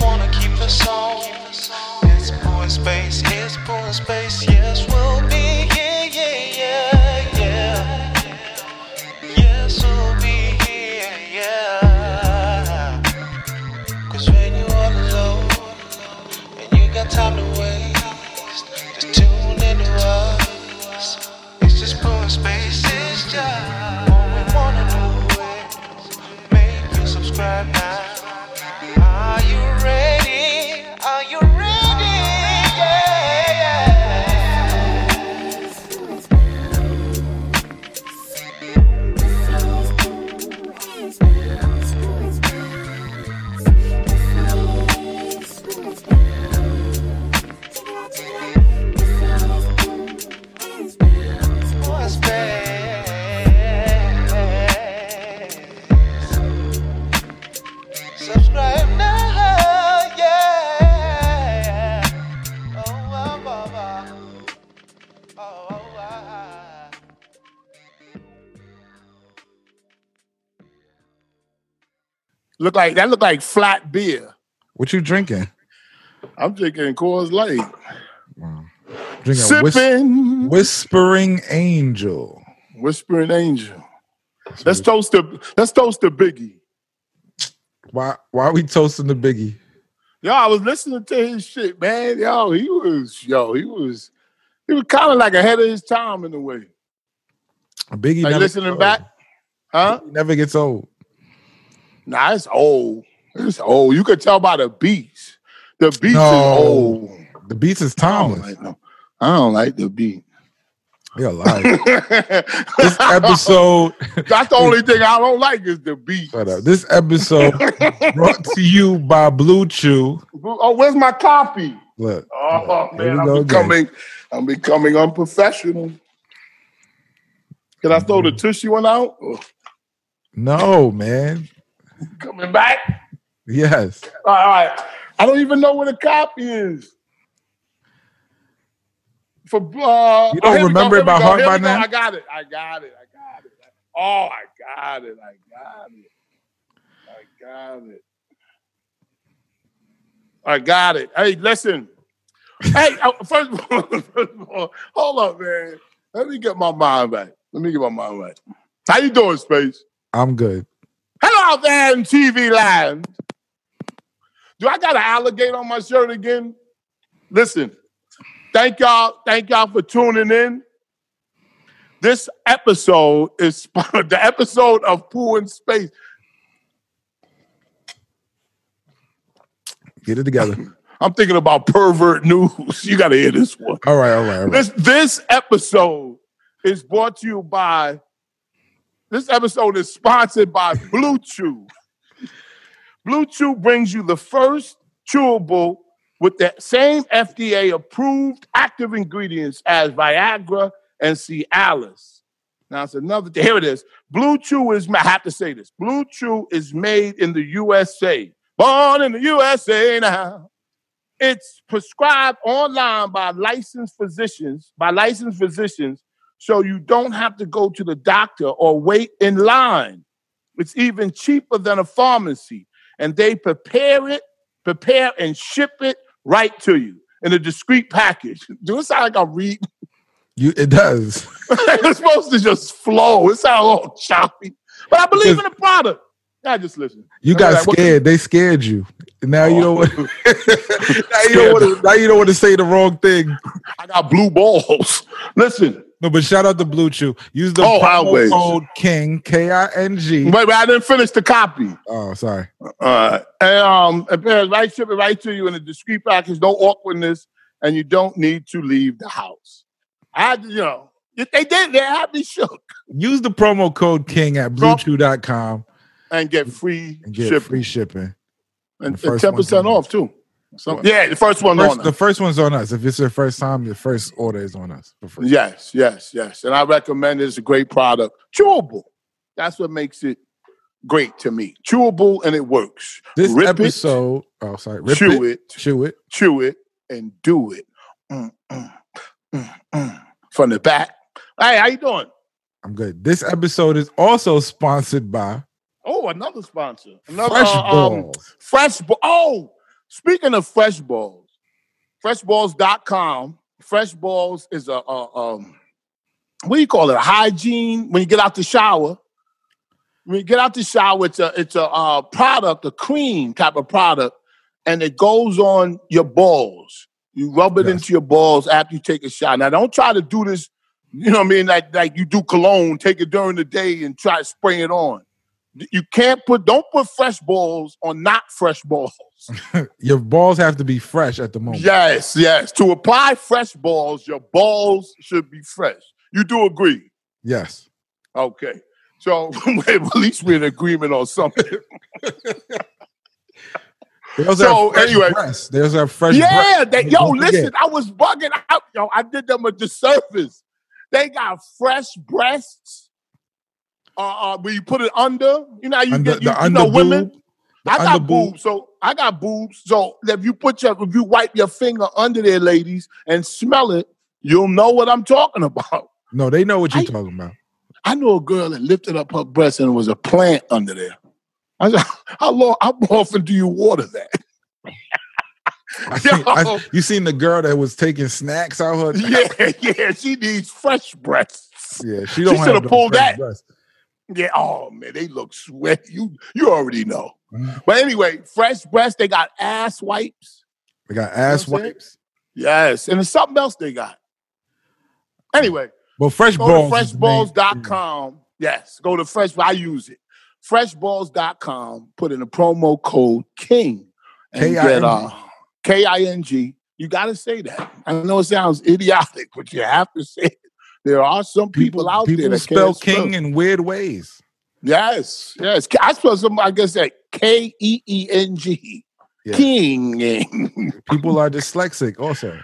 wanna keep this on. It's poor space, it's poor space. Yes, we'll be here, yeah, yeah, yeah. Yes, we'll be here, yeah. Cause when you all alone and you got time to waste, just tune into us. It's just poor space, it's just what we wanna do. It. Make you subscribe now. Are you ready? Are you ready? Yeah, yeah. More space. Subscribe now, yeah. Oh, oh, oh, oh, oh, oh, oh. Look like that. Look like flat beer. What you drinking? I'm drinking Coors Light. Wow. Drinking a whis- Sipping, whispering angel. whispering angel. Let's toast the. Let's toast the Biggie. Why? Why are we toasting the biggie? Yo, I was listening to his shit, man. Yo, he was. Yo, he was. He was kind of like ahead of his time in a way. Biggie. Like never gets listening old. back, huh? He never gets old. Nah, it's old. It's old. You could tell by the beats. The beats No. is old. The beats is I don't timeless. like them. I don't like the beat. You're alive. this That's episode. the only thing I don't like is the beat. Shut up. This episode brought to you by Blue Chew. Oh, where's my copy? Look, Oh man, Here we I'm go again. becoming, I'm becoming unprofessional. Can I throw the Mm-hmm. tushy one out? Oh, no man. Coming back? Yes. All right. I don't even know where the copy is. For uh, You don't here we remember here it by we heart here by we go. now? I got it. I got it. I got it. Oh, I got it. I got it. I got it. I got it. Hey, listen. Hey, uh, first of all, first of all, hold up, man. Let me get my mind back. Let me get my mind back. How you doing, Space? I'm good. Hello there in TV land. Do I got an alligator on my shirt again? Listen, thank y'all, thank y'all for tuning in. This episode is sp- the episode of Pooh in Space. Get it together. I'm thinking about pervert news. You got to hear this one. All right. All right. All right. This this episode is brought to you by. This episode is sponsored by Blue Chew. Blue Chew brings you the first chewable with the same FDA approved active ingredients as Viagra and Cialis. Now it's another thing. Here it is. Blue Chew is ma- I have to say this. Blue Chew is made in the USA. Born in the USA now. It's prescribed online by licensed physicians, by licensed physicians, so you don't have to go to the doctor or wait in line. It's even cheaper than a pharmacy, and they prepare it, prepare and ship it right to you in a discreet package. Do it sound like I'm reading? You. It does. it's supposed to just flow. It sounds a little choppy, but I believe in the product. I just listen. You Look got at that. What the- scared. They scared you. Now you don't. Oh. now you don't want to. Now you don't want to say the wrong thing. I got blue balls. Listen, No, but shout out to Blue Chew. Use the Oh, promo always. code King K I N G. wait, wait, I didn't finish the copy. Oh, sorry. Uh, and, um, and parents, right ship it right to you in a discreet package, no awkwardness, and you don't need to leave the house. I, you know, if they did, they had me shook Use the promo code King at BlueChew.com and get free and get shipping free shipping. and the first ten percent one. off too. So yeah, the first one on. First, the us. first one's on us. If it's your first time, your first order is on us. for free. Yes, yes, yes, and I recommend it. It's a great product, chewable. That's what makes it great to me. Chewable and it works. This Rip it, episode. oh, sorry. Rip chew it, it, Chew it. chew it, and do it. Mm, mm, mm, mm. From the back. Hey, how you doing? I'm good. This episode is also sponsored by Oh, another sponsor. Another Fresh uh, um, Balls. Fresh Ba- Oh, Speaking of fresh balls, freshballs.com. Fresh balls is a, a um, what do you call it? A hygiene when you get out the shower. When you get out the shower, it's a it's a uh, product, a cream type of product, and it goes on your balls. You rub it Yes. into your balls after you take a shower. Now, don't try to do this. You know what I mean? Like like you do cologne, take it during the day and try to spray it on. You can't put don't put fresh balls on not fresh balls. Your balls have to be fresh at the moment. Yes, yes. To apply fresh balls, your balls should be fresh. You do agree. Yes. Okay. So at least we're in agreement on something. They also So, have fresh anyway. breasts. They also have fresh breasts. yeah, they, yo, Don't forget. listen, I was bugging out. Yo, I did them a disservice. They got fresh breasts. Uh, uh where you put it under, you know how you Under- get you, the you know underboob, women. I the got underboob. boobs, so I got boobs. So if you put your if you wipe your finger under there, ladies, and smell it, you'll know what I'm talking about. No, they know what you're I- talking about. I knew a girl that lifted up her breast and there was a plant under there. I said, how long, how often do you water that? I seen- I- Yo. you seen the girl that was taking snacks out her? yeah, yeah, she needs fresh breasts. Yeah, she don't She have shoulda no pulled fresh that. breasts. Yeah, oh man, they look sweaty. You you already know. Mm. But anyway, fresh breasts, they got ass wipes. They got ass You know what I'm saying? wipes. Yes, and there's something else they got. Anyway, But fresh go balls. to is the main- freshballs.com. Yes, go to fresh. I use it. Freshballs.com. Put in the promo code King. And you get, uh, K-I-N-G. You got to say that. I know it sounds idiotic, but you have to say it. There are some people, out people there that spell can't king in weird ways. Yes, yes. I spell some. I guess that K E E N G. Yeah. King. People are dyslexic also.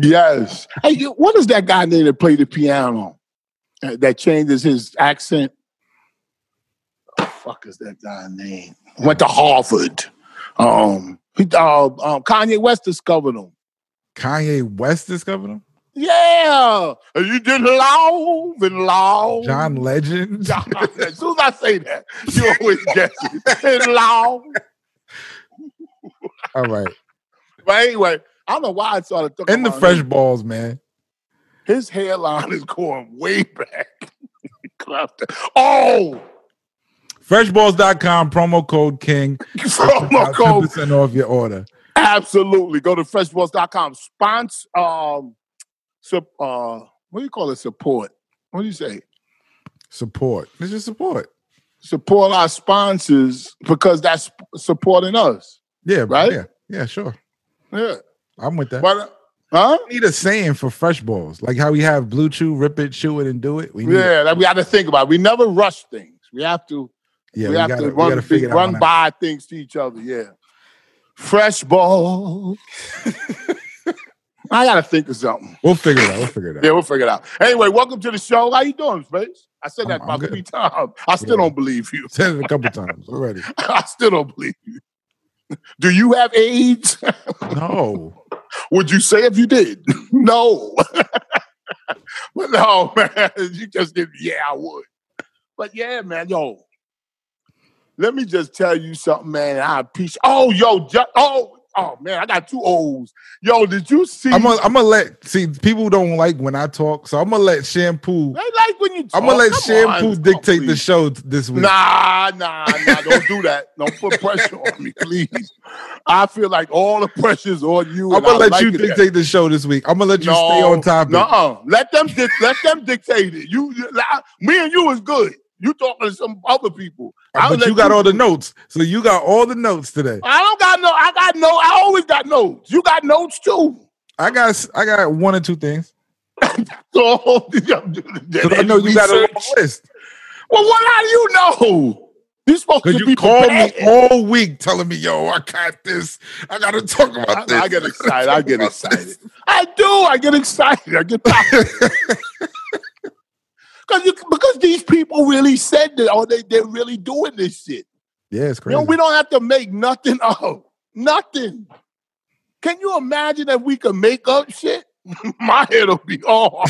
yes. Hey, you- what is that guy name that played the piano? uh, That changes his accent. The fuck is that guy name? Went to Harvard. Um, he, uh, um, Kanye West discovered him. Kanye West discovered him. Yeah, you did love and love. John Legend. Oh, John. As soon as I say that, you always guess it. And love. All right. But anyway, I don't know why I started talking And the about fresh him. balls, man. His hairline is going way back. Clapton. oh, Freshballs.com, promo code King. promo About code. 10% off your order. Absolutely. Go to freshballs.com. Spons, um, sup, uh, what do you call it? Support. What do you say? Support. It's just support. Support our sponsors because that's supporting us. Yeah, Right? Yeah, yeah, sure. Yeah. I'm with that. But, uh, huh? we need a saying for fresh balls, like how we have blue chew, rip it, chew it, and do it. We need it. Yeah, that we have to think about. it. We never rush things. We have to. yeah. we, have gotta- to we gotta run, figure that run one out. by things to each other. Yeah. Fresh ball. I gotta think of something. We'll figure it out. We'll figure it out. Yeah, we'll figure it out. Anyway, welcome to the show. How you doing, Space? I said that I'm- about I'm good. three times. I still Yeah. don't believe you. Said it a couple times already. I still don't believe you. Do you have AIDS? No, Would you say if you did? no. but no, man. You just did. Yeah, I would. But yeah, man, yo. Let me just tell you something, man. I appreciate. Oh, yo, ju- oh, oh, man, I got two O's. Yo, did you see? I'm gonna I'm gonna let see people don't like when I talk, so I'm gonna let shampoo. they like when you. Talk. I'm gonna let Come shampoo on, dictate please. the show t- this week. Nah, nah, nah. Don't do that. Don't put pressure on me, please. I feel like all the pressure's on you. I'm and gonna I let like you it that dictate the show this week. I'm gonna let you stay on topic. nuh-uh. let them dic- let them dictate it. You, you- I- me and you is good. You talking to some other people. I'll Uh, but let you got all the notes, so you got all the notes today. I don't got no. I got no. I always got notes. You got notes too. I got s- I got one or two things. So 'Cause I know you got a long list Well, what how do you know? You supposed because to you be called me prepared. all week telling me, "Yo, I got this. I gotta talk about I, this." I get excited. I get About excited. I do. I get excited. I get tired. Cause you, because these people really said that, or they they're really doing this shit. Yeah, it's You know, crazy. we don't have to make nothing up. Nothing. Can you imagine if we could make up shit? My head will be all.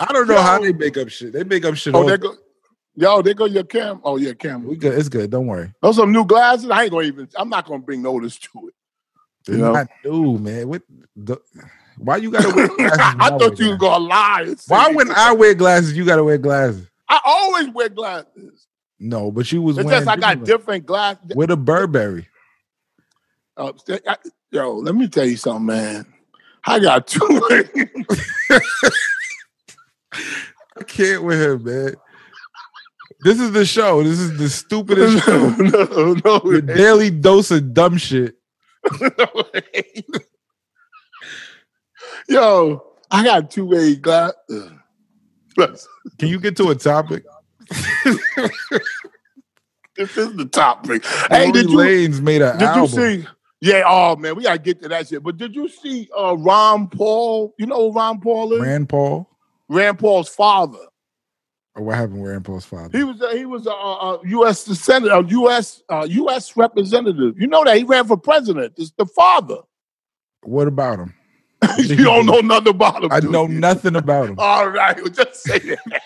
I don't know how Yo. they make up shit. They make up shit. oh, all there go, Yo, there go your cam. Oh yeah, camera. We good. It's good. Don't worry. Those some new glasses. I ain't gonna even. I'm not gonna bring notice to it. It's Yeah. not new, man. What the, why you gotta wear glasses? when I wear thought you was glasses? gonna lie. and say- Why when I wear glasses, you gotta wear glasses? I always wear glasses. No, but you was It's wearing just I got ones different glasses. with a Burberry. Uh, I- yo, let me tell you something, man. I got two. I can't with him, man. This is the show. This is the stupidest no, show. no, no, Your it daily dose of dumb shit. ain't. Yo, I got two way glass. Ugh. Look, Can you get to a topic? This is the topic. Hey, Tory did you Lanez made an Did album. you see? Yeah, oh man, we gotta get to that shit. But did you see uh Ron Paul? You know who Ron Paul is? Rand, Rand Paul? Paul's father. Or what happened with Rand Paul's father? He was a, he was a, a a U.S. senator, a U.S. Uh, U.S. representative. You know that he ran for president. It's the father. what about him? you don't know nothing about him. I do know you? nothing about him. All right, well, just say that.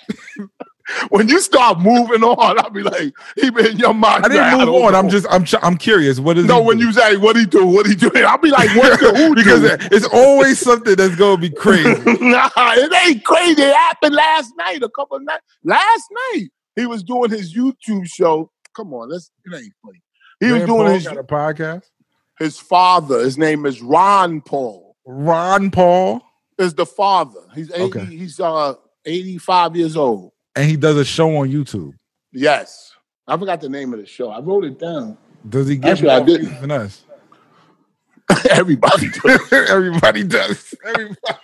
when you start moving on, I'll be like, he been in your mind. I didn't Like, move don't on. I'm know. just I'm ch- I'm curious. What is no. he When do? you say what he do, what he do, I'll be like, what the who do? because it's always something that's gonna be crazy. nah, it ain't crazy. It happened last night, a couple nights. Last night, he was doing his YouTube show. Come on, let's. It ain't funny. He was Rand doing Paul his got a podcast. his father. His name is Ron Paul. Ron Paul, Is the father. He's eighty. Okay. He's uh eighty five years old. and he does a show on YouTube. Yes, I forgot the name of the show. I wrote it down. Does he get Actually, I more didn't. views than us? Everybody does. Everybody does. Everybody.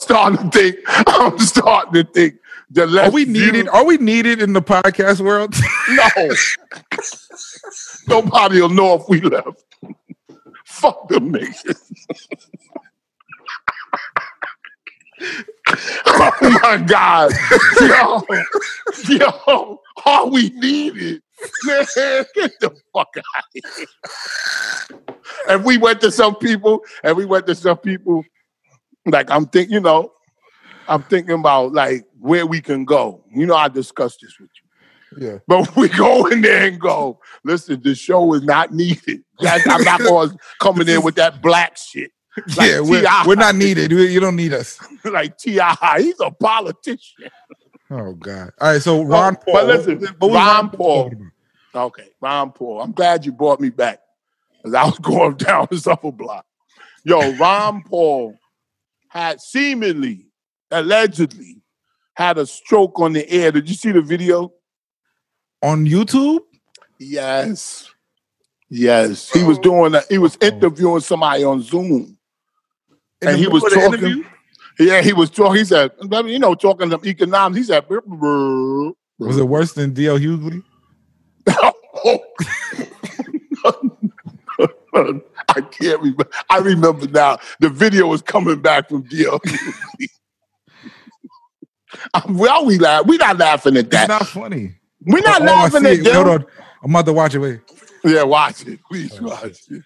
starting to think. I'm starting to think. The less Are we views- needed? Are we needed in the podcast world? No. Nobody will know if we left. Fuck them niggas. oh my God. Yo. Yo. All we needed. Man, get the fuck out of here. And we went to some people, and we went to some people, like I'm thinking, you know, I'm thinking about like where we can go. You know, I discussed this with you. yeah. But we go in there and go, listen, the show is not needed. That, I'm not going coming in with that black shit. Like yeah, we're, T.I. we're not needed. We- you don't need us. like T.I. He's a politician. Oh God! All right, so Ron but Paul. listen, was Ron Paul. talking about? Okay, Ron Paul. I'm glad you brought me back. Because I was going down this upper block. Yo, Ron Paul had seemingly, allegedly, had a stroke on the air. Did you see the video? on YouTube. Yes. Yes. He was doing a, he was interviewing somebody on Zoom. In And the he was middle of the talking- interview? Yeah, he was talking. He said, you know, talking to economics. He said, "Brr, brr, brr." Was it worse than D.L. Hughley? I can't remember. I remember now. The video was coming back from DL. well, we laugh. We're not laughing at It's that. not funny. We're not Oh, I laughing see at it. Wait, Hold them. on. I'm about to watch it. Wait, Yeah, watch it. Please watch it.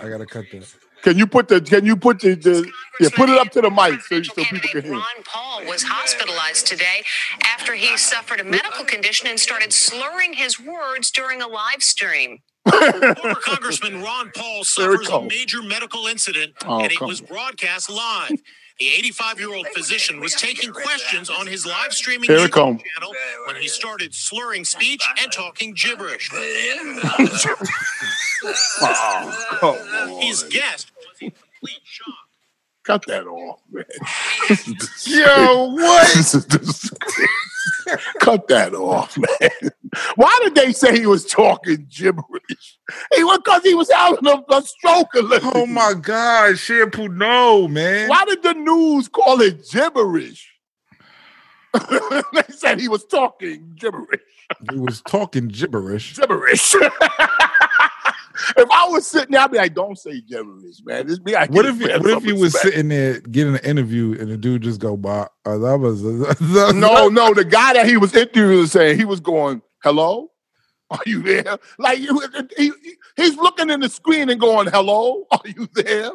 I gotta cut that. Can you put the? Can you put the? the yeah, put it up to the mic so, so Presidential people can candidate hear. it. Ron Paul was hospitalized today after he suffered a medical condition and started slurring his words during a live stream. Former Congressman Ron Paul There it suffers a goes. major medical incident, Oh, and it come was on. broadcast live. The 85 year old physician was taking questions on his live streaming Here it YouTube come. channel when he started slurring speech and talking gibberish. Oh, come on. His guest was in complete shock. Cut that off, man. Yo, what? This is just- Cut that off, man. Why did they say he was talking gibberish? He was because he was having a, a stroke. or Oh something. my God, shampoo! No, man. Why did the news call it gibberish? they said he was talking gibberish. He was talking gibberish. Gibberish. if I was sitting there, I'd be like, "Don't say gibberish, man." This be like, What if what if you was respect. sitting there getting an interview and the dude just go, "Bah, uh, that was No, no, the guy that he was interviewing was saying he was going, "Hello, are you there?" Like he, was- he he's looking in the screen and going, "Hello, are you there?"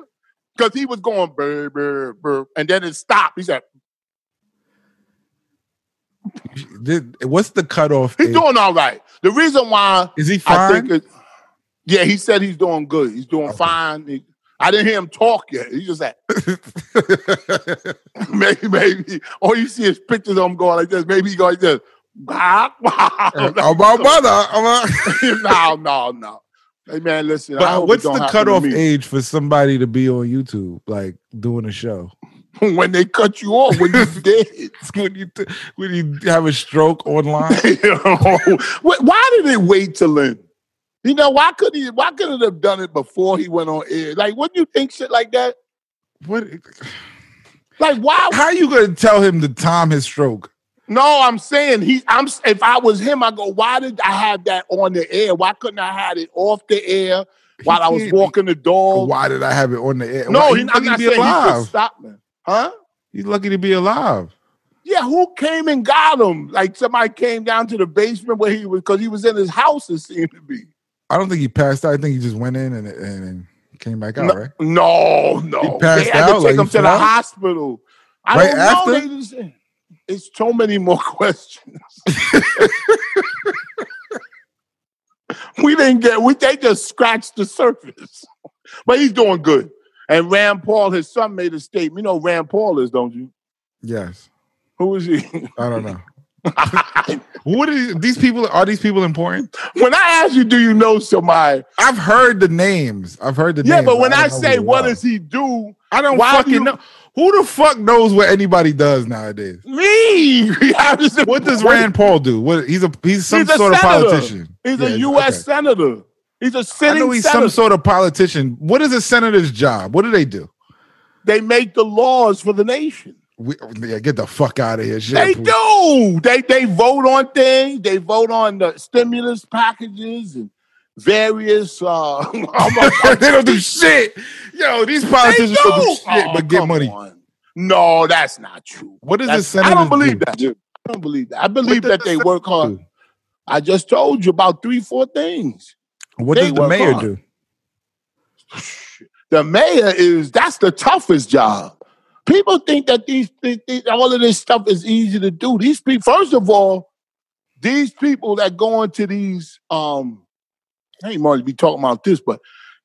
Because he was going, burr, burr, burr, and then it stopped. He said, Did- What's the cutoff? He's date? doing all right. The reason why Is he I think fine? it, yeah, he said he's doing good. He's doing fine. He- I didn't hear him talk yet. He just said, maybe, maybe. All you see is pictures of him going like this. Maybe he going like this. Wow, wow. Oh, my mother. oh, my- no, no, no. Hey man, listen. I hope But it what's don't the happen to cutoff me. age for somebody to be on YouTube, like doing a show? when they cut you off when you're dead? when you th- when you have a stroke online? You know? Wh- why did they wait till then? You know why couldn't he? Why couldn't it have done it before he went on air? Like, wouldn't you think shit like that? what? Like, why? How are you gonna tell him to time his stroke? No, I'm saying he. I'm. If I was him, I go. Why did I have that on the air? Why couldn't I have it off the air while I was can't be- walking the dog? Why did I have it on the air? Oh. No, Why- he, he's I'm lucky not to be saying he alive. could stop me, huh? He's lucky to be alive. Yeah, who came and got him? Like somebody came down to the basement where he was because he was in his house. It seemed to be. I don't think he passed out. I think he just went in and and, and came back out. No, right? No, no. He passed they had out, to like, take him he to the fell out? hospital. I Right don't after? know. They just, it's so many more questions. we didn't get we they just scratched the surface. But he's doing good. And Rand Paul, his son, made a statement. You know who Rand Paul is, don't you? Yes. Who is he? I don't know. What is these people? Are these people important? when I ask you, do you know somebody? I've heard the names. I've heard the Yeah, names. but when don't I know who say they what are. does he do, I don't why do fucking you- know. Who the fuck knows what anybody does nowadays? me. I just- What does Rand Paul do? What he's a he's some He's a sort of senator. politician. He's Yeah, a U.S. okay. senator. He's a I sitting know he's senator. some sort of politician. What is a senator's job? What do they do? they make the laws for the nation. We, yeah, get the fuck out of here. Shit, They please. do. They they vote on things. They vote on the stimulus packages and various. Uh, they don't do shit. Yo, these politicians don't do shit Oh, but get come money. on. No, that's not true. What does a That's- senator I don't believe do? that. dude. I don't believe that. I believe does that the they work hard. do? I just told you about three, four things. What They does the work mayor hard. do? the mayor is that's the toughest job. People think that these, these, these- all of this stuff is easy to do. These people, first of all, these people that go into these um, I ain't going to be talking about this, but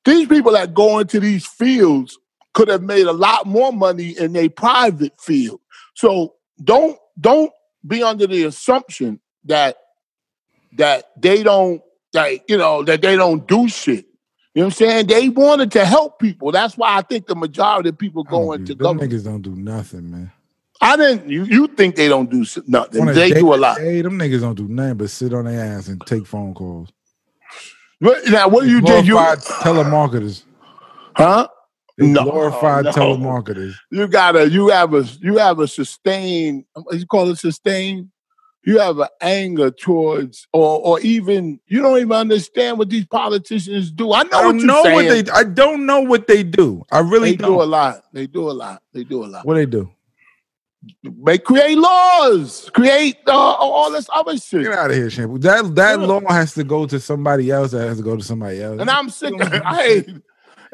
these people that go into these fields could have made a lot more money in their private field. So don't don't be under the assumption that that they don't that you know that they don't do shit. You know what I'm saying? They wanted to help people. That's why I think the majority of people I don't go do- into Oh, them government. niggas don't do nothing, man. I didn't. You, you think they don't do s- nothing? On a They do a lot. Hey, them niggas don't do nothing but sit on their ass and take phone calls. What- Now, what do Oh, you do? You Glorified telemarketers. huh? They No, glorified Oh, no. telemarketers. you gotta you have a you have a sustained what you call it sustained you have an anger towards or or even you don't even understand what these politicians do i know I what don't you know what saying. they. I don't know what they do. I really they don't. do a lot they do a lot they do a lot What they do? they create laws create uh, all this other shit Get out of here, shampoo. That that Yeah. law has to go to somebody else. That has to go to somebody else. and i'm sick of i hate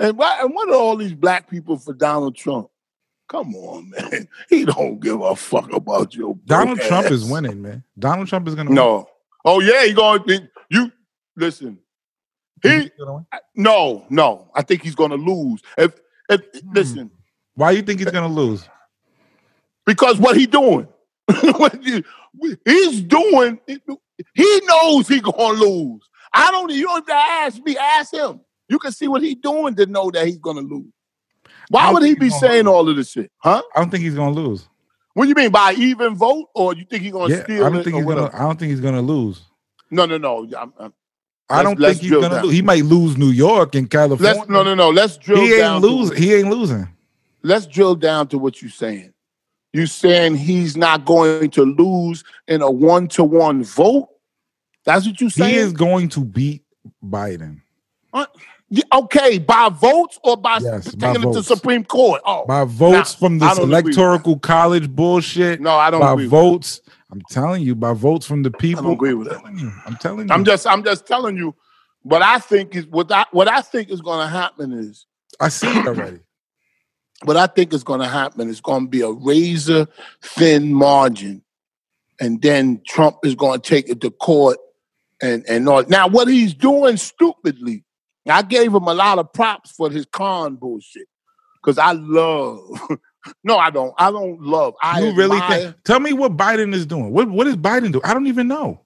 and what and what are all these black people for donald trump come on man he don't give a fuck about your Donald broke Trump is ass. winning, man. Donald Trump is gonna No. Oh yeah, he going to you listen. Win. He Mm-hmm. no, no. I think he's going to lose. If if listen, Why you think he's gonna lose? because what he doing? What you- he's doing he knows he going to lose. I don't you don't have to ask me, ask him. You can see what he doing to know that he's going to lose. Why How would he he be gonna saying all of this shit? Huh? I don't think he's gonna lose. What do you mean by even vote or you think he going to Yeah, I steal don't it think or he's gonna. whatever? I don't think he's gonna lose. No, no, no. I'm, I'm, I Let's- don't let's think he's drill gonna. down. Lose. He might lose New York and California. let's no, no, no. Let's drill he ain't down to- losing. He ain't losing. let's drill down to what you're saying. You're saying he's not going to lose in a one to one vote. That's what you're saying. He is going to beat Biden Yeah, okay, by votes or by Yes, by taking it to votes. Supreme Court. Oh by votes from I this don't agree with that. electoral college bullshit. no, I don't by agree. With, votes, I'm telling you, by votes from the I people. don't agree with I'm that. telling you. I'm telling you. I'm just I'm just telling you what I think is what I what I think is going to happen is I see it already. what I think is going to happen is going to be a razor thin margin and then Trump is going to take it to court and and all. Now, what he's doing stupidly, I gave him a lot of props for his con bullshit because I love. no, I don't. I don't love. I you really admire- think? Tell me what Biden is doing. What what is Biden doing? I don't even know.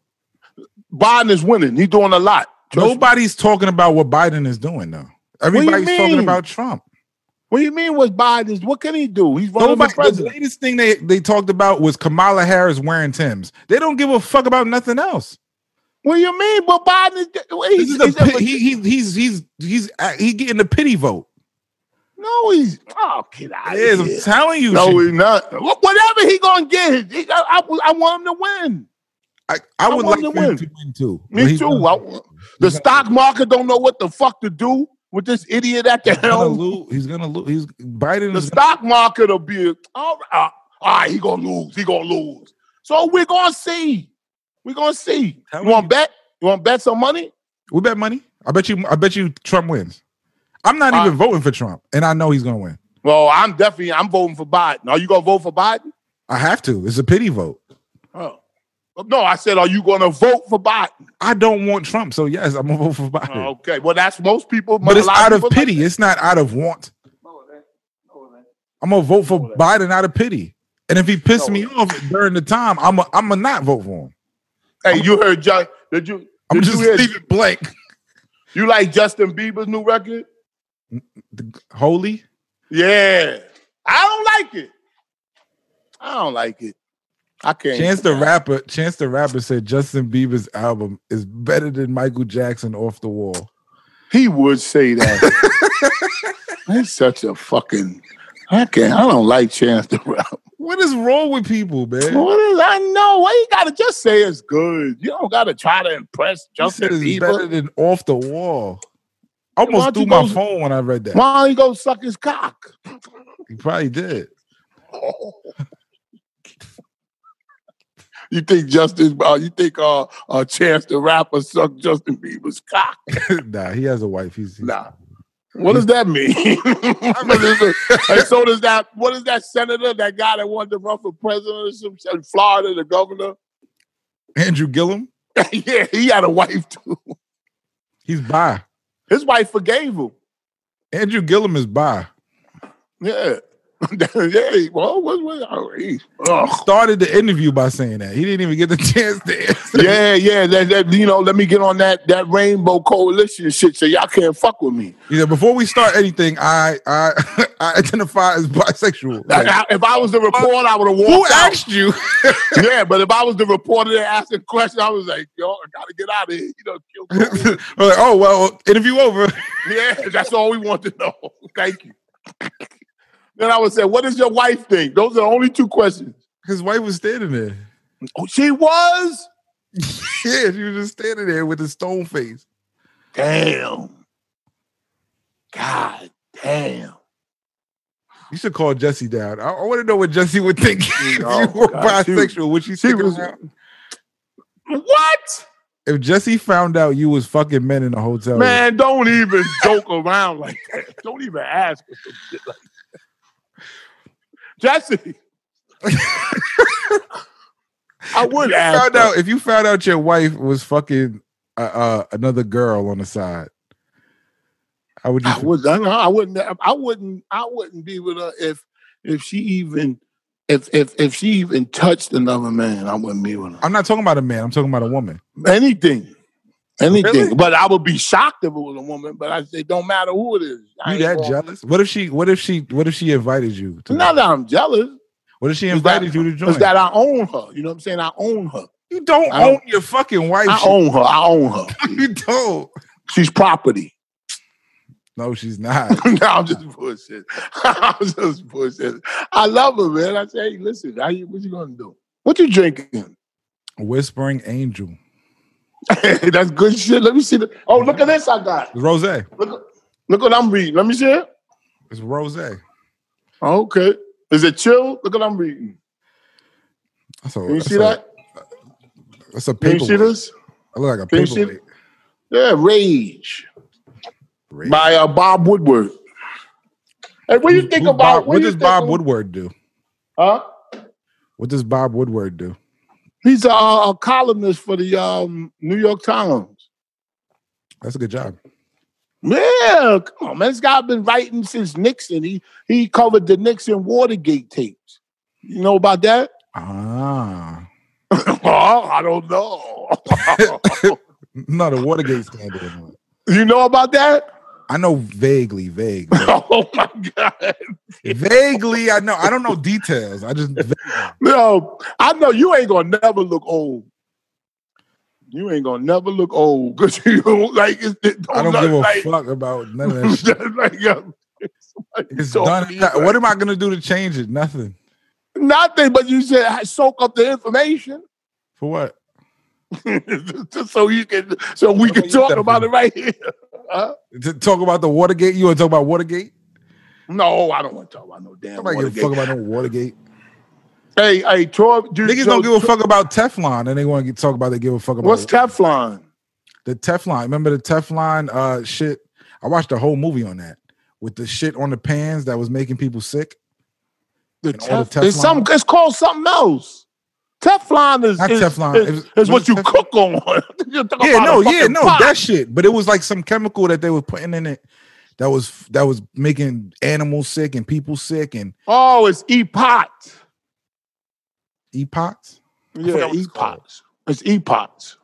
Biden is winning. He's doing a lot. Trust me. Nobody's talking about what Biden is doing though. do you Everybody's talking mean? about Trump. What do you mean? Was Biden's? What can he do? He's running Nobody, for the president. latest thing they, they talked about was Kamala Harris wearing Tim's. They don't give a fuck about nothing else. What do you mean? But Biden is. He's, This is a he's pit, he, he, he's he's he's uh, he getting the pity vote. no, he's. Oh, get out It is. of I'm here. telling you. No, shit. he's not. Wh- Whatever he gonna get, he- I, I, I want him to win. I, I would I want like him to win. to win too. Me But he too. won't. I- the stock market don't know what the fuck to do with this idiot at the He's gonna helm. lose. He's gonna lose. He's Biden The is stock market will be all right. uh, All right, he gonna lose. He gonna lose. So we're gonna see. We're gonna see. Tell you want me- to bet? You want to bet some money? We bet money. I bet you. I bet you Trump wins. I'm not Uh, even voting for Trump, and I know he's gonna win. Well, I'm definitely. I'm voting for Biden. Are you gonna vote for Biden? I have to. It's a pity vote. Oh. No, I said, are you gonna vote for Biden? I don't want Trump, so yes, I'm gonna vote for Biden. Okay. Well, that's most people. but Oh, a it's lot out of people like pity. it's not out of want. I'm gonna vote for Biden out of pity. And if he pissed me off during the time, I'm i I'm gonna not vote for him. Hey, you heard John? Did you? I'm did just you, hear, leave it blank. you like Justin Bieber's new record? Holy. Yeah, I don't like it. I don't like it. I can't. Chance the rapper, Chance the rapper said Justin Bieber's album is better than Michael Jackson off the wall. he would say that. He's such a fucking. I can't. I don't like Chance the Rapper. What is wrong with people, man? What is? I know. Why you gotta just say it's good? You don't gotta try to impress You said Justin it's better Bieber. than off the wall. I why almost don't threw you my go- phone when I read that. Why don't you go suck his cock? You probably did. You think Justin? Uh, you think uh, uh, Chance the Rapper sucked Justin Bieber's cock? nah, he has a wife. He's, he's Nah. What does that mean? What is it? and so does that. What is that senator? That guy that wanted to run for president or some shit in Florida, the governor? Andrew Gillum. yeah, he had a wife too. He's bi. His wife forgave him. Andrew Gillum is bi. Yeah. yeah, well, what, what, oh, he- ugh. Started the interview by saying that he didn't even get the chance to answer. yeah, yeah. That, that you know, let me get on that that rainbow coalition shit, so y'all can't fuck with me. He said, "Before we start anything, I I I identify as bisexual." Like, Like, I- if I was the reporter, I would have walked who out. asked you? yeah, but if I was the reporter that asked the question, I was like, yo, I gotta get out of here. You know, kill Kobe. We're like, oh well, interview over. Yeah, that's all we want to know. Thank you. Then I would say, what does your wife think? Those are the only two questions. His wife was standing there. Oh, she was? Yeah, she was just standing there with a stone face. Damn. God damn. You should call Jesse down. I, want to know what Jesse would think if Oh, you were God, she- bisexual. would she, she stick was- around? What? If Jesse found out you was fucking men in a hotel, Man, don't even joke around like that. Don't even ask for some shit like that. Jesse. I would if you ask. found her. out if you found out your wife was fucking uh, uh, another girl on the side, how would you? I would. I, know, I wouldn't. I wouldn't. I wouldn't be with her if if she even if if if she even touched another man. I wouldn't be with her. I'm not talking about a man. I'm talking about a woman. Anything, anything. Really? But I would be shocked if it was a woman. But I say, don't matter who it is. I You ain't that gonna- jealous? What if she? What if she? What if she invited you? To, Not that I'm jealous. what if she is invited that- you to join? It's that I own her. You know what I'm saying? I own her. you don't I don't- own your fucking wife. I shit. own her. I own her. you don't. She's property. No, she's not. no, I'm just bullshit. I'm just bullshit. I love her, man. I say, hey, listen, how you, what you gonna do? What you drinking? Whispering angel. Hey, that's good shit. Let me see the. Oh, look at this I got. It's Rose. It's Look, look what I'm reading. Let me see it. Rose. Okay. Is it chill? Look what I'm reading. That's a, Can you Oh, that's see a- that? That's a Can you see paperweight. this? I look like a Can you see paperweight. Yeah, Rage Rage. by uh, Bob Woodward. Hey, what do you Who- think who about Bob- what do you does think Bob of- Woodward do? Huh? What does Bob Woodward do? He's a, a columnist for the um, New York Times. That's a good job. Yeah, come on, man. This guy been writing since Nixon. He he covered the Nixon Watergate tapes. You know about that? Ah, oh, I don't know. no, the Watergate scandal. you know about that? I know vaguely, vaguely, Oh my God. vaguely. I know. I don't know details. I just No, I know you ain't gonna never look old. You ain't gonna never look old because you don't like it's, it don't I don't look give a like, fuck about none of that. Shit. like, um, somebody It's told done. me, like, What am I gonna do to change it? Nothing. Nothing, but you said "I soak up the information For what? just so you can so we can That's what you talk said, about it right here. To talk about the Watergate? You want to talk about Watergate? No, I don't want to talk about no damn. Nobody give a fuck Watergate. about no Watergate. Hey, hey, Tor, do, Niggas so- don't give a fuck about Teflon, and they want to get, talk about they give a fuck about What's Teflon? the Teflon. Remember the Teflon uh, shit? I watched the whole movie on that with the shit on the pans that was making people sick. The And all the Teflon. It's Teflon. some. It's called something else. Teflon is Not is, Teflon. is, It was- is was what it you Teflon? cook on. You're talking yeah, about no, a yeah, fucking no, pot. that shit. But it was like some chemical that they were putting in it that was that was making animals sick and people sick and oh, it's epox. epox. Yeah, forgot what it's epox. It's epox.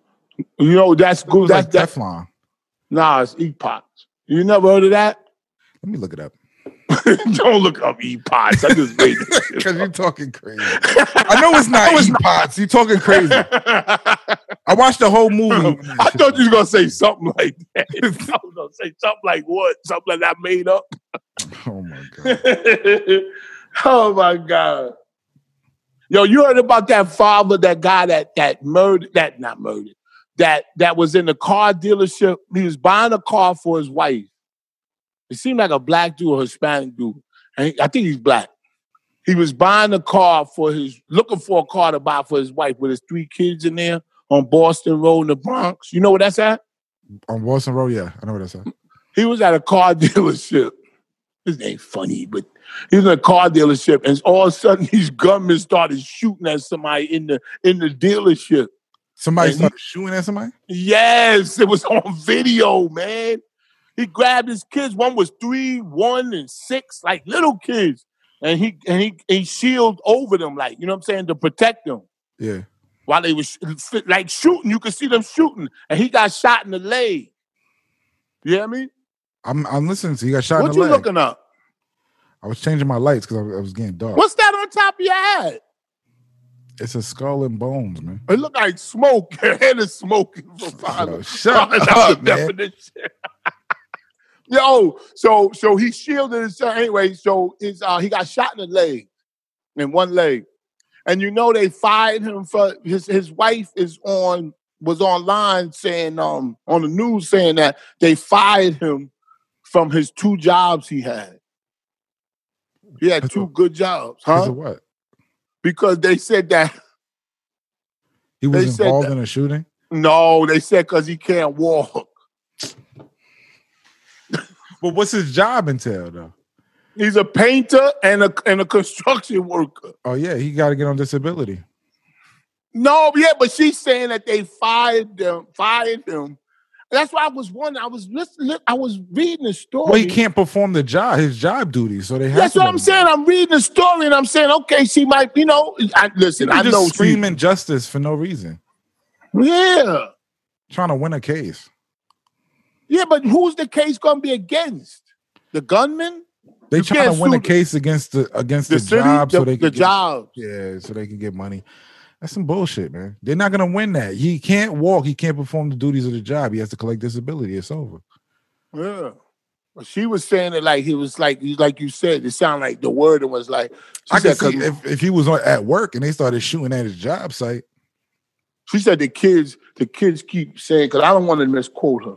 You know that's It was good. That's like that. Teflon. Nah, it's epox. You never heard of that? Let me look it up Don't look up epox. I just made this shit because you're talking crazy. I know it's not epox. You're talking crazy. up. I watched the whole movie. I thought you was gonna say something like that. I was gonna say something like what? Something like that I made up. Oh my god. oh my god. Yo, you heard about that father, that guy that that murdered, that not murdered, that that was in the car dealership. He was buying a car for his wife. It seemed like a black dude or Hispanic dude, and he- I think he's black. He was buying a car for his, looking for a car to buy for his wife with his three kids in there on Boston Road in the Bronx. You know where that's at? On Boston Road, yeah, I know what that's. at. He was at a car dealership. This ain't funny, but he was in a car dealership, and all of a sudden these gunmen started shooting at somebody in the in the dealership. And Somebody he- started shooting at somebody. Yes, it was on video, man. He grabbed his kids. One was three, one, and six, like little kids, and he and he he shielded over them, like you know what I'm saying, to protect them Yeah. while they was sh- like shooting. You could see them shooting, and he got shot in the leg. You hear me? I'm I'm listening to you. you got shot what in the you leg. looking up? I was changing my lights because I, was- I was getting dark. What's that on top of your head? It's a skull and bones, man. It looked like smoke. Your head is smoking for five. Yo, Oh, shut That's up, the man. definition. Yo, so so he shielded himself anyway. So his uh, he got shot in the leg, in one leg, and you know they fired him for his his wife is on was online saying um on the news saying that they fired him from his two jobs he had. He had That's two what- good jobs, Because huh? of what? Because they said that He was They said involved that- in a shooting. No, they said because he can't walk. But what's his job entail though? He's a painter and a and a construction worker. Oh yeah, he got to get on disability. No, yeah, but she's saying that they fired them, fired him. That's why I was wondering. I was listening. I was reading the story. Well, he can't perform the job, his job duties. So they have. Oh, That's to what let I'm him saying. I'm reading the story and I'm saying, okay, she might, you know. I, Go. listen, People I just know she- scream injustice for no reason, Yeah, trying to win a case. yeah, but who's the case gonna be against? The gunman, They You trying can't to win a sue the- case against the against the, the, city, job, the, so they can the get, job. Yeah, so they can get money. That's some bullshit, man. They're not gonna win that. He can't walk. He can't perform the duties of the job. He has to collect disability. It's over. Yeah. But she was saying it like he was like like you said, it sounded like the word was like she I can said, see 'cause- if, if he was on, at work and they started shooting at his job site. she said the kids, the kids keep saying, because I don't want to misquote her.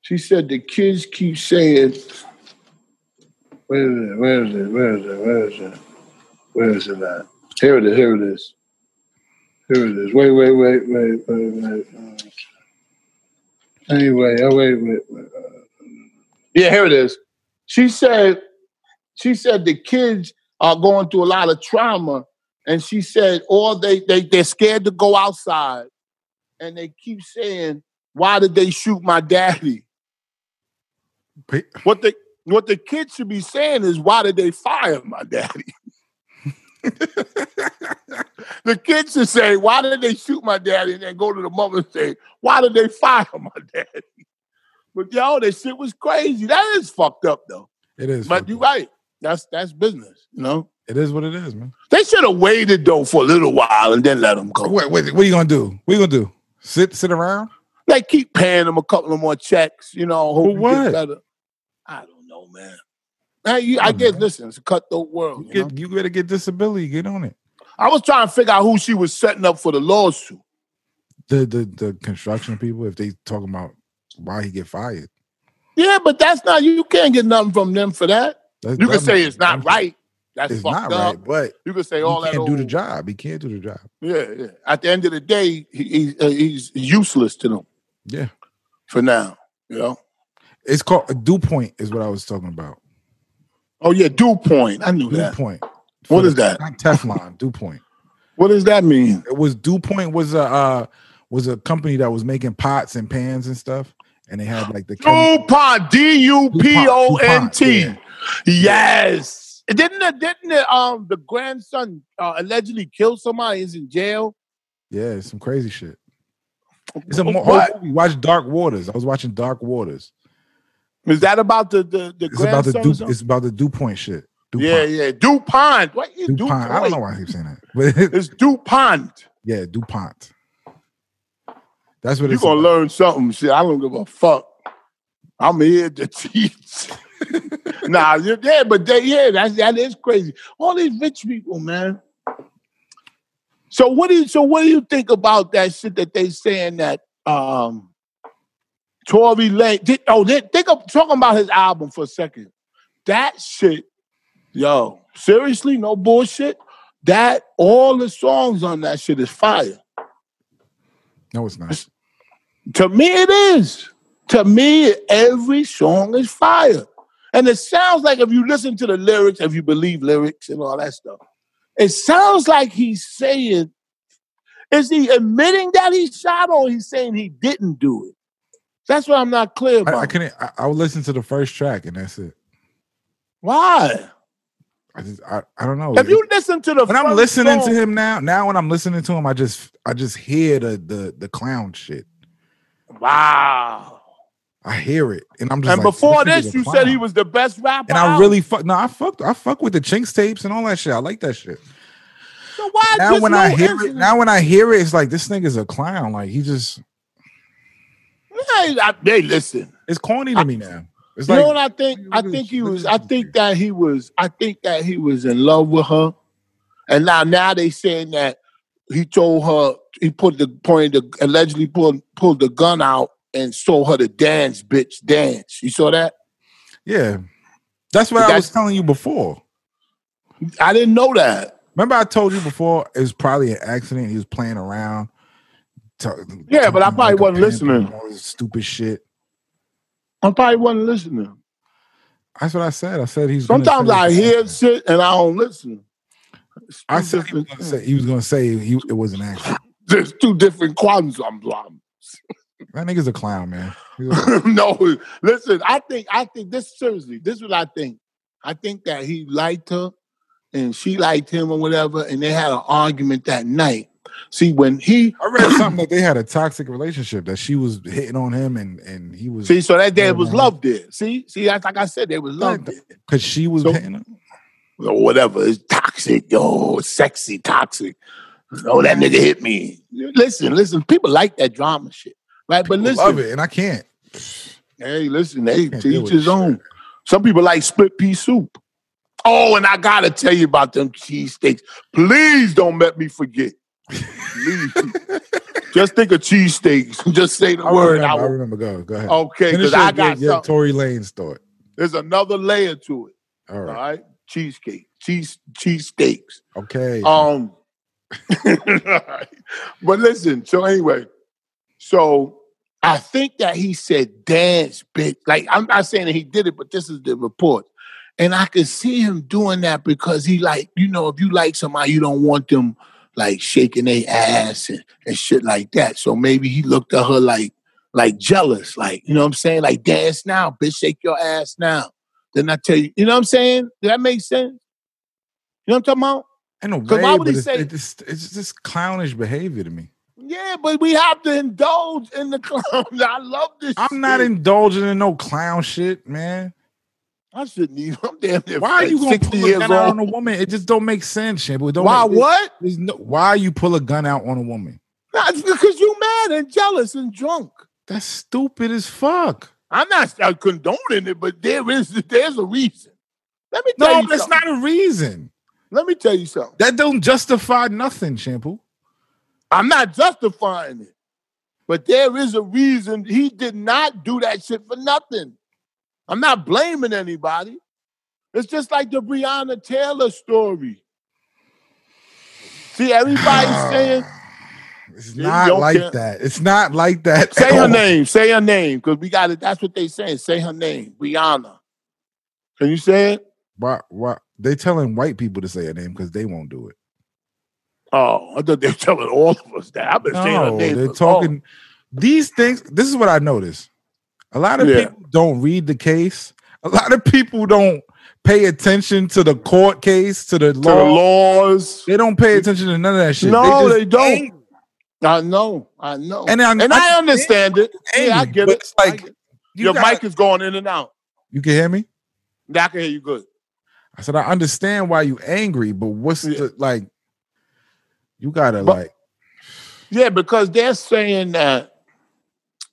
She said the kids keep saying, where is it? Where is it? Where is it? Where is it? Where is it at? Here it is, here it is. Here it is. Wait, wait, wait, wait, wait, wait. uh, Anyway, oh wait, wait, wait. uh, Yeah, here it is. She said, she said the kids are going through a lot of trauma and she said, "All they they they're scared to go outside, and they keep saying, why did they shoot my daddy?" Pe- What the what the kids should be saying is, "Why did they fire my daddy?" the kids should say, "Why did they shoot my daddy?" and then go to the mother and say, "Why did they fire my daddy?" But yo, that shit was crazy. That is fucked up though. It is. But you right. That's that's business, you know. it is what it is, man. They should have waited though for a little while and then let them go. What, what, what you gonna do? What you gonna do? Sit sit around? They keep paying them a couple of more checks, you know. Hope For you get what? better. I don't know, man. Hey, you, I Mm. guess listen, it's a cutthroat world. You, you know? get, you better get disability. Get on it. I was trying to figure out who she was setting up for the lawsuit. The the the construction people, if they talking about why he get fired, Yeah, but that's not you can't get nothing from them for that. that's You can dumb. say it's not right. That's It's fucked not up. right, but You can say he all can't that. do the old- job. He can't do the job. Yeah, yeah. At the end of the day, he, he's uh, he's useless to them Yeah, for now. You know. it's called a dew point. Is what I was talking about. Oh yeah, dew point. I knew Dew that. point. What is that? Not Teflon. dew point. What does that mean? It was dew point was a uh, was a company that was making pots and pans and stuff, and they had like the chemi- Dupont, D U P O N T. Dupont, Yes. Didn't the, didn't the, um the grandson uh, allegedly kill somebody? Is in jail. yeah, it's some crazy shit. It's a mo- whole what movie. Watch Dark Waters. I was watching Dark Waters. is that about the the, the It's about the grandson? or du- something? it's about the dew point shit. Dew yeah, point. yeah. Dupont. What is DuPont. Dupont? I don't know why I keep saying that, but It's Dupont. yeah, DuPont. That's what You it's gonna about. learn something? Shit, I don't give a fuck. I'm here to teach. nah, you- yeah, but they, yeah, that that is crazy. All these rich people, man. So what do you, so what do you think about that shit that they saying that um Tory Lane? Did, oh, they, think of talking about his album for a second. That shit, yo, seriously, no bullshit. That all the songs on that shit is fire. No, it's not. To me, it is. To me, every song is fire. And it sounds like if you listen to the lyrics, if you believe lyrics and all that stuff, it sounds like he's saying, is he admitting that he shot or he's saying he didn't do it? That's what I'm not clear I, about. I couldn't. I, I would listen to the first track and that's it. Why? I just. I, I don't know. If you listen to the when I'm first listening song- to him now, now when I'm listening to him, I just I just hear the the the clown shit. Wow. I hear it, and I'm just. And like, before nigga's this, a you said he clown. was the best rapper. And I out. really fuck. No, I fucked. I fuck with the Chinks tapes and all that shit. I like that shit. So why now this when I little hear it, incident? now when I hear it, it's like this nigga's a clown. Like he just Hey, I- hey, listen. it's corny to me now. It's you like know what I think? look I at this, think he look at was. this I shit think here. that he was. I think that he was in love with her, and now now they saying that he told her he put the point the allegedly pulled pulled the gun out and told her to dance, bitch, dance. You saw that? yeah, that's what I That's- was telling you before. I didn't know that. Remember I told you before it was probably an accident. He was playing around. ta- Yeah, but I talking probably like a wasn't panther listening. and all this Stupid shit. I probably wasn't listening. That's what I said. I said he's. gonna Sometimes say I it's an hear accident. shit and I don't listen. It's two I said he was different gonna say he was gonna say he, it was an accident. there's two different quantum. I'm- That nigga's a clown, man. He's a- no, listen. I think I think this seriously. This is what I think. I think that he liked her, and she liked him, or whatever, and they had an argument that night. See, when he I read something that they had a toxic relationship that she was hitting on him and and he was see, so that there Yeah, was man. love there. See, see, that's like I said, there was love there. because she was So- hitting him. or whatever. It's toxic, yo, sexy, toxic. Oh, that nigga hit me. Listen, listen. People like that drama shit, right? But I listen, love it, and I can't. Hey, listen, hey, Can't to deal each with his shit. own. Some people like split pea soup. Oh, and I gotta tell you about them cheesesteaks. Please don't let me forget. Please. Just think of cheesesteaks. Just say the I word. remember, I I will- remember. Go, go ahead. okay, Finish because I your- got your, your something. Tory Lane's thought. There's another layer to it. All All right. right. Cheesecake. Cheese cheesesteaks. Okay. Um, but listen. So anyway, so I think that he said dance, bitch. Like I'm not saying that he did it, but this is the report. And I could see him doing that because he like, you know, if you like somebody, you don't want them like shaking their ass and, and shit like that. So maybe he looked at her like like jealous, like, you know what I'm saying? Like dance now, bitch, shake your ass now. Then I tell you, you know what I'm saying? Did that make sense? You know what I'm talking about? In a 'Cause way, why would but he it's, say- it's, just, it's just clownish behavior to me. Yeah, but we have to indulge in the clowns. I love this. I'm not shit. indulging in no clown shit, man. I shouldn't even. I'm damn near. Why are you gonna 60 pull a years gun out old. on a woman? It just don't make sense, Shampoo. It Don't Why make- there's- what? there's no- why you pull a gun out on a woman? No, it's because you mad and jealous and drunk. That's stupid as fuck. I'm not uh, condoning it, but there is there's a reason. Let me tell No, you that's something. not a reason. Let me tell you something. That don't justify nothing, Shampoo. I'm not justifying it, but there is a reason he did not do that shit for nothing. I'm not blaming anybody. It's just like the Breonna Taylor story. See, everybody's saying, It's You not don't like care. that. It's not like that. say at her all. name, say her name, because we got it. That's what they saying. Say her name, Brianna. Can you say it? Why, why, they telling white people to say her name because they won't do it. Oh, I thought they were telling all of us that. I've been saying her No, name. they're for- talking these things. This is what I noticed. A lot of Yeah. people don't read the case. A lot of people don't pay attention to the court case, to the oh, law. to the laws. They don't pay attention to none of that shit. No, just they don't. angry, I know, I know, And and, I- I- I, understand it. Yeah, I angry, get but it. It's I like get it. you your gotta- mic is going in and out. You can hear me. Now I can hear you good. I said I understand why you angry, but what's Yeah. the like? You gotta But- like. Yeah, because they're saying that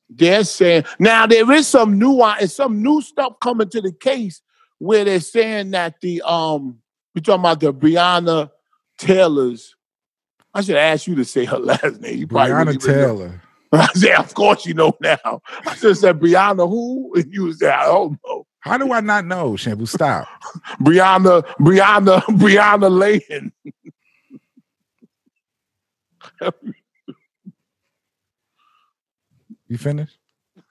they're saying now there is some nuance and some new stuff coming to the case where they're saying that the um we talking about the Brianna Taylor's. I should ask you to say her last name. You probably wouldn't Brianna even know. Taylor. I said, of course you know now. I just said Brianna who? And you was there, I don't know. How do I not know, Shampoo? Stop. Brianna, Brianna, Brianna Layton. You finished?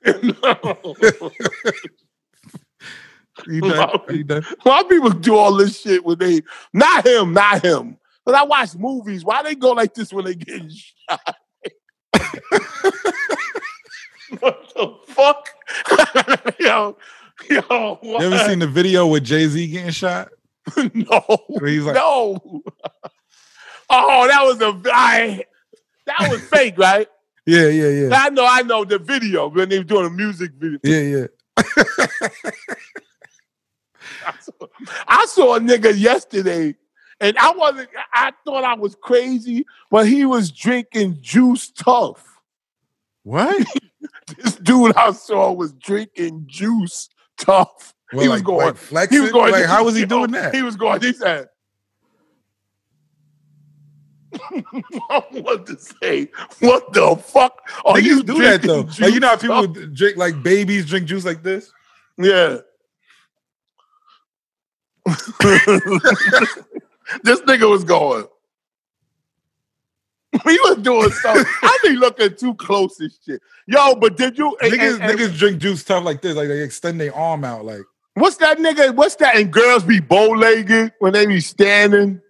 No. You done? Are you done? Why people do all this shit when they not him, not him. Because I watch movies. Why they go like this when they get shot? what the fuck? yo, yo, what? You ever seen the video with Jay Z getting shot? no. Where he's like, no. oh, that was a I, that was fake, right? yeah, yeah, yeah, I know, I know the video when they were doing a music video. yeah, yeah. I saw, I saw a nigga yesterday, and I wasn't. I thought I was crazy, but he was drinking juice tough. What? This dude I saw was drinking juice tough. Well, he was like- going. like flexing. he was going. Like, how was he yo, doing that? He was going. He said. I want to say, what the fuck are Niggas you do that though. drinking Like, you know how juice people tough? drink like babies drink juice like this. Yeah. this nigga was going. He was doing something. I be looking too close and shit. Yo, but did you? and- Niggas, and- and niggas drink juice tough like this. Like they extend their arm out. Like What's that nigga? What's that? And girls be bow legged when they be standing.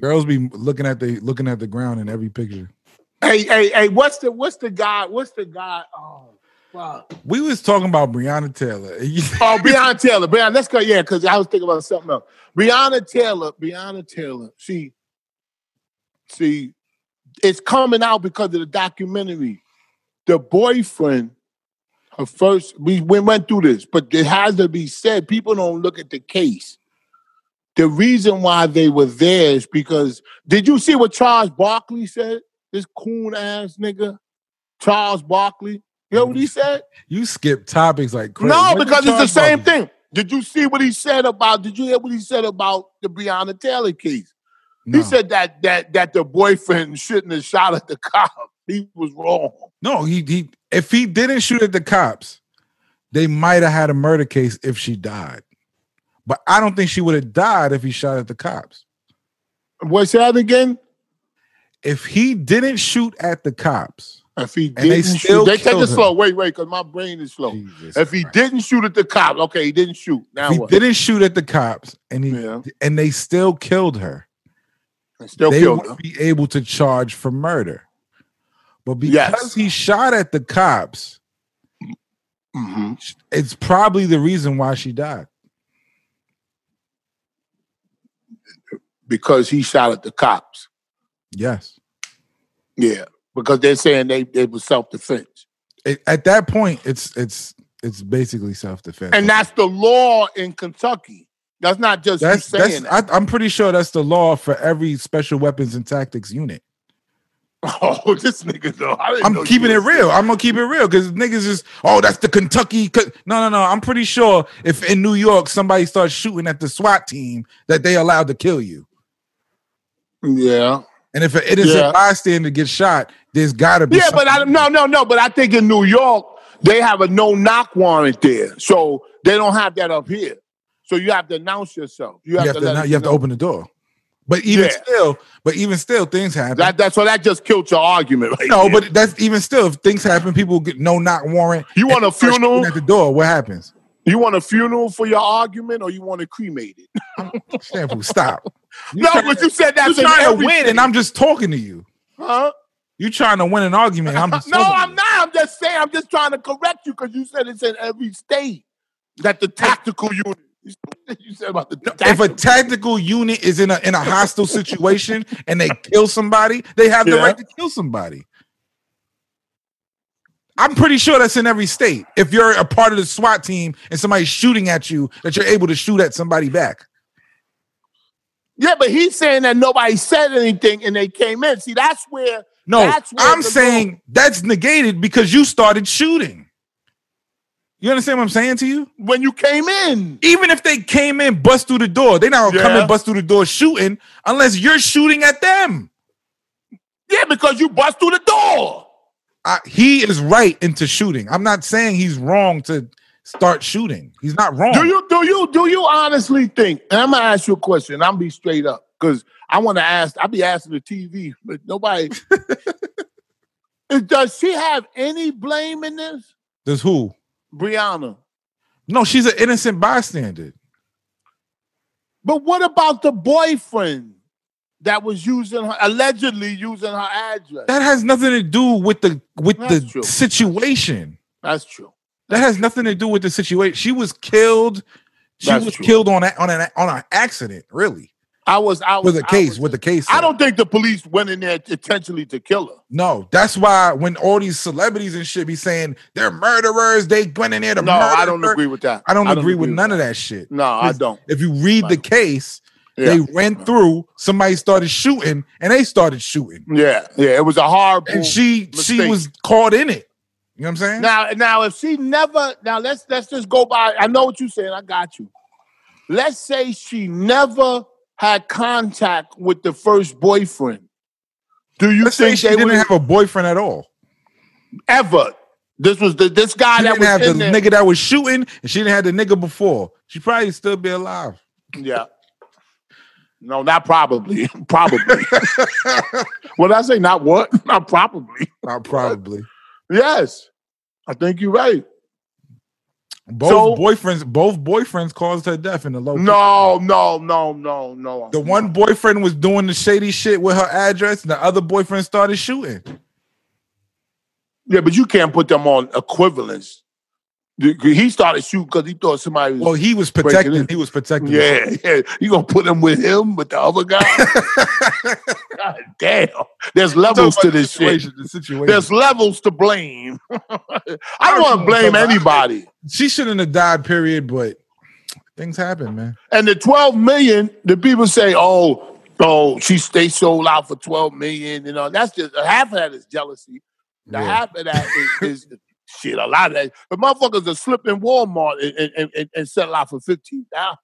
girls be looking at the looking at the ground in every picture. Hey, hey, hey! What's the what's the guy? What's the guy? Oh, fuck! We was talking about Breonna Taylor. Oh, Breonna Taylor. Breonna, let's go. Yeah, because I was thinking about something else. Breonna Taylor. Breonna Taylor. She, she, it's coming out because of the documentary. The boyfriend, her first. We, we went through this, but it has to be said. People don't look at the case. The reason why they were there is because did you see what Charles Barkley said? This coon ass nigga, Charles Barkley. You know what he said? you skip topics like crazy. No, What because you it's the talking same about? thing. Did you see what he said about? Did you hear what he said about the Breonna Taylor case? No. He said that that that the boyfriend shouldn't have shot at the cop. He was wrong. No, he, he if he didn't shoot at the cops, they might have had a murder case if she died. But I don't think she would have died if he shot at the cops. What's that again? If he didn't shoot at the cops, If he they didn't still shoot, they take killed it him. slow. Wait, wait, because my brain is slow. Jesus if he Christ. didn't shoot at the cop, okay, he didn't shoot. Now he what? didn't shoot at the cops, and he Yeah. and they still killed her. They still they killed would him. be able to charge for murder, but because Yes. he shot at the cops, hmm it's probably the reason why she died. Because he shot at the cops. Yes, Yeah. Because they're saying they it was self defense. It- at that point, it's it's it's basically self defense. And that's the law in Kentucky. That's not just you that's saying that's that. I, I'm pretty sure that's the law for every special weapons and tactics unit. Oh, this nigga though. I didn't know I'm you keeping it was- real. I'm gonna keep it real because niggas is oh that's the Kentucky. Co-. No, no, no. I'm pretty sure if in New York somebody starts shooting at the SWAT team that they allowed to kill you, Yeah. and if an innocent Yeah. bystander gets shot, there's gotta be Yeah, but I something. no no no. But I think in New York they have a no knock warrant there, so they don't have that up here. So you have to announce yourself. You you have, have to, to, let now us you have to know. open the door. But even Yeah. still, but even still, things happen. That that so that just killed your argument. Right no, there. but that's even still, if things happen, people get no knock warrant. You want a and start shooting funeral? at the door? What happens? you want a funeral for your argument, or you want to cremate it? Shampoo, stop. You no, trying but to- you said you that's in trying to everything. win, and I'm just talking to you. Huh? You trying to win an argument? I'm just no, talking to I'm you. not. I'm just saying. I'm just trying to correct you because you said it's in every state that the tactical unit. You said about the If a tactical- tactical unit is in a in a hostile situation and they kill somebody, they have the Yeah. right to kill somebody. I'm pretty sure that's in every state. If you're a part of the SWAT team and somebody's shooting at you, that you're able to shoot at somebody back. Yeah, but he's saying that nobody said anything and they came in. See, that's where No, That's where I'm the saying that's negated because you started shooting. You understand what I'm saying to you? when you came in. Even if they came in, bust through the door, they're not gonna come Yeah. and bust through the door shooting unless you're shooting at them. Yeah, because you bust through the door. I, he is right into shooting. I'm not saying he's wrong to start shooting. He's not wrong. Do you do you do you honestly think? And I'm gonna ask you a question. I'm be straight up because I want to ask. I be asking the TV, but nobody. Is- Does she have any blame in this, Does who? Brianna? No, she's an innocent bystander. But what about the boyfriend that was using her allegedly using her address? That has nothing to do with the with That's the true. situation. That's true. That has nothing to do with the situation. She was killed. She That's was true. killed on a, on an on an accident. Really, I was. I was. with a I case was- with the case. I said. don't think the police went in there intentionally to kill her. No, that's why when all these celebrities and shit be saying they're murderers, they went in there to No, murder. I don't her. agree with that. I don't, agree with none of that. that shit. No, I don't. If you read the case, Yeah. They ran through. Somebody started shooting, and they started shooting, yeah, yeah. It was a horrible. and she she mistake. was caught in it. You know what I'm saying? now, now, if she never, now let's let's just go by. I know what you're saying. I got you. Let's say she never had contact with the first boyfriend. Do you Let's say think she they didn't would have a boyfriend at all. ever? This was the this guy She Ah, that didn't was have the in there. nigga that was shooting, and she didn't have the nigga before. She probably still be alive. Yeah. No, not probably. Probably. what did I say? Not what? Not probably. Not probably. Yes. I think you're right. Both So- boyfriends, both boyfriends caused her death in the low. No, no, no, no, no. The one boyfriend was doing the shady shit with her address, and the other boyfriend started shooting. Yeah, but you can't put them on equivalence. The- He started shooting because he thought somebody was. Well, he was Breaking protecting. in. Oh, He was protecting. yeah, yeah. You gonna put him with him with the other guy? God damn. There's levels to this shit. situation. The situation. There's levels to blame. I don't want to Arguably, blame but I- anybody. she shouldn't have died, period, but things happen, man. And the 12 million, the people say, oh, oh, she they sold out for 12 million. You know, that's just half of that is jealousy. The Yeah. half of that is, is shit, a lot of that. The motherfuckers are slipping Walmart and, and, and- and, and sell out for 15. Now,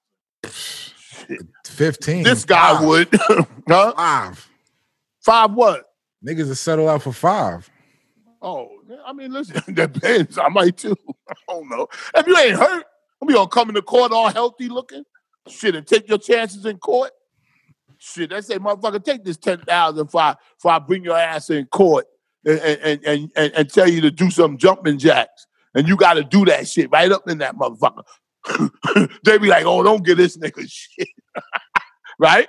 15. this guy five, would. huh? Five. Five what? Niggas will settle out for five. Oh, I mean, listen, depends. I might too. I don't know. If you ain't hurt, I'm gonna come into court all healthy looking. Shit, and take your chances in court. Shit, they say, motherfucker, take this ten thousand for I, for I bring your ass in court and and, and, and and tell you to do some jumping jacks, and you got to do that shit right up in that motherfucker. they be like, "Oh, don't get this nigga shit," right?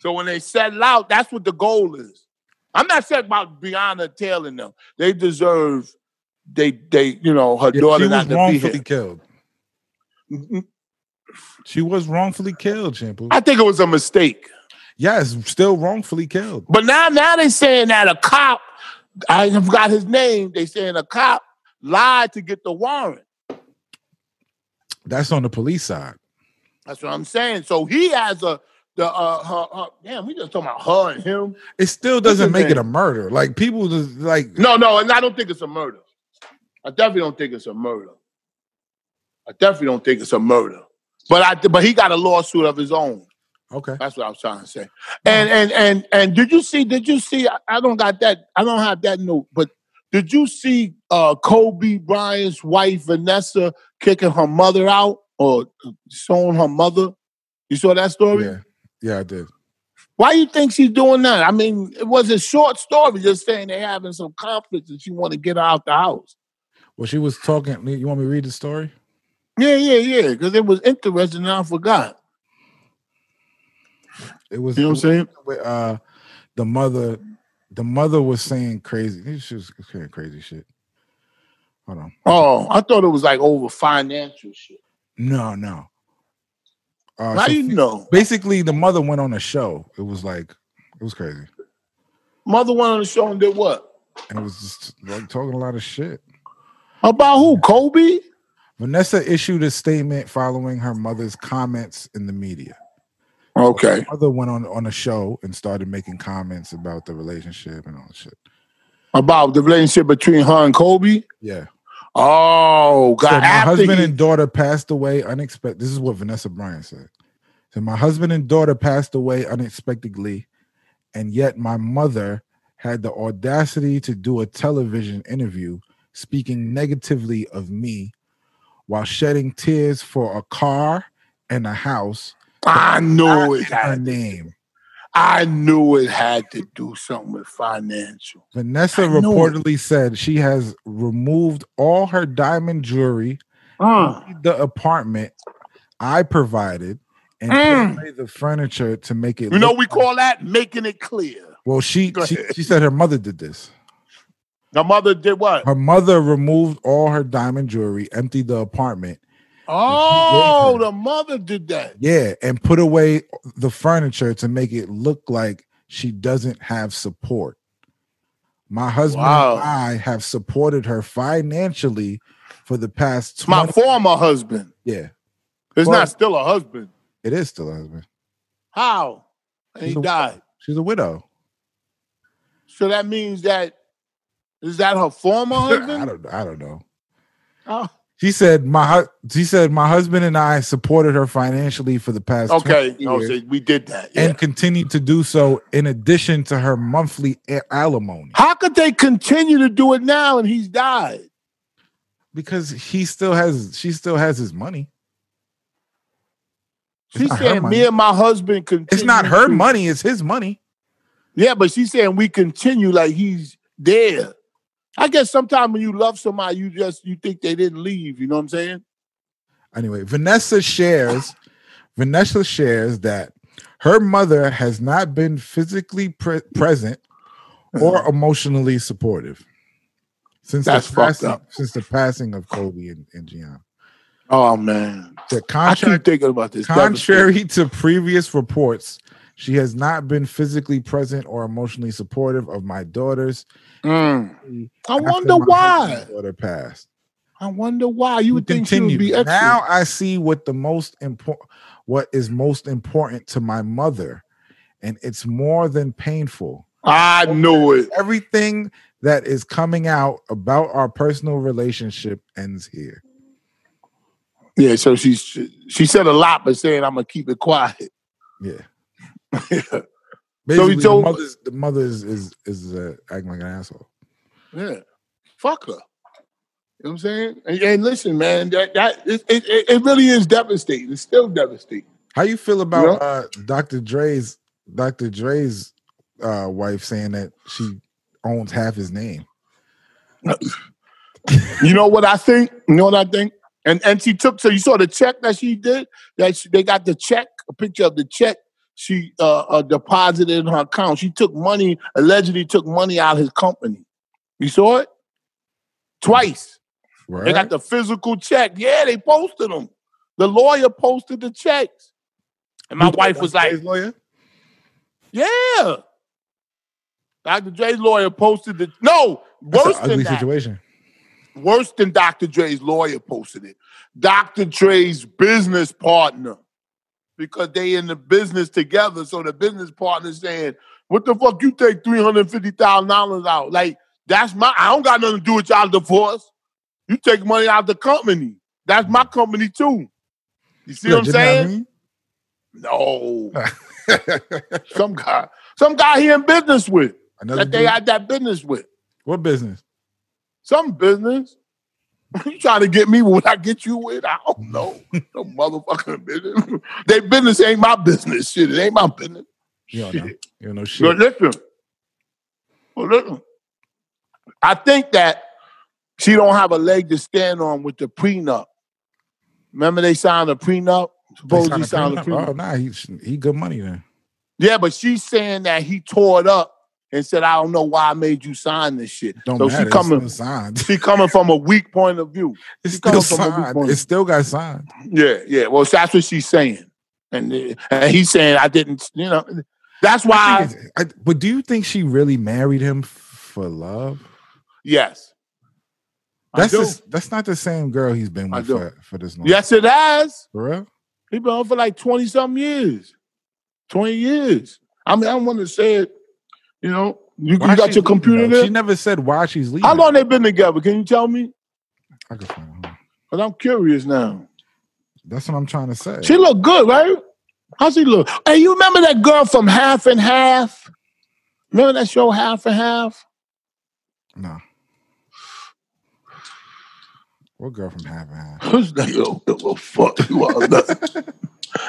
So when they settle out, that's what the goal is. I'm not saying about Brianna telling them they deserve. They they you know her Yeah, daughter she was not to be wrongfully here. killed. Mhm. She was wrongfully killed, Shampoo. I think it was a mistake. Yes, still wrongfully killed. But now, now they saying that a cop, I forgot his name. They saying a cop lied to get the warrant. That's on the police side. That's what I'm saying. So he has a the uh her, her, damn. We just talking about her and him. It still What's his doesn't make it name? a murder. Like people just like No, no, and I don't think it's a murder. I definitely don't think it's a murder. I definitely don't think it's a murder. But I but he got a lawsuit of his own. okay. That's what I was trying to say. And and and and did you see? Did you see? I- I don't got that. I don't have that note. But did you see uh, Kobe Bryant's wife Vanessa kicking her mother out or showing her mother? You saw that story? Yeah. Yeah, I did. Why you think she's doing that? I mean, it was a short story, just saying they're having some conflicts and she want to get her out the house. Well, she was talking. You want me to read the story? Yeah, yeah, yeah. Because it was interesting. and I forgot. It was You know what I'm saying? with uh the mother the mother was saying crazy she was saying crazy shit hold on Oh, I thought it was like over financial shit. no no uh, How so you know? basically the mother went on a show it was like it was crazy Mother went on the show and did what? and it was just like talking a lot of shit About who? Kobe? vanessa issued a statement following her mother's comments in the media Okay. mother went on on a show and started making comments about the relationship and all that shit About the relationship between her and Kobe? yeah Oh, So God. my After husband he- and daughter passed away unexpected. This is what Vanessa Bryant said. So my husband and daughter passed away unexpectedly, and yet my mother had the audacity to do a television interview speaking negatively of me while shedding tears for a car and a house I knew it her had name. I knew it had to do something with financial. Vanessa I know it. reportedly said she has removed all her diamond jewelry Uh, the apartment I provided and Mm. put away the furniture to make it. you know look we like- call that making it clear. Well, she, Go she ahead. she said her mother did this. The mother did what? Her mother removed all her diamond jewelry, emptied the apartment, Oh, gave her- the mother did that. yeah, and put away the furniture to make it look like she doesn't have support. My husband Wow. and I have supported her financially for the past My 20 former husband. yeah, It's Well- not still a husband. it is still a husband. How? And he He's a- died. She's a widow. So that means that is that her former I husband? don't I don't know. Oh, She said my hu- she said my husband and I supported her financially for the past 20 okay. No, years see, we did that. yeah. and continued to do so in addition to her monthly a- alimony How could they continue to do it now and he's died? because he still has she still has his money. It's She not her said, money. "Me and my husband continue." It's not her to- money, it's his money. Yeah, but she's saying we continue like he's there. I guess sometimes when you love somebody, you just you think they didn't leave. You know what I'm saying? Anyway, Vanessa shares Vanessa shares that her mother has not been physically pre- present or emotionally supportive since Hmm. That's the fucked passing, up. since the passing of Kobe and, and Gianna. Oh man, The I keep contract thinking about this. Contrary to previous reports, she has not been physically present or emotionally supportive of my daughters. Mm. I after wonder my why. husband's Daughter passed. I wonder why. You would think she would be Continued. extra. Now I see what the most important, what is most important to my mother, and it's more than painful. I knew it. Everything that is coming out about our personal relationship ends here. Yeah. So she's she said a lot, but saying I'm gonna keep it quiet. Yeah. yeah. Basically, told- the mother's the mother is is, is uh, acting like an asshole. Yeah. Fuck her. You know what I'm saying? And, and listen, man, that that it, it, it it really is devastating. It's still devastating. How you feel about know? uh, Dr. Dre's Dr. Dre's uh, wife saying that she owns half his name. You know what I think? You know what I think? And and she took so you saw the check that she did that she, they got the check a picture of the check she uh, uh deposited in her account. She took money allegedly took money out of his company. You saw it twice. Right? They got the physical check. Yeah, they posted them. The lawyer posted the checks, and my wife was like, His lawyer? "Yeah." Dr. Dre's lawyer posted the no That's worse an than ugly that. situation. Worse than Dr. Dre's lawyer posted it. Dr. Dre's business partner, because they in the business together. So the business partner saying, "What the fuck you take three hundred fifty thousand dollars out? Like that's my. I don't got nothing to do with y'all divorce. You take money out the company. That's my company too. You see what I'm Look, you know saying? mean? No, some guy, some guy he in business with Another that they dude? had that business with." what business? Some business. You trying to get me with what I get you with? I don't know. no motherfucking business. they business ain't my business. Shit, it ain't my business. You don't know. You don't know Well, shit. listen. Well, listen. I think that she don't have a leg to stand on with the prenup. Remember they signed a prenup? They Suppose he signed a prenup. Oh, nah, he, he good money then. Yeah, but she's saying that he tore it up and said, I don't know why I made you sign this shit. Don't so matter. she it's coming still signed. she coming from a weak point of view. It's She coming still from a weak signed. point. It still got signed. Yeah, yeah. Well, that's what she's saying, and and he's saying I didn't. You know, that's I why. think it's- I- but do you think she really married him f- for love? Yes, I That's do. the- that's not the same girl he's been I with do. for, for this long. yes, it has. For real? He been on for like twenty something years, twenty years. I mean, I don't want to say it. You know, you, you Why got she's your leaving, computer though? She there. never said why she's leaving. How long they been together? Can you tell me? I can find out. Cause I'm curious now. That's what I'm trying to say. She look good, right? How she look? Hey, you remember that girl from Half and Half? Remember that show Half and Half? no. What girl from Half and Half? Who's that? Yo, yo, fuck you all nothing.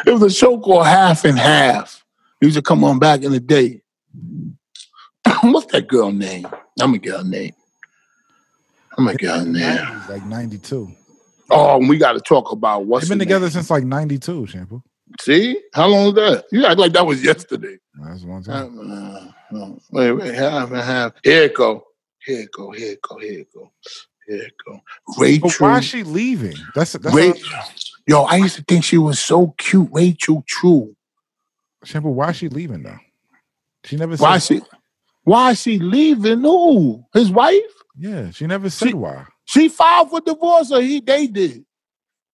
It was a show called Half and Half. It used to come on back in the day. What's that girl name? I'm gonna get her name. I'm gonna get her name. 90s, like 92. Oh, and we gotta talk about what's They've been her together name. since like 92, Shampoo. See? How long is that? You act like that was yesterday. That's a long Uh, time. uh, uh, Wait, wait, half and half. Here it go. Here it go, here it go, here it go. Here it go. Rachel. But why is she leaving? That's that's Ra- what- Yo, I used to think she was so cute, Rachel True. Shampoo. Why is she leaving though? She never said Why she why is she leaving? Who? His wife? Yeah, she never said She- why. She filed for divorce or he they did?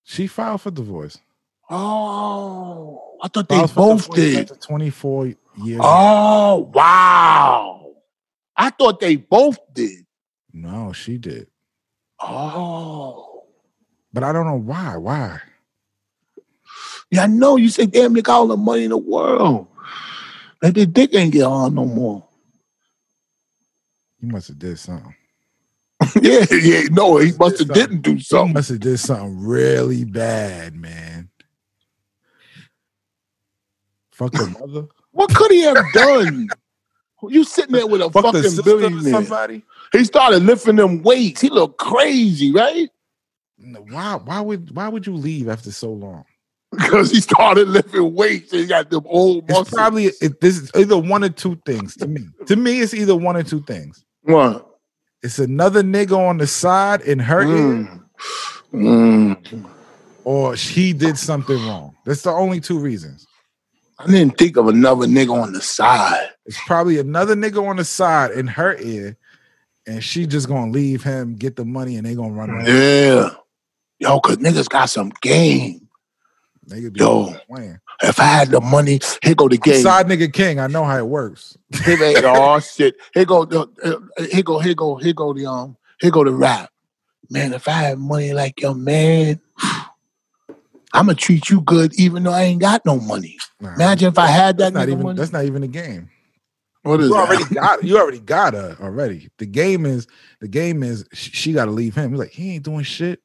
She filed for divorce. Oh, I thought they Filed for both divorce did. after 24 years. Oh, wow. I thought they both did. No, she did. Oh. But I don't know why. Why? Yeah, I know. You say, damn, they got all the money in the world. Like their dick ain't get on no more. You must have did something. yeah, yeah. No, he Just must did have didn't do You something. must have did something really bad, man. Fuck her mother. What could he have done? you sitting there with a Fuck the fucking sister of billionaire. somebody. He started lifting them weights. He looked crazy, right? No, Why? Why would? Why would you leave after so long? Because he started lifting weights and he got them old muscles. It's probably it, this is either one or two things to me. to me, it's either one or two things. one. It's another nigga on the side in her ear, Mm. Mm. or she did something wrong. That's the only two reasons. I didn't think of another nigga on the side. It's probably another nigga on the side in her ear, and she just gonna leave him, get the money, and they gonna run away. Yeah. Yo, cause niggas got some game. Nigga be Yo. playing. If I had the money, here go the game. Side nigga king. I know how it works. Here they- oh shit. Here go the uh, here go, here go, here go the um, here go the rap. Man, if I had money like your man, I'ma treat you good even though I ain't got no money. Nah, Imagine if I had that that's not nigga even money. that's not even a game. what is You that? already got you already got her already. The game is the game is sh- she got to leave him. He's like he ain't doing shit.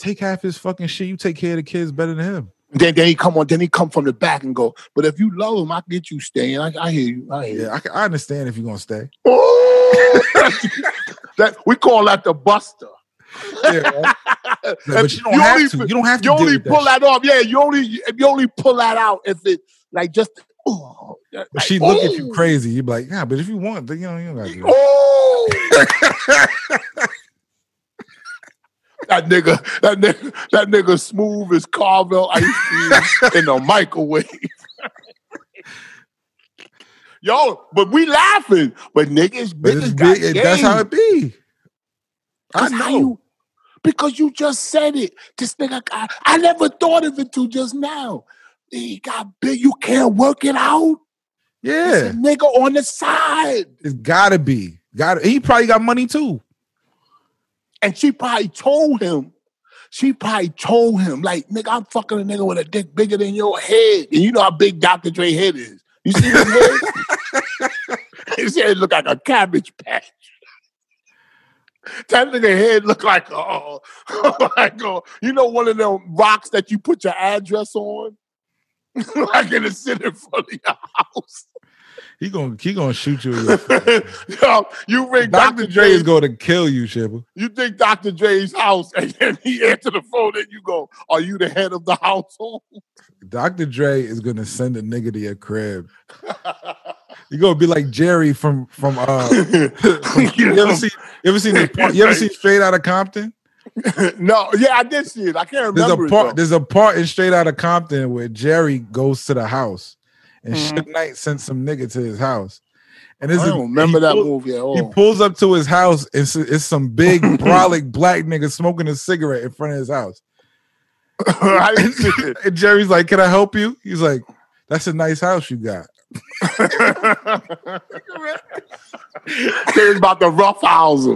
Take half his fucking shit. You take care of the kids better than him. Then, then he come on. Then he come from the back and go. But if you love him, I get you staying. I, I hear you. I hear you. Yeah, I, can- I understand if you're gonna stay. Ooh! that we call that the buster. Yeah, right? but you don't You have only- to. You don't have You to. deal only with that pull shit. that off. Yeah, you only you only pull that out if it like just. Oh, But she look at you crazy. You be like, yeah, but if you want, then you know you don't gotta do that. Oh. That nigga, that nigga, that nigga smooth as Carvel ice cream in the microwave. Yo, but we laughing. But niggas, But niggas it's got big. That's game. how it be. I Cause how know. you- because you just said it. This nigga, got, I never thought of it till just now. He got big. You can't work it out. It's Yeah, a nigga on the side. it's gotta be. Got he probably got money too. And she probably told him. She probably told him, like, nigga, I'm fucking a nigga with a dick bigger than your head. And you know how big Dr. Dre head is. You see his head? his head look like a cabbage patch. That nigga head look like oh, like oh, you know one of them rocks that you put your address on? like in the city in front of your house. He gonna he gonna shoot you. in your face. Yo, you ring Dr. Dre is going to kill you, Shibba. you think Dr. Dre's house, and then he answer the phone, and you go, "Are you the head of the household?" Dr. Dre is going to send a nigga to your crib. You're going to be like Jerry from from uh you ever see you ever seen the part, you ever seen Straight Outta Compton? no, yeah, I did see it. I can't There's a remember. part it, there's a part in Straight Outta Compton where Jerry goes to the house and Mhm. Suge Knight sends some nigga to his house. And though. this I is- don't remember he that pull- movie at He all. pulls up to his house and s- it's some big brolic black nigga smoking a cigarette in front of his house. I didn't see it. And Jerry's like, "Can I help you?" He's like, "That's a nice house you got." It's about the rough house.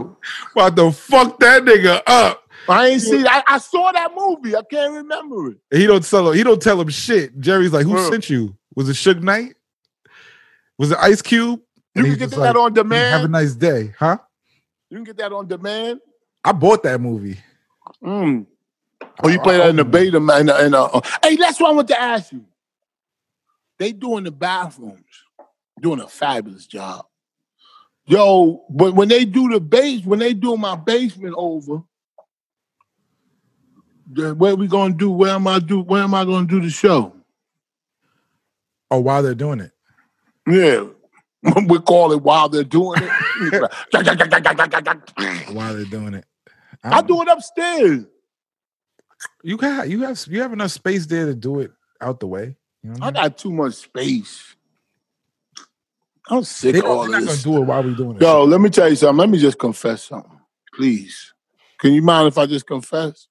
About to fuck that nigga up. I ain't see. I, I saw that movie. I can't remember it. And he don't tell him. He don't tell him shit. Jerry's like, "Who Huh. sent you? Was it Suge Knight? Was it Ice Cube?" You And can he's get just that like, on Have a demand. nice day, huh? You can get that on demand. I bought that movie. Mm. Oh, you I- play I that in the own it. beta, man. In the, in the, uh, hey, that's what I want to ask you. They doing the bathrooms, doing a fabulous job. Yo, but when they do the base, when they do my basement over, then where we gonna do? Where am I do? Where am I gonna do the show? Oh, while they're doing it, Yeah, we call it while they're doing it. while they're doing it, I don't- do it upstairs. You got you have you have enough space there to do it out the way. You know what I I mean? got too much space. I'm sick they of all don't, they're not gonna this. do it while we're doing it. Yo, let me tell you something. Let me just confess something, please. Can you mind if I just confess?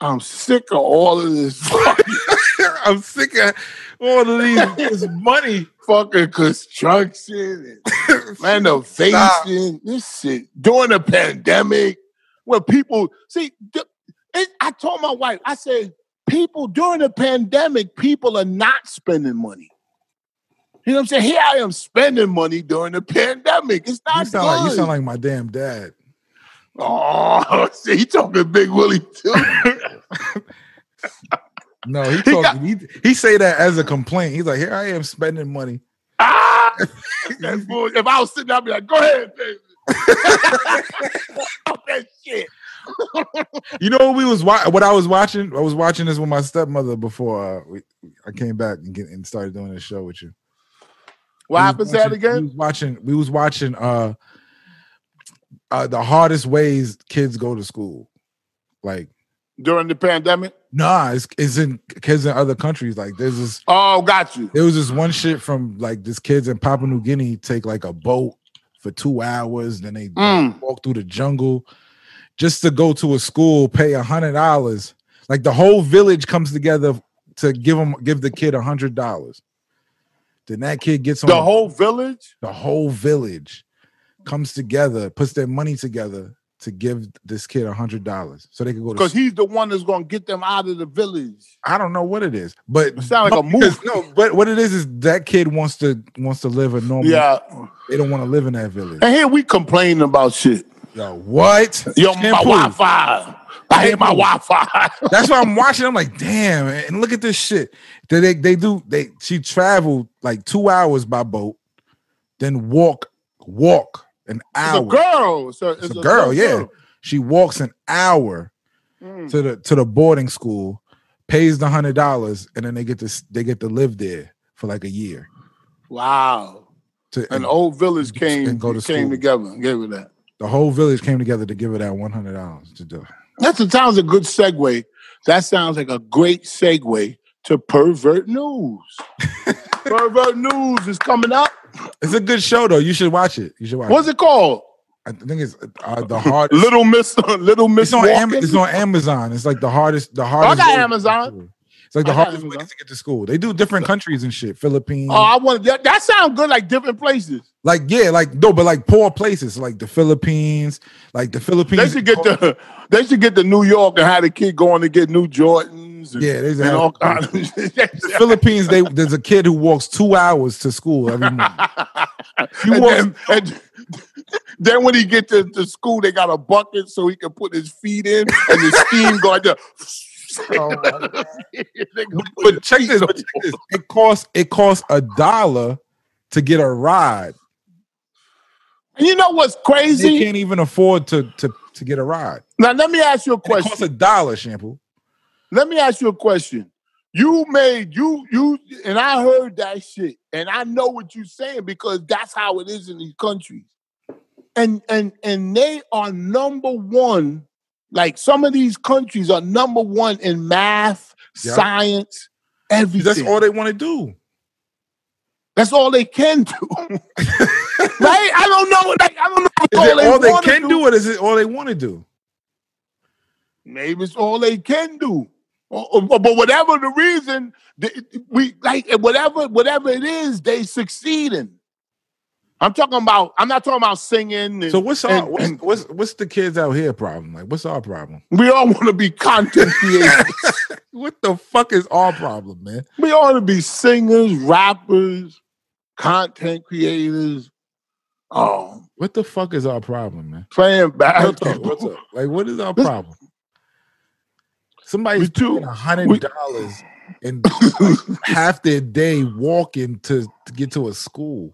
I'm sick of all of this fucking, I'm sick of all of these this money. fucking construction and renovation. This shit during the pandemic, where people see. th- It, I told my wife, I said, people during the pandemic, people are not spending money. You know what I'm saying? Here I am spending money during the pandemic. It's not You sound like you good. sound like my damn dad. Oh, see, he talking Big Willie too. No, he He talking. got- he, he say that as a complaint. He's like, here I am spending money. ah! That's bull- If I was sitting there, I'd be like, go ahead, baby. Fuck that shit. You know what we was wa- what I was watching? I was watching this with my stepmother before uh, we, I came back and, get, and started doing this show with you. What We happens was that watching- We again? was watching. We was watching. Uh, uh, the hardest ways kids go to school. Like, During the pandemic? nah, it's, it's in kids in other countries. Like, there's this Oh, got you. There was this one shit from like this kids in Papua New Guinea take like a boat for two hours, then they like, Mm. walk through the jungle just to go to a school, pay a hundred dollars. Like the whole village comes together to give them give the kid a hundred dollars. Then that kid gets on The a- whole village? the whole village comes together, puts their money together to give this kid a hundred dollars so they could go to Because he's the one that's going to get them out of the village. I don't know what it is, but It sound like no, a because- movie. No, but what it is is that kid wants to wants to live a normal. Yeah. they don't want to live in that village. And here we complaining about shit. Yo, what? Yo, my Shampoo. Wi Fi. I hate my Wi-Fi. That's why I'm watching. I'm like, damn, and look at this shit. They, they they do they she traveled like two hours by boat, then walk, walk an it's a hour. girl. It's a, It's a girl, little yeah. She walks an hour Mm. to the to the boarding school, pays the hundred dollars, and then they get to s- they get to live there for like a year. Wow. To, An and old village and came go to came school. together and gave her that. the whole village came together to give her that one hundred dollars to do. That sounds a good segue. That sounds like a great segue to pervert news. pervert news is coming up. It's a good show though. You should watch it. You should watch. What's it? it called? I think it's uh, the hard. Little Miss Little Miss It's on, Am- Walken? it's on Amazon. It's like the hardest. The Oh, I hardest. got way to get Amazon. to school. It's like the I got hardest way Amazon. to get to school. They do different countries and shit. Philippines. Oh, I want that. That sounds good. Like different places. like yeah, like no, but like poor places, like the Philippines, like the Philippines. They should get the. They should get to New York and have the kid going to get new Jordans. And, Yeah, they should and have- all kinds of The Philippines, they there's a kid who walks two hours to school every morning. and walk- then, and then when he get to, to school, they got a bucket so he can put his feet in and the steam going there. Oh, They can put But his check feet this, on- check this. It costs it costs a dollar to get a ride. You know what's They crazy? can't even afford to to to get a ride. Now let me ask you a And It question. costs a dollar, shampoo. Let me ask you a question. You made you you and I heard that shit, and I know what you're saying because that's how it is in these countries. And and and they are number one. Like some of these countries are number one in math, Yeah. science, everything. That's all they want to do. That's all they can do. right? I don't know. Like I don't know. if Is it all they wanna can do, or is it all they want to do? Maybe it's all they can do. Or- or- But whatever the reason, th- we like whatever whatever it is, they succeeding. I'm talking about. I'm not talking about singing. And, So what's our and- what's, and what's what's the kids out here problem? Like what's our problem? we all want to be content creators. What the fuck is our problem, man? we all want to be singers, rappers, content creators. Um, What the fuck is our problem, man? playing Real talk, real basketball. talk. Like what is our This- problem? Somebody's We too- paying a hundred we- dollars and half their day walking to, to get to a school.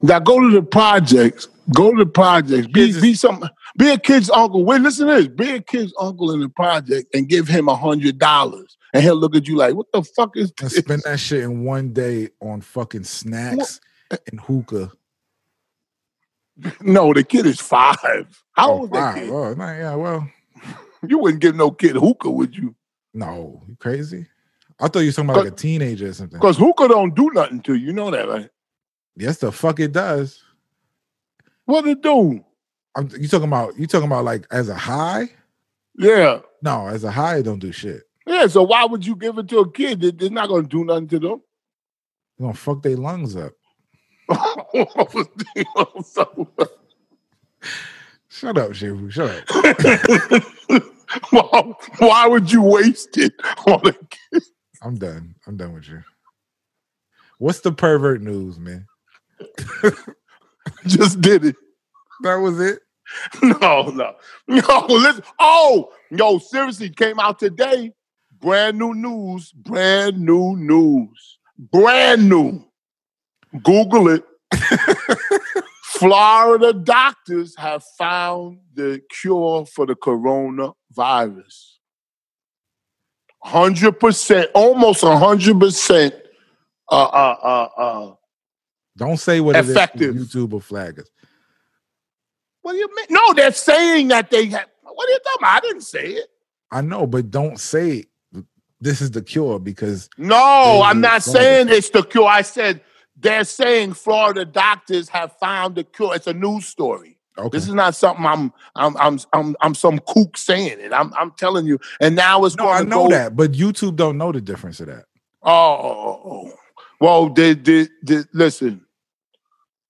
Now go to the projects. Go to the projects. Be Kids be some be a kid's uncle. Wait, listen to this. Be a kid's uncle in the project and give him a hundred dollars. And he'll look at you like, what the fuck is and this? spend that shit in one day on fucking snacks and hookah. No, the kid is five. How Oh, old is that wow. kid? Oh, nah, yeah, well, You wouldn't give no kid hookah, would you? no, you crazy? I thought you were talking about like a teenager or something. Because hookah don't do nothing to you. You know that, right? Yes, the fuck it does. What it do? I'm, you talking about you talking about like as a high? Yeah. No, as a high, it don't do shit. Yeah. So why would you give it to a kid? It- It's not gonna do nothing to them. It's gonna fuck their lungs up. So- Shut up, Shifu. Shut up. why, why would you waste it on a kid? I'm done. I'm done with you. What's the pervert news, man? Just did it. That was it. No, no, no. Listen. Oh, yo, seriously, came out today. Brand new news. Brand new news. Brand new. Google it. Florida doctors have found the cure for the coronavirus. 100%, almost 100% uh, uh, uh, uh, Don't say what it is. Effective. YouTube will flag us. What do you mean? No, they're saying that they have. What are you talking about? I didn't say it. I know, but don't say this is the cure because No, They I'm need not Florida. saying it's the cure. I said they're saying Florida doctors have found the cure. It's a news story. okay, This is not something I'm I'm I'm I'm, I'm some kook saying it. I'm I'm telling you. And now it's no, going I to know go, that, but YouTube don't know the difference of that. Oh, oh, oh, oh. well, they, they, they, listen.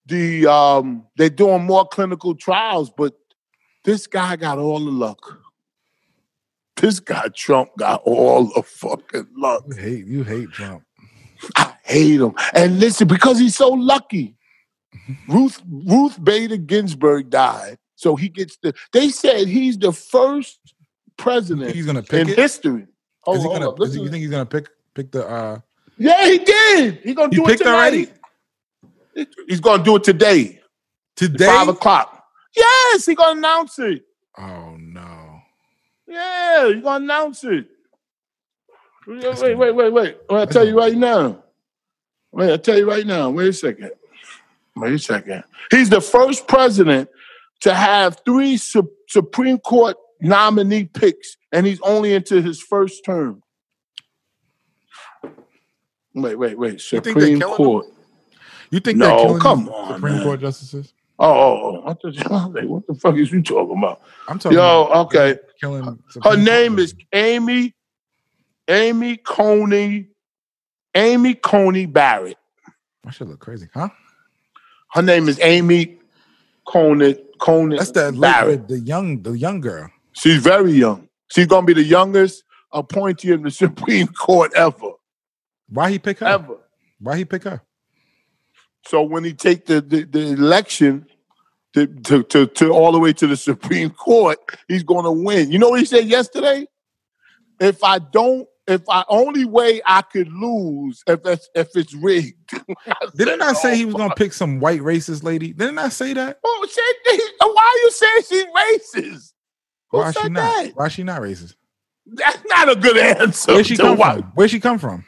The um, they're doing more clinical trials, but this guy got all the luck. This guy Trump got all the fucking luck. You hate you hate Trump. I hate him. And listen, because he's so lucky. Ruth Ruth Bader Ginsburg died, so he gets the. They said he's the first president he's gonna pick in it? history. Oh, is he hold gonna? up. Is Listen. he, you think he's gonna pick pick the? uh yeah, he did. He gonna He do it picked tonight. already He's gonna do it today, today. five o'clock. Yes, he gonna announce it. Oh no! Yeah, you gonna announce it. Wait, That's wait, wait, wait, wait. I tell you right now. Wait, I tell you right now. Wait a second. Wait a second. He's the first president to have three Sup- Supreme Court nominee picks, and he's only into his first term. Wait, wait, wait. You think they're Supreme killing him? Court. You think No, they're killing come these on, Supreme man. Court justices? Oh, oh, oh. I thought you, I was like, what the fuck is you talking about? I'm talking. Yo, about okay. Killing. Her Supreme Court name is justices. Amy, Amy Coney, Amy Coney Barrett. That should look crazy, huh? Her name is Amy Coney Coney That's the Barrett. the, the young the young girl. She's very young. She's gonna be the youngest appointee of the Supreme Court ever, Why he pick her? ever. Why he pick her? So when he take the the, the election. To, to, to, to all the way to the Supreme Court, he's going to win. You know what he said yesterday? If I don't, if I only way I could lose if it's, if it's rigged. I Didn't I said, say "Oh, he was gonna pick some white racist lady? Didn't I say that? Who said that? Why you saying she's racist? Who Why said she not? that? Why she not racist? That's not a good answer. Where she to come why- from? Where she come from?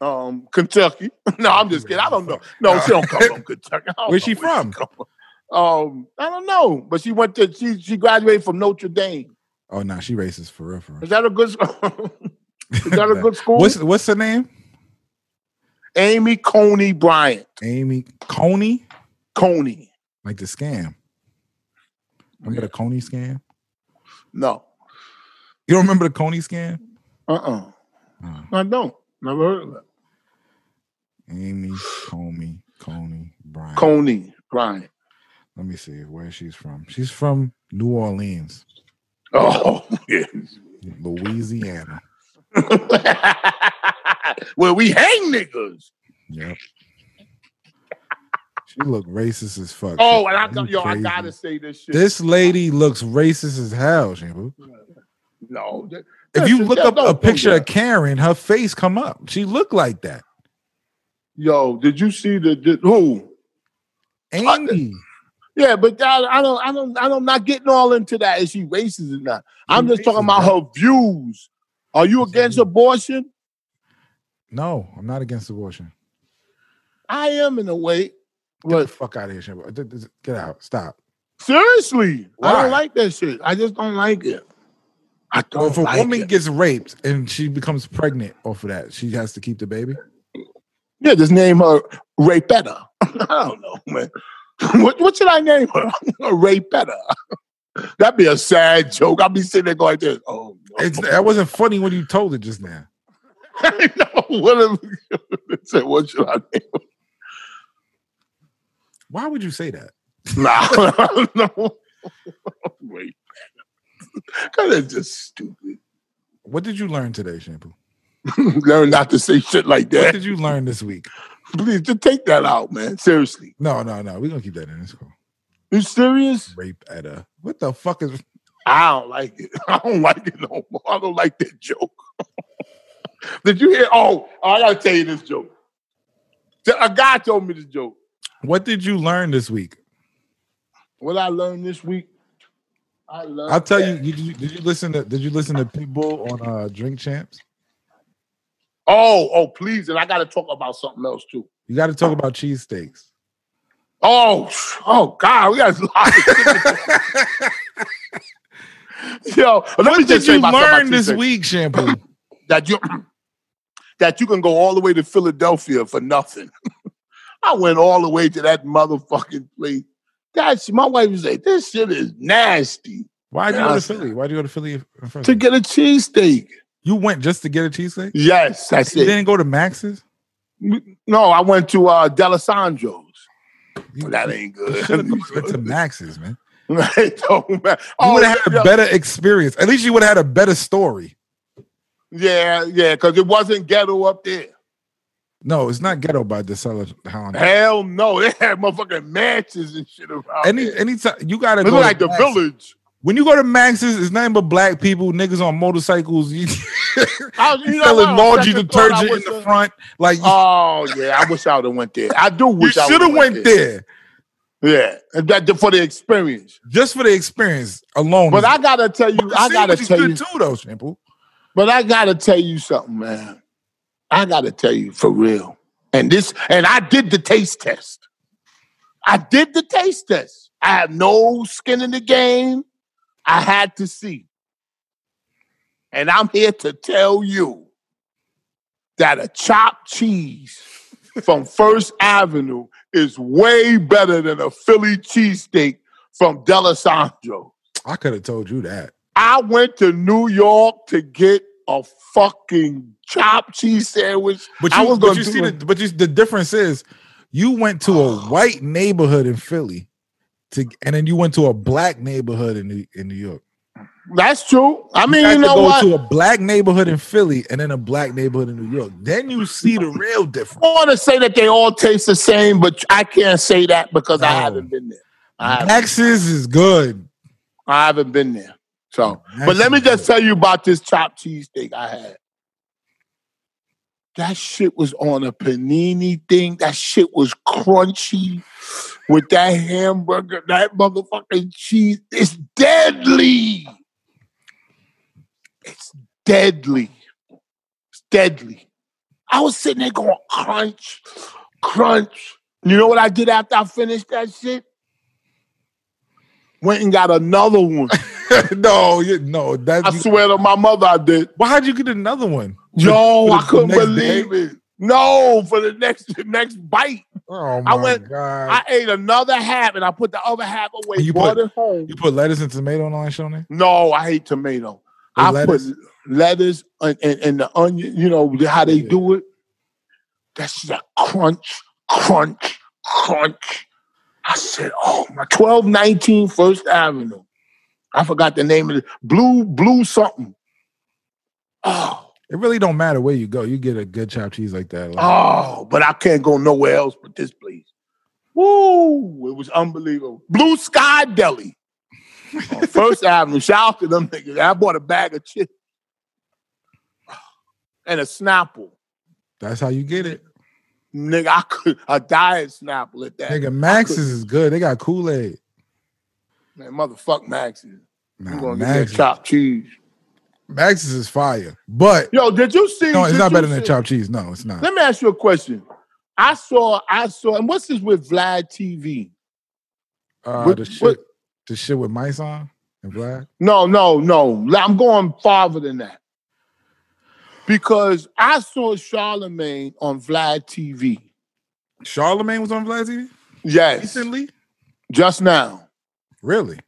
Um, Kentucky. No, I'm just kidding. I don't know. No, she don't come from Kentucky. I don't Where's know she from? come from. Um, I don't know, but she went to she she graduated from Notre Dame. Oh no, she racist for real. For real. Is that a good? school? Is that a good school? What's what's her name? Amy Coney Bryant. Amy Coney, Coney. like the scam. Remember the Coney scam? No. You don't remember the Coney scam? Uh. uh Oh, I don't. Never heard of that. Amy Comey, Coney Bryant. Coney Bryant. Let me see where she's from. She's from New Orleans, Oh yeah. Louisiana. well, we hang niggas. Yep. She look racist as fuck. Oh, and I You got yo, I crazy. gotta say this shit. This lady looks racist as hell, Shamu. no, that- If you that- look that- up don't- a don't picture do that. of Karen, her face come up. She look like that. yo, did you see the, the who? Amy. Yeah, but that, I don't, I don't, I don't. Not getting all into that. Is she racist or not? I'm She just talking racist, about bro. her views. Are you That's against her abortion? No, I'm not against abortion. I am in a way, Get the but fuck out of here, Shamu. Th- th- Get out. Stop. seriously, I Why? don't like that shit. I just don't like it. I Well, don't if a like woman it. gets raped and she becomes pregnant off of that, she has to keep the baby. Yeah, just name her Rapetta. I don't know, man. What, what should I name her? Rapetta. That'd be a sad joke. I'd be sitting there going like this. Oh, no. It's, that wasn't funny when you told it just now. I know. What, if- said, what should I name her? Why would you say that? Nah, I don't know. Rapetta. Because it's just stupid. What did you learn today, Shampoo? Learn not to say shit like What that. did you learn this week? Please, just take that out, man. Seriously. No, no, no. We're gonna keep that in. It's cool. You serious? Rape at a what the fuck is I don't like it. I don't like it no more. I don't like that joke. Did you hear? Oh, I gotta tell you this joke. A guy told me this joke. what did you learn this week? What I learned this week, I learned. I'll tell that- you, did you did you listen to did you listen to Pitbull on uh Drink Champs? Oh, oh, please, and I gotta talk about something else too. You gotta talk about cheesesteaks. Oh, oh God, we got a lot. Yo, let me What just did say you about something about learn this Tuesday. week, Shampoo? that you that you can go all the way to Philadelphia for nothing. I went all the way to that motherfucking place. That's my wife was like, this shit is nasty. Why'd you go to Yes. Philly? Why'd you go to Philly first? To get a cheesesteak. you went just to get a cheesesteak? Yes, that's You it. didn't go to Max's? No, I went to uh Delisandro's. You- That ain't You good. should have went to Max's, man. It don't matter. You Oh, would have had yeah, a better experience. At least you would have had a better story. yeah, yeah, because it wasn't ghetto up there. No, it's not ghetto by DeSella Holland. Hell no, they had motherfucking matches and shit around. Any there. anytime you gotta it go looked to like the Max's. village. When you go to Max's, it's nothing but black people, niggas on motorcycles, you I, you know selling what? laundry Second thought, I detergent in wish the I- front. Like you- Oh yeah, I wish I would have went there. I do you wish I should have would've went there Yeah, and that, for the experience. just for the experience alone. But I gotta tell you, The I gotta sandwich is tell you, good too, though, Shimple. but I gotta tell you something, man. I gotta tell you for real. And this, and I did the taste test. I did the taste test. I have no skin in the game. I had to see. And I'm here to tell you that a chopped cheese from First Avenue is way better than a Philly cheesesteak from Delisandro. I could have told you that. I went to New York to get a fucking chopped cheese sandwich. But I you, was but gonna you do see, a- the, but you, the difference is, you went to a white neighborhood in Philly, to and then you went to a black neighborhood in New, in New York. That's true. I mean, you, had to know go what? to a black neighborhood in Philly and then a black neighborhood in New York. Then you see the real I difference. want to say that they all taste the same, but I can't say that because I No. haven't been there. I haven't, Max's is good. I haven't been there. So, but Max's let me is just good. tell you about this chopped cheesesteak I had. That shit was on a panini thing. That shit was crunchy with that hamburger, that motherfucking cheese. It's deadly. It's deadly. It's deadly. I was sitting there going crunch, crunch. You know what I did after I finished that shit? Went and got another one. no, you, no. That I swear to my mother, I did. Why'd you get another one? Yo, For the- Oh, I couldn't for the next believe it. No, for the next the next bite, Oh my I went- god! I ate another half and I put the other half away. You brought put- it home. you put lettuce and tomato and all that shit on there. No, I hate tomato. The I lettuce? put lettuce and, and, and the onion, you know how they do it. That's that crunch, crunch, crunch. I said, oh my 1219 First Avenue. I forgot the name of it. Blue, blue something. Oh, It really don't matter where you go. You get a good chopped cheese like that. Like, oh, but I can't go nowhere else but this place. Woo! It was unbelievable. Blue Sky Deli. on First Avenue. Shout out to them niggas. I bought a bag of chips and a Snapple. that's how you get it. Nigga, I could a diet Snapple at that. Nigga, Max's is good. They got Kool Aid. Man, motherfuck Max's. I'm Nah, gonna get that Max's, chopped cheese. Max's is fire, but Yo, did you see? no, it's did not you better than see- chopped cheese. No, it's not. Let me ask you a question. I saw, I saw, and what's this with Vlad TV? Uh, What- the shit, what- the shit with mice on and black. No, no, no. I'm going farther than that. Because I saw Charlemagne on Vlad TV. Charlemagne was on Vlad TV Yes. recently. Just now. Really?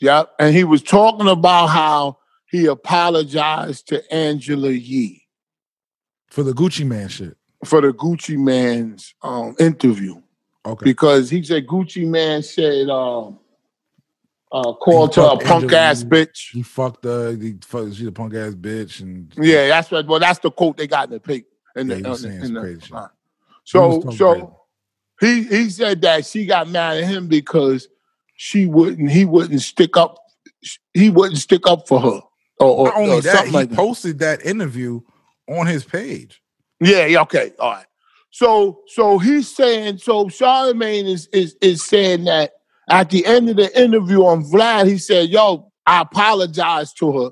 Yep. And he was talking about how he apologized to Angela Yee For the Gucci Man shit. for the Gucci Man's um, interview Okay. because he said Gucci Man said, um, uh, called her a fucked Angela punk ass Yee. bitch. He fucked her. He fucked, she's a punk ass bitch. And Yeah, that's what. Well, that's the quote they got in the paper. In Yeah, the, he was in the, saying in some the- crazy shit. uh, He was So, talking crazy. so he he said that she got mad at him because she wouldn't. He wouldn't stick up. He wouldn't stick up for her. Or, or, Not only or that, oh, something he like that. posted that interview on his page. Yeah, yeah, okay, all right. So so he's saying so Charlemagne is is is saying that at the end of the interview on Vlad, he said, Yo, I apologize to her,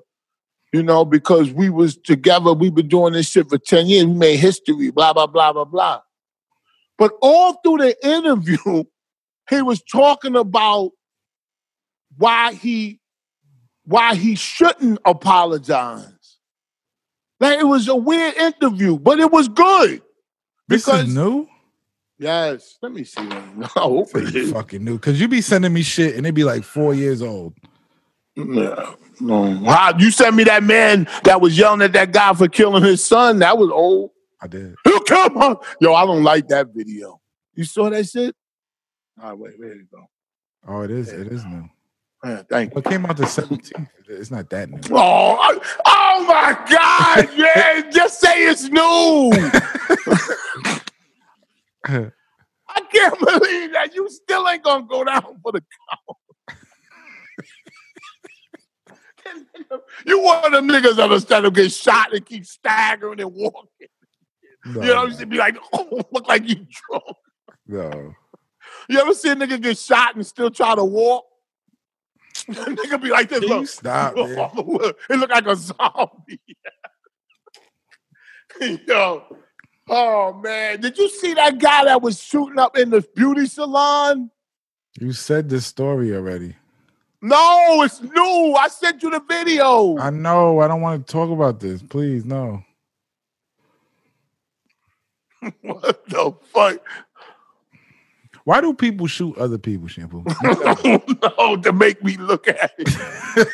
you know, because we was together, we've been doing this shit for 10 years, we made history, blah, blah, blah, blah, blah. But all through the interview, he was talking about why he why he shouldn't apologize. Like it was a weird interview, but it was good. This Because- is new. Yes. Let me see. No, hopefully. Pretty fucking new. Cause you be sending me shit and it be like four years old. Yeah. No. Wow, you sent me that man that was yelling at that guy for killing his son. That was old. I did. He'll kill my Yo, I don't like that video. You saw that shit? All right, wait, there you go. Oh, it is. It is new. Yeah, thank you. Well, It came out the 17th. It's not that new. Oh, I- oh my God, man. Just say it's new. I can't believe that you still ain't gonna go down for the You one of them niggas that'll stand up, get shot, and keep staggering and walking. No, You know, you should be like, oh, look like you drunk. no. You ever see a nigga get shot and still try to walk? nigga be like this. Can you Look, stop, man? it look like a zombie. Yo, oh man, did you see that guy that was shooting up in the beauty salon? You said this story already. No, it's new. I sent you the video. I know. I don't want to talk about this. Please, no. what the fuck? Why do people shoot other people, Shampoo? no, to make me look at it.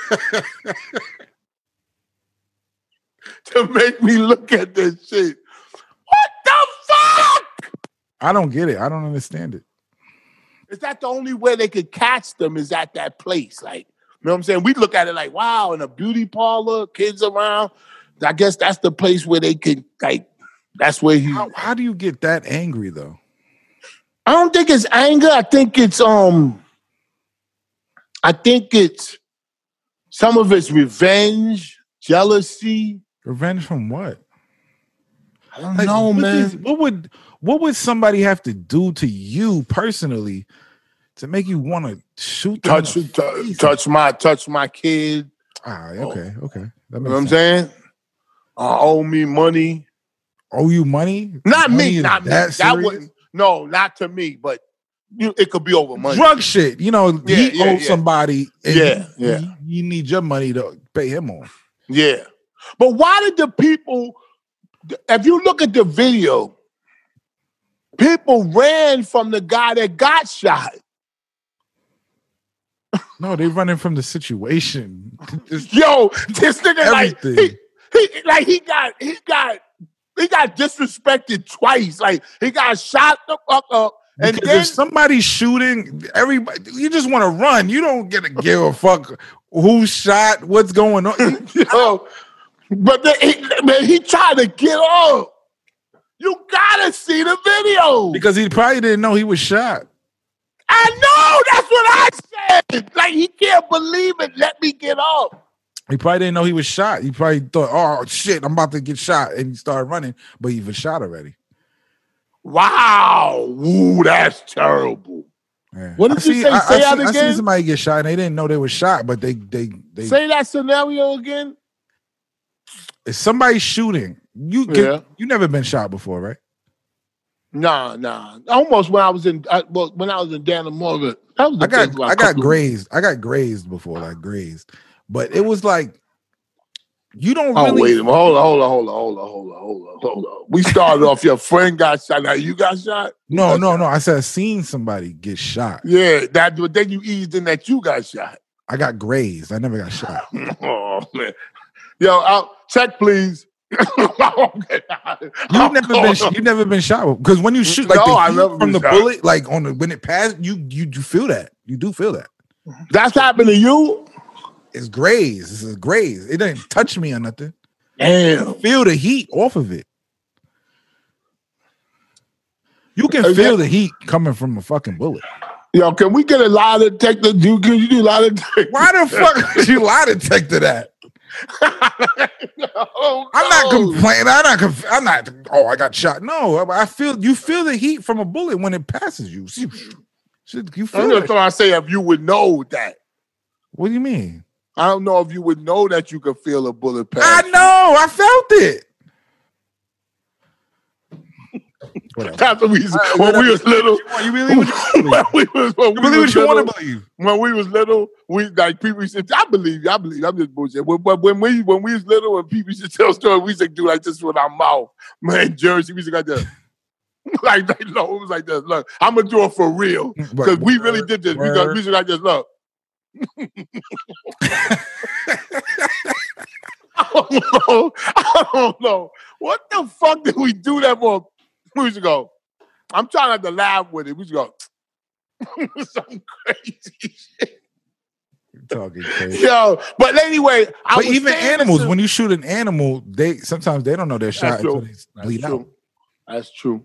to make me look at this shit. What the fuck? I don't get it. I don't understand it. Is that the only way they could catch them is at that place? Like, you know what I'm saying? We look at it like, wow, in a beauty parlor, kids around. I guess that's the place where they could, like, that's where he. How, how do you get that angry though? I don't think it's anger. I think it's um. I think it's some of it's revenge, jealousy. Revenge from what? I don't Like, know, what man. is- what would what would somebody have to do to you personally to make you want to shoot? them in touch, the t- face? touch my, touch my kid. Ah, okay, okay. That You makes know what I'm sense. saying? Uh, owe me money. Owe you money? Not Money me. is Not me. that That serious? wouldn't. No, not to me. But you, it could be over money. Drug shit. You know, Yeah, he yeah, owed yeah. somebody. And Yeah, you- yeah. You, you need your money to pay him off. Yeah. But why did the people, if you look at the video, people ran from the guy that got shot. No, they're running from the situation. This- Yo, this nigga like Everything. he, he like he got he got he got disrespected twice. Like he got shot the fuck up. And because then if somebody's shooting, everybody you just want to run. You don't get to give a fuck who shot, what's going on. yo, Oh, but then he, man, he tried to get off. You gotta see the video. because he probably didn't know he was shot. I know that's what I said. Like he can't believe it. Let me get off. He probably didn't know he was shot. He probably thought, "Oh shit, I'm about to get shot," and he started running, but he was shot already. Wow. Ooh, that's terrible. Yeah. What did I you say? I, Say I that see- I again? seen somebody get shot, and they didn't know they were shot, but they they they. Say that scenario again. if somebody's shooting, you get, Yeah. you never been shot before, right? Nah, nah. Almost when I was in, I, well, when I was in Dannemora, that was the I place got where I got couple- grazed. I got grazed before, like grazed, but it was like you don't Oh really. wait, a minute. hold on, hold on, hold on, hold on, hold on, hold on, hold on. We started off. Your friend got shot. Now you got shot. Who No, got no, shot? no. I said I seen somebody get shot. Yeah, that. But then you eased in that you got shot. I got grazed. I never got shot. Oh man, yo, out check please. You You've never been you never been shot because when you shoot like Oh. No, the I heat never from been the shot. bullet, like on the when it passed, you you do feel that. You do feel that. That's happened to you. It's grazed. This is grazed. It didn't touch me or nothing. Damn. Feel the heat off of it. You Uh, can yeah. feel the heat coming from a fucking bullet. Yo, can we get a lie detector? Do can you do lie detector? Why the fuck would you lie detector that? Oh, I'm not no. complaining. I'm not. Conf- I'm not. Oh, I got shot. No, I I feel you feel the heat from a bullet when it passes you. Shit, You I'm feel gonna it. throw. I say if you would know that. What do you mean? I don't know if you would know that you could feel a bullet pass. I know. I felt it. Whatever. That's the reason. Uh, When we was little, when You believe we what you, believe. was, when You we believe was what you want little, to believe. when we was little, we like people used to. I believe, you, I believe, I'm just bullshit. But when, when we when we was little, when people used to tell stories, we used to do like this with our mouth. Man, Jersey, we used to go like this. like, like, no, it was like this. Look, I'm gonna do it for real because we really did this. We done, we used to like this. Look. I don't know. I don't know. What the fuck did we do that for? We used to go. I'm trying not to laugh with it. We used to go. Some crazy talking crazy. Yo, but anyway, I But was even saying this animals, to- when you shoot an animal, they sometimes they don't know they're shot That's true. until they That's bleed true. out. That's true.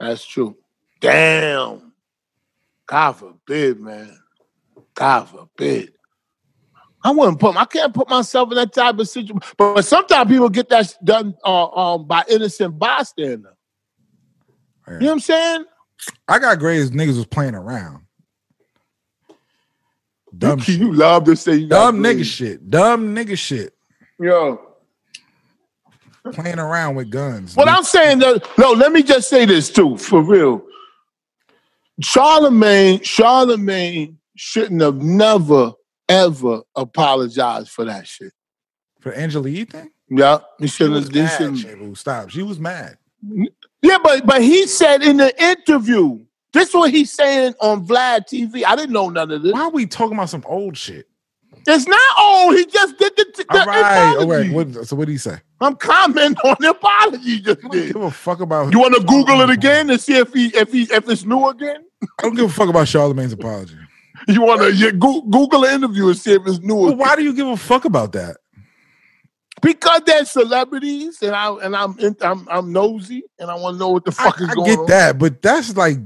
That's true. Damn. God forbid, man. God forbid. I wouldn't put. I can't put myself in that type of situation. But, but sometimes people get that sh- done uh, um, by innocent bystander. You know what I'm saying? I got grades. Niggas was playing around. Dumb you, shit. you love to say you got Dumb nigga grades. shit. Dumb nigga shit. Yo, Playing around with guns. What I'm saying, though, no, let me just say this too, for real. Charlemagne, Charlemagne shouldn't have never ever apologized for that shit. For Angela Yee thing? Yeah, he shouldn't. was have- he mad. shouldn't- Shabu. Stop. She was mad. Yeah, but but he said in the interview, this is what he's saying on Vlad TV. I didn't know none of this. Why are we talking about some old shit? It's not old. He just did the, the All right. All apology. right. What, so what did he say? I'm commenting on the apology he just I don't did. give a fuck about. Oh, You want to Google it again and see if he if he if it's new again? I don't give a fuck about Charlemagne's apology. You want to you go, Google the interview and see if it's new But again? why do you give a fuck about that? Because they're celebrities, and I and I'm in, I'm I'm nosy, and I want to know what the I, fuck is I going get on. that, but that's like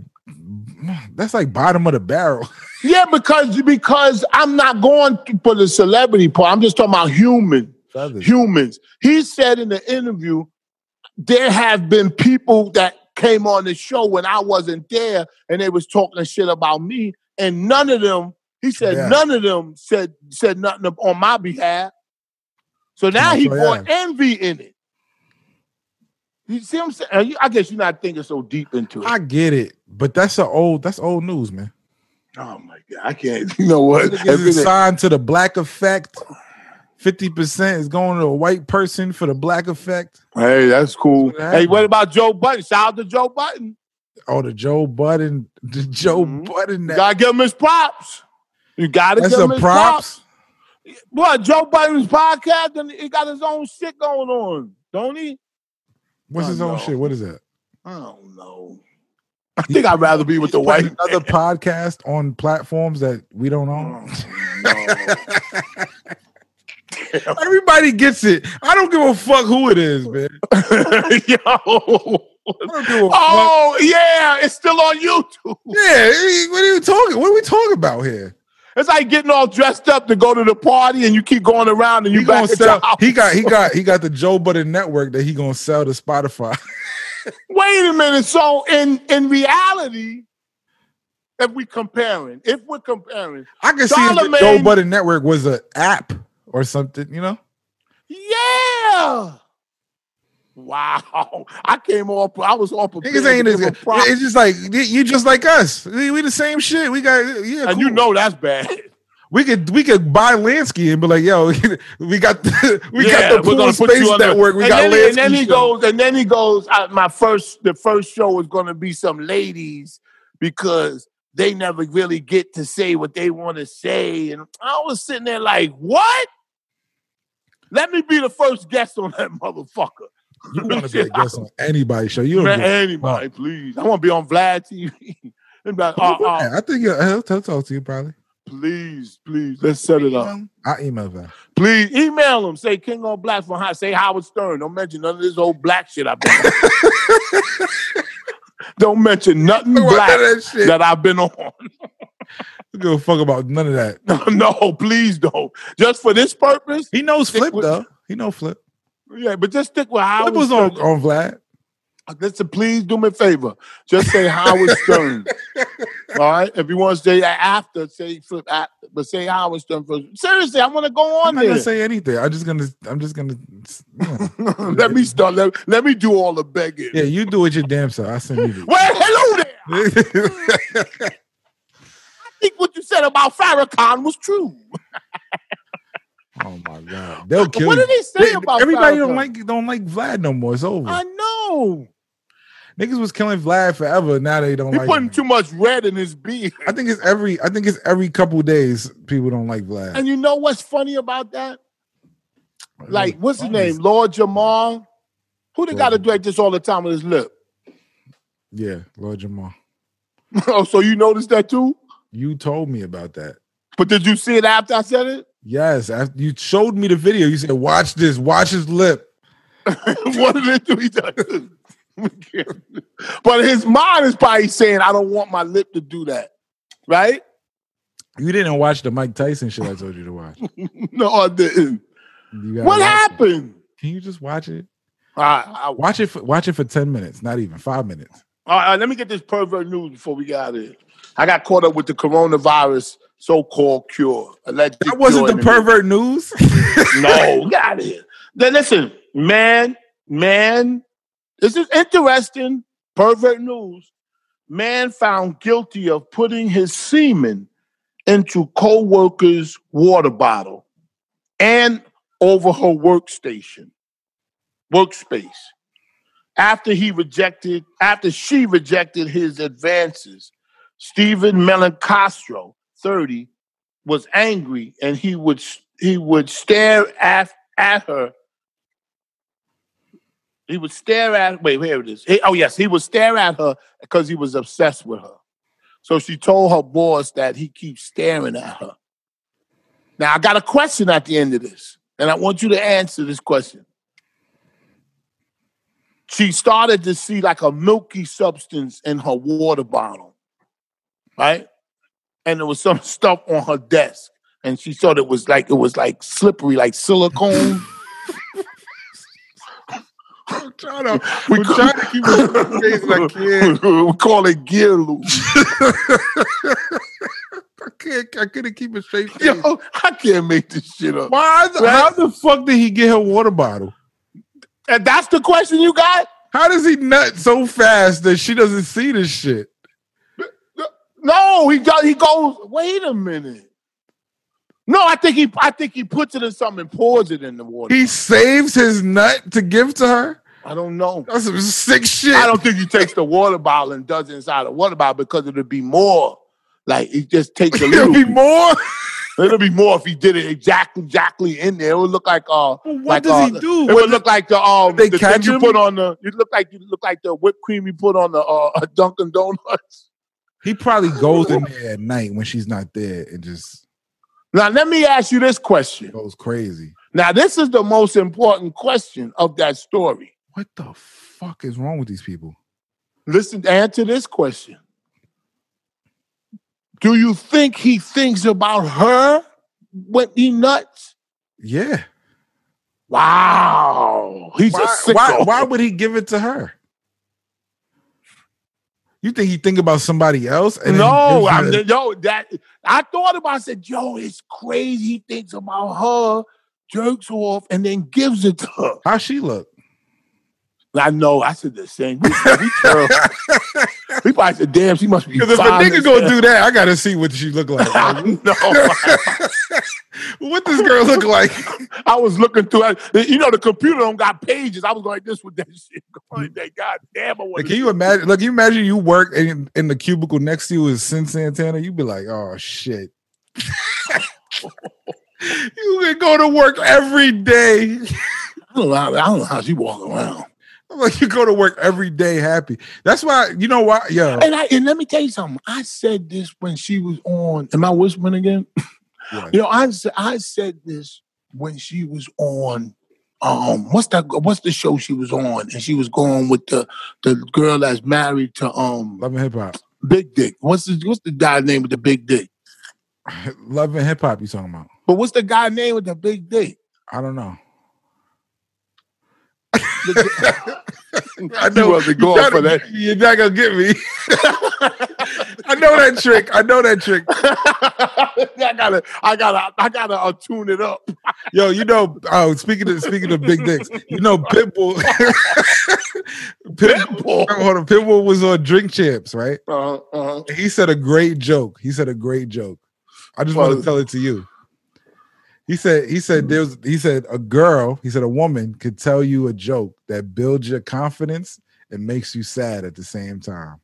that's like bottom of the barrel. Yeah, because because I'm not going for the celebrity part. I'm just talking about human. humans. He said in the interview, there have been people that came on the show when I wasn't there and they was talking shit about me, and none of them, he said, Yeah. none of them said said nothing up on my behalf. So now he so brought envy in it. You see what I'm saying? Uh, you- I guess you're not thinking so deep into it. I get it, but that's a old that's old news, man. oh my god, I can't. You know what? Niggas Everything- is signed to the black effect. Fifty percent is going to a white person for the black effect. Hey, that's cool. That's what hey, happened. what about Joe Button? Shout out to Joe Button. Oh, the Joe Budden, the Joe Mhm. Budden. You That, gotta give him his props. You gotta that's give a him his props. props. What Joe Biden's podcast and he got his own shit going on, don't he? What's his Oh, own no. shit? What is that? I don't know. I think I'd rather be with the Like white. another podcast on platforms that we don't own. Mm. Everybody gets it. I don't give a fuck who it is, man. Oh, Yo. I don't give a fuck. Oh yeah, it's still on YouTube. Yeah, eh, what are you talking? What are we talking about here? It's like getting all dressed up to go to the party, and you keep going around, and you He gonna back at your sell. house. He got. He got. He got the Joe Budden network that he gonna sell to Spotify. Wait a minute. So in in reality, if we comparing, if we're comparing, I can see if the Joe Charlemagne- Budden network was an app or something. You know, Yeah. Wow. I came off. I was off. niggas ain't. As, a props. it's just like y- you just like us. We we the same shit. We got. Yeah, and you cool. know that's bad. we could we could buy Lansky and be like, yo, we got the, we Yeah, got the we're pool gonna put space you on the- network. We and then, got Lansky. And then he show. goes. And then he goes. I, my first, the first show is going to be some ladies because they never really get to say what they want to say. And I was sitting there like, what? Let me be the first guest on that motherfucker. You want to be a guest on anybody's show? You don't Man, give a anybody, please. I want to be on Vlad TV. And be like, uh, uh, Yeah, I think he'll, he'll, he'll talk to you probably. Um, Please, please, let's set it up. I email that. Please email them. Say King on Black from Hot. Say Howard Stern. Don't mention none of this old black shit I've been. on. Don't mention nothing black that shit. that I've been on. Don't give a fuck about none of that. no, please don't. Just for this purpose. He knows Stick Flip with- though. He know Flip. Yeah, but just stick with Howard. Flip was on, Stern. Uh, on Vlad. Listen, please do me a favor. Just say Howard Stern. All right. If you want to say that after, say flip after, but say Howard Stern first. Seriously, I want to go I'm on not there. gonna say anything. I'm just gonna. I'm just gonna. Yeah, let me start. Let, let me do all the begging. Yeah, you do it your damn self. I send you. Well, hello there. The- think what you said about Farrakhan was true. oh my god, they'll kill what you. did they say They- about everybody Farrakhan? don't like don't like Vlad no more. It's over. I know. Niggas was killing Vlad forever. Now they don't He like. putting Him. too much red in his beard. I think it's every. I think it's every couple days people don't like Vlad. And you know what's funny about that? Like, what's his Funny as name? Lord Jamal? Who they got to Lord do like this all the time with his lip? Yeah, Lord Jamal. oh, so you noticed that too? You told me about that. But did you see it after I said it? Yes, after you showed me the video. You said, "Watch this. Watch his lip." what did it do? He done- We can't do- but his mind is probably saying, I don't want my lip to do that. Right? You didn't watch the Mike Tyson shit I told you to watch. no, I didn't. You What gotta watch it. happened? Can you just watch it? All right, Watch it. For, watch it for ten minutes. Not even five minutes. I- all right, let me get this pervert news before we got it. I got caught up with the coronavirus so-called cure. Alleged That wasn't cure the in America. pervert news. no, get out of here. Then listen, man, man, this is interesting. Pervert news. Man found guilty of putting his semen into co-worker's water bottle and over her workstation, workspace. After he rejected, after she rejected his advances, Stephen Melancastro, 30, was angry and he would he would stare at at her. He would stare at wait here it is. He- oh yes, he would stare at her because he was obsessed with her. So she told her boss that he keeps staring at her. Now I got a question at the end of this, and I want you to answer this question. She started to see like a milky substance in her water bottle, right? and there was some stuff on her desk, and she thought it was like it was like slippery, like silicone. I'm trying to, We I'm trying to keep it as I can. we call it gear loop. I can't. I couldn't keep a straight face. Yo, I can't make this shit up. Why? The, how the fuck did he get her water bottle? And that's the question you got. How does he nut so fast that she doesn't see this shit? No, he go, he goes. Wait a minute. No, I think he I think he puts it in something and pours it in the water. He saves his nut to give to her. I don't know. That's some sick shit. I don't think he takes the water bottle and does it inside the water bottle because it'll be more. Like he just takes a There'll little. be bit. more. It'll be more if he did it exactly, exactly in there. It would look like uh, What like, does he uh, do? It What would look like the um, They the thing catch you him? put on the. You look like you look like the whipped cream you put on the uh, Dunkin' Donuts. He probably goes in there at night when she's not there and just Now let me ask you this question. goes crazy. Now this is the most important question of that story. What the fuck is wrong with these people? Listen, answer this question. Do you think he thinks about her when he nuts? Yeah. Wow, he's a Why, sicko. why, why would he give it to her? You think he think about somebody else? then he no, gives I'm her- yo, that I thought about. it, I said, "Yo, it's crazy." He thinks about her, jerks off, and then gives it to her. how she look? I know. I said the same. We, we, terrible. we probably said, "Damn, she must be." Because if a fine nigga as gonna hell." do that, I gotta see what she look like. I know. what this girl look like? I was looking through. it. You know, the computer don't got pages. I was going like this with that shit. Going like that. God damn, I Like, wanted Mm. can you imagine? Look, you imagine you work and in the cubicle next to you is Sin Santana. You'd be like, oh shit. you can go to work every day. I don't know. How, I don't know how she walk around. like you go to work every day happy. That's why you know why. Yo, And I and let me tell you something. I said this when she was on. Am I whispering again? Yeah. You know, I s- I said this when she was on. Um, what's that? What's the show she was on? And she was going with the the girl that's married to um love and hip hop, Big Dick. What's the what's the guy name with the big dick? love and hip hop. You talking about? But what's the guy name with the big dick? I don't know. The- I know You wasn't going trying for to- that. You're not gonna get me. I know that trick. I know that trick. I gotta, I gotta, I gotta uh, tune it up. Yo, you know, oh, speaking of speaking of big dicks, you know, Pitbull. Pitbull. Pitbull. Hold on, Pitbull was on Drink Champs, right? Uh-huh, uh-huh. And He said a great joke. He said a great joke. I just want Well- to tell it to you. He said, he said, there was, he said, a girl, he said, a woman could tell you a joke that builds your confidence and makes you sad at the same time.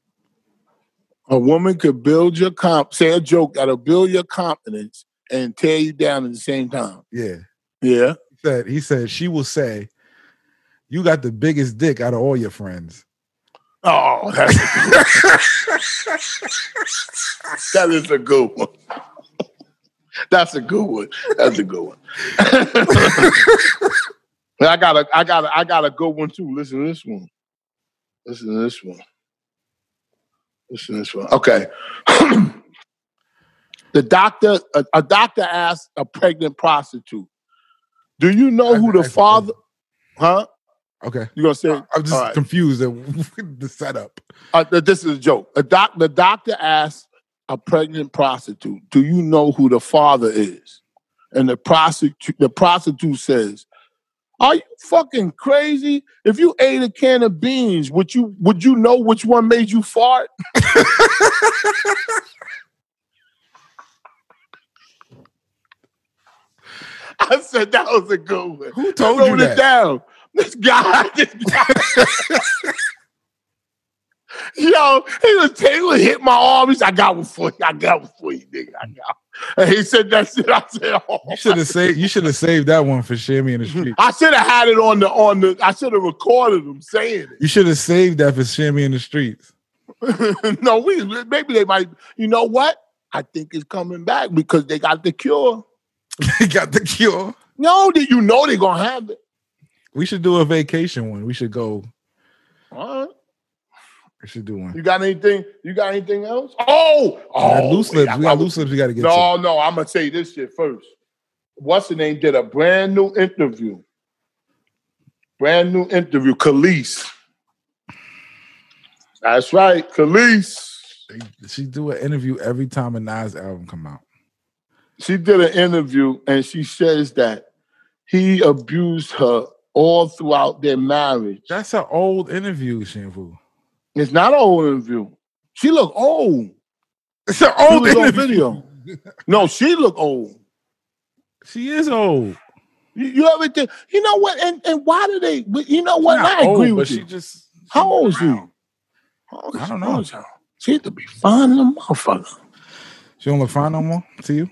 A woman could build your comp, say a joke that'll build your confidence and tear you down at the same time. Yeah. Yeah. He said, he said, she will say, You got the biggest dick out of all your friends. Oh, that's that is a good one. That's a good one. That's a good one. But I got a, I got a, I got a good one too. Listen to this one. Listen to this one. Listen to this one. Okay. The doctor, a, a doctor asked a pregnant prostitute, "Do you know who the That's- father?" Huh? Okay. You gonna say? I'm just all right. confused at with the setup. Uh, th- this is a joke. A doc, the doctor asked a pregnant prostitute, "Do you know who the father is?" And the prostitute, the prostitute says, "Are you fucking crazy? If you ate a can of beans, would you would you know which one made you fart?" I said that was a good one. Who told I you wrote it that? down. This guy, this guy. Yo, he was Taylor hit my arm. He said, I got one for you. I got one for you, nigga. I got one. And he said that shit. I said, oh. You should have saved. You should have saved that one for Shammy in the street. I should have had it on the on the I should have recorded him saying You should have saved that for Shammy in the streets. it. no, we maybe they might you know what? I think it's coming back because they got the cure. They got the cure. No, that you know they're gonna have it. We should do a vacation one. We should go. All right. We should do one. You got anything? You got anything else? Oh, oh That loose wait, lips. I We got probably- loose lips. We got to get. to. No, no, I'm gonna say this shit first. What's the name? Did a brand new interview. Brand new interview, Khalees. That's right, Khalees. They- She do an interview every time a Nas album come out. She did an interview and she says that he abused her all throughout their marriage. That's an old interview, Shampoo. It's not an old interview. She look old. It's an She old was on interview. video. No, she look old. She is old. You, you ever think? You know what? And and why do they? You know what? I Not agree with old, but you. She just. How old is she? I don't know. know. She had to be fine than a motherfucker. She don't look fine no more to you.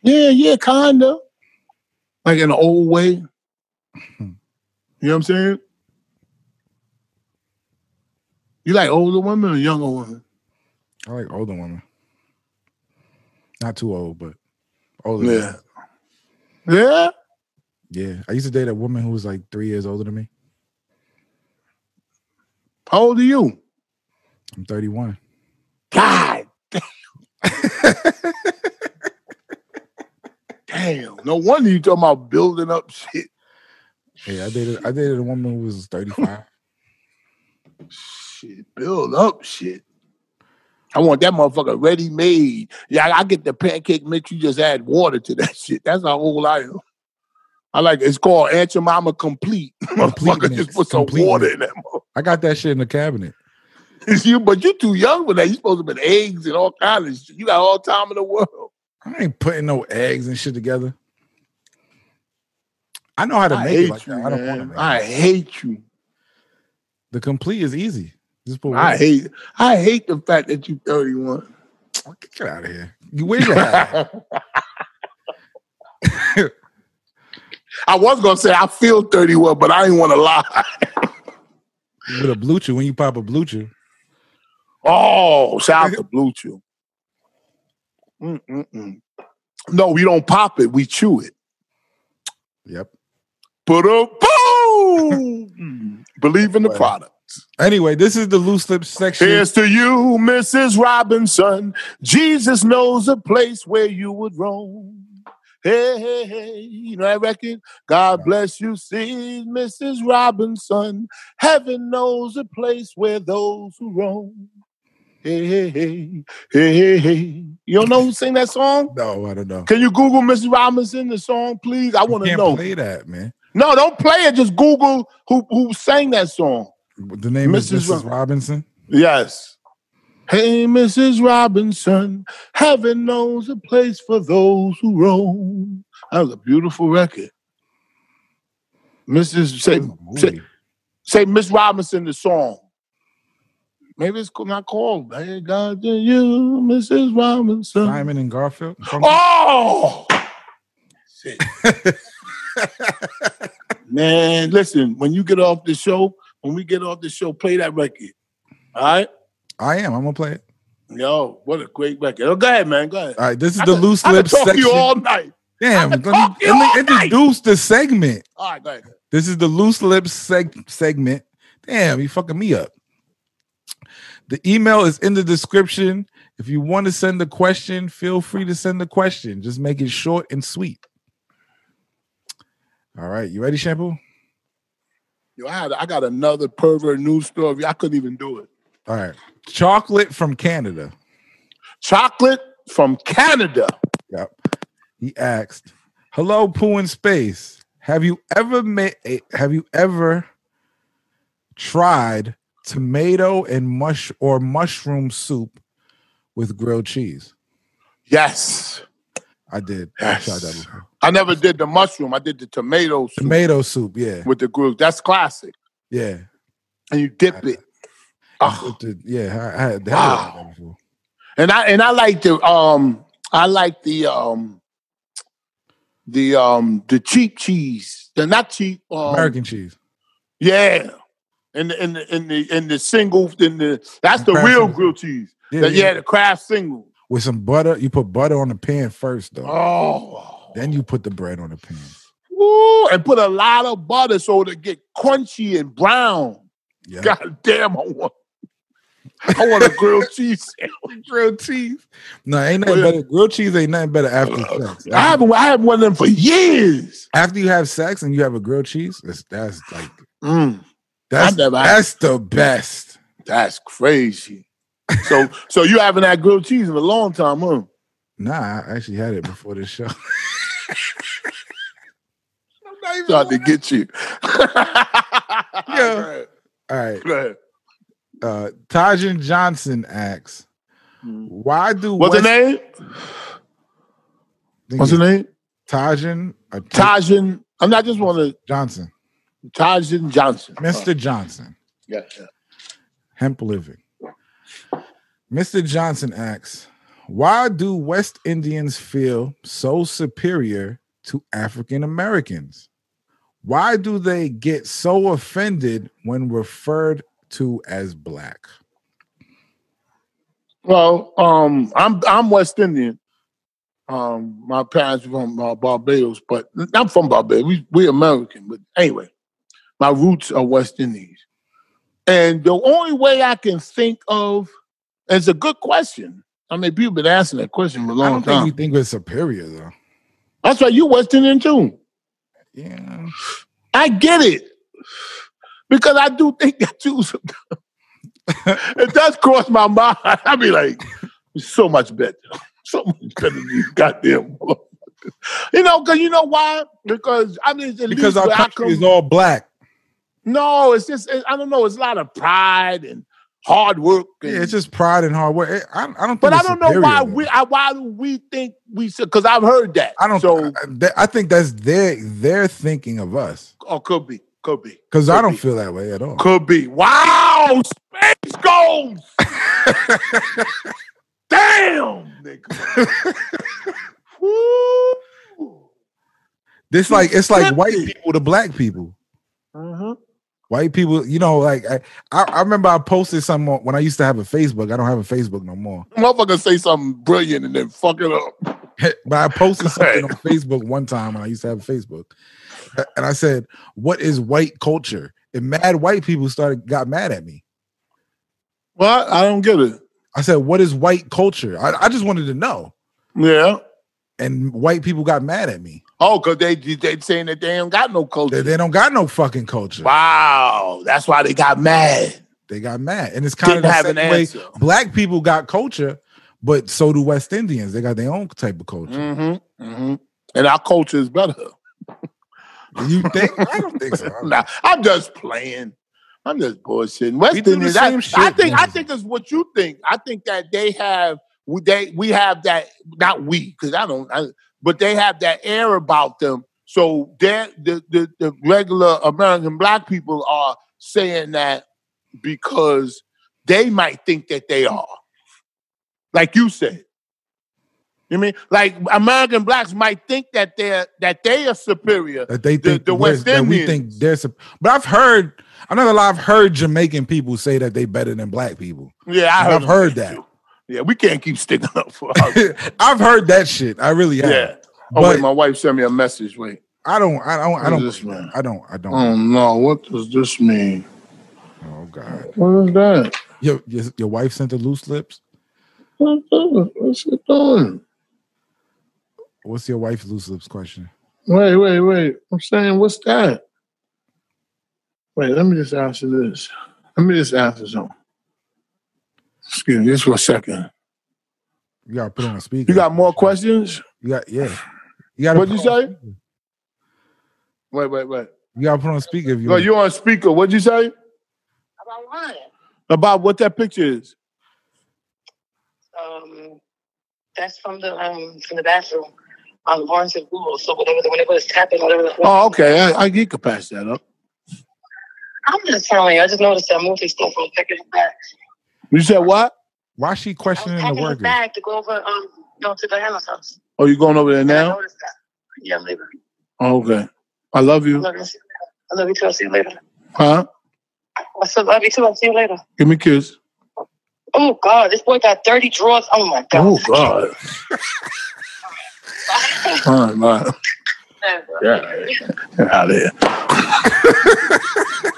Yeah, yeah, kinda. Like in an old way. You know what I'm saying? You like older women or younger women? I like older women. Not too old, but older. than Yeah. Yeah? Yeah, I used to date a woman who was like three years older than me. How old are you? I'm 31. God damn. damn. No wonder you talking about building up shit. Yeah, I dated I dated a woman who was 35. Shit, build up shit. I want that motherfucker ready made. Yeah, I I get the pancake mix. You just add water to that shit. That's how old I am. I like it's called Aunt Your Mama Complete. motherfucker, mix, just put some complete water mix. in that. Motherfucker. I got that shit in the cabinet. you, but you too young for that. You supposed to put eggs and all kinds of shit. You got all time in the world. I ain't putting no eggs and shit together. I know how to I make it hate like you, that. man. I I, don't want to make it. hate you. The complete is easy. Just put I water. hate. I hate the fact that you 31. Get out of here. You where's your hat? I was gonna say I feel 31, but I didn't want to lie. With a blue chew when you pop a blue chew. Oh, shout out to Blue Chew. Mm-mm-mm. No, we don't pop it. We chew it. Yep. Put a boom. Believe in the product. Anyway, this is the loose lips section. Here's to you, Mrs. Robinson. Jesus knows a place where you would roam. Hey, hey, hey. You know that record? God bless you, see, Mrs. Robinson. Heaven knows a place where those who roam. Hey, hey, hey. Hey, hey, hey. You don't know who sing that song? no, I don't know. Can you Google Mrs. Robinson the song, please? I want to Can't know. play that, man. No, don't play it. Just Google who who sang that song. The name is Mrs. Mrs. Ro- Robinson. Yes. Hey, Mrs. Robinson, heaven knows a place for those who roam. That was a beautiful record. Mrs. Say, That's a say, movie. say Miss Robinson the song. Maybe it's not called. Hey, God to you, Mrs. Robinson. Simon and Garfield. uh, Oh! Shit. Man, listen, when you get off the show, when we get off the show, play that record. All right? I am. I'm gonna play it. Yo, what a great record. Oh, go ahead, man. Go ahead. All right, this is I the could- loose I could lips talk to section. you all night. Damn, I let could me, talk to you let me all night. introduce the segment. All right, go ahead. This is the loose lips seg- segment. Damn, you fucking me up. The email is in the description. If you want to send a question, feel free to send a question. Just make it short and sweet. All right, you ready, Shampoo? Yo, I had I got another pervert news story. I couldn't even do it. All right. Chocolate from Canada. Chocolate from Canada. Yep. He asked, "Hello, Pooh in space. Have you ever made? Have you ever tried tomato and mush or mushroom soup with grilled cheese?" Yes. I did. Yes. I tried that before. I never did the mushroom. I did the tomato soup Tomato soup. Yeah. with the group. That's classic. Yeah. And you dip it. Oh. Yeah. I, I had that Wow. before. And I and I like the um I like the um the um the cheap cheese. The not cheap um, American cheese. Yeah. And the in the in the in the single in the that's the Craft real single. grilled cheese. Yeah, The- yeah. yeah, the craft single. With some butter. You put butter on the pan first, though. Oh. Then you put the bread on the pan. Ooh, and put a lot of butter so it get crunchy and brown. Yeah. God damn, I want I want a grilled cheese sandwich. grilled cheese. No, ain't nothing Oh, yeah. better. Grilled cheese ain't nothing better after sex. uh, I After, haven't I haven't one of them for years. after you have sex and you have a grilled cheese, that's, that's like Mm, that's never had- that's the best. that's crazy. So so you haven't had grilled cheese in a long time, huh? Nah, I actually had it before this show. I'm not even Starting lying. to get you. yeah. All right. Uh Tajin Johnson asks, why do What's the name? What's the name? Tajin or Taj Tajin. I'm not just want to Johnson. Tajin Johnson. Mr. Johnson. Yeah, yeah. Hemp Living. Mr. Johnson asks, why do West Indians feel so superior to African Americans? Why do they get so offended when referred to as black? Well, um, I'm I'm West Indian. Um, my parents were from uh, Barbados, but I'm from Barbados. We we American, but anyway, my roots are West Indies. And the only way I can think of is a good question. I mean, people been asking that question for a I long don't think time. we think we're superior though. That's why you West Indian too. Yeah. I get it because I do think that too. Sometimes. it does cross my mind. I be like, it's so much better, so much better than these goddamn. motherfuckers. You know, because you know why? Because I mean, at least Because our where I country come, is all black. no, it's just it, I don't know. It's a lot of pride and hard work. And, Yeah, it's just pride and hard work. Eh, I, I don't think but I it's don't know why superior, though. we I, why do we think we should? Because I've heard that. I don't So I- I- I think that's their their thinking of us. or oh, could be, could be, Because Could I don't be. feel that way at all. could be. Wow, space goals. Damn, nigga. Woo. This like it's like white Flipped it. people to black people. Mhm. White people, you know, like I, I, I remember I posted something on- when I used to have a Facebook. I don't have a Facebook no more, Motherfucker say something brilliant and then fuck it up. but I posted something on Right. Facebook one time when I used to have a Facebook, and I said, "What is white culture?" And mad white people started got mad at me. What? I don't get it. I said, "What is white culture?" I, I just wanted to know, Yeah. and white people got mad at me. Oh, because they they saying that they ain't got no They, culture. they don't got no fucking culture. Wow. That's why they got mad. They got mad, and it's kind of Didn't the have same an way. answer. Black people got culture, but so do West Indians. They got their own type of culture. Mm-hmm. Mm-hmm. And our culture is better. You think? I don't think so. nah, I'm just playing. I'm just bullshitting. West We do the Indians, same I, shit, I think I man. think it's what you think. I think that they have we- they we have that not we because I don't, I, but they have that air about them. So they're- the the the regular American black people are saying that because they might think that they are, like you said. You mean like American blacks might think that they're that they are superior. That they think the we're- West that we Indians. think they're. sup- But I've heard. I'm not gonna lie. I've heard Jamaican people say that they better than black people. Yeah, I I've heard heard that. that. too. Yeah, we can't keep sticking up for us. I've heard that shit. I really yeah. have. Oh But wait, my wife sent me a message. Wait. I don't. I don't. I What don't. is this, believe man? that. I don't. I don't. Oh no, what does this mean? Oh God. What is that? Your, your your wife sent the loose lips. What's doing? What's she doing? What's your wife's loose lips question? Wait, wait, wait. I'm saying, what's that? Wait, let me just answer this. Let me just answer something. Excuse me, just for a second. You gotta put on a speaker. You got more questions? You got yeah. You gotta What'd put you on say? speaker. Wait, wait, wait. You gotta put on speaker if you. No, want- you're on speaker. What'd you say? About what? About what that picture is? Um, that's from the um from the bathroom on Lawrence and Google. So whatever the whenever it's tapping, whatever. The, Oh, okay. I, I you could pass that up. I'm just telling you. I just noticed that movie stuff from picking his back. You said what? Why is she I was questioning the packing his workers? bag to go over um you know, to Diana's house. Oh, you going over there And I now? noticed that. Yeah, I'm leaving. Oh, okay. I love I you. love you. I love you too. I'll see you later. Huh? I said love you too. I'll see you later. Give me a kiss. Oh God, this boy got thirty drawers. Oh my Oh God. God. All right, bye. Yeah. Get out of here.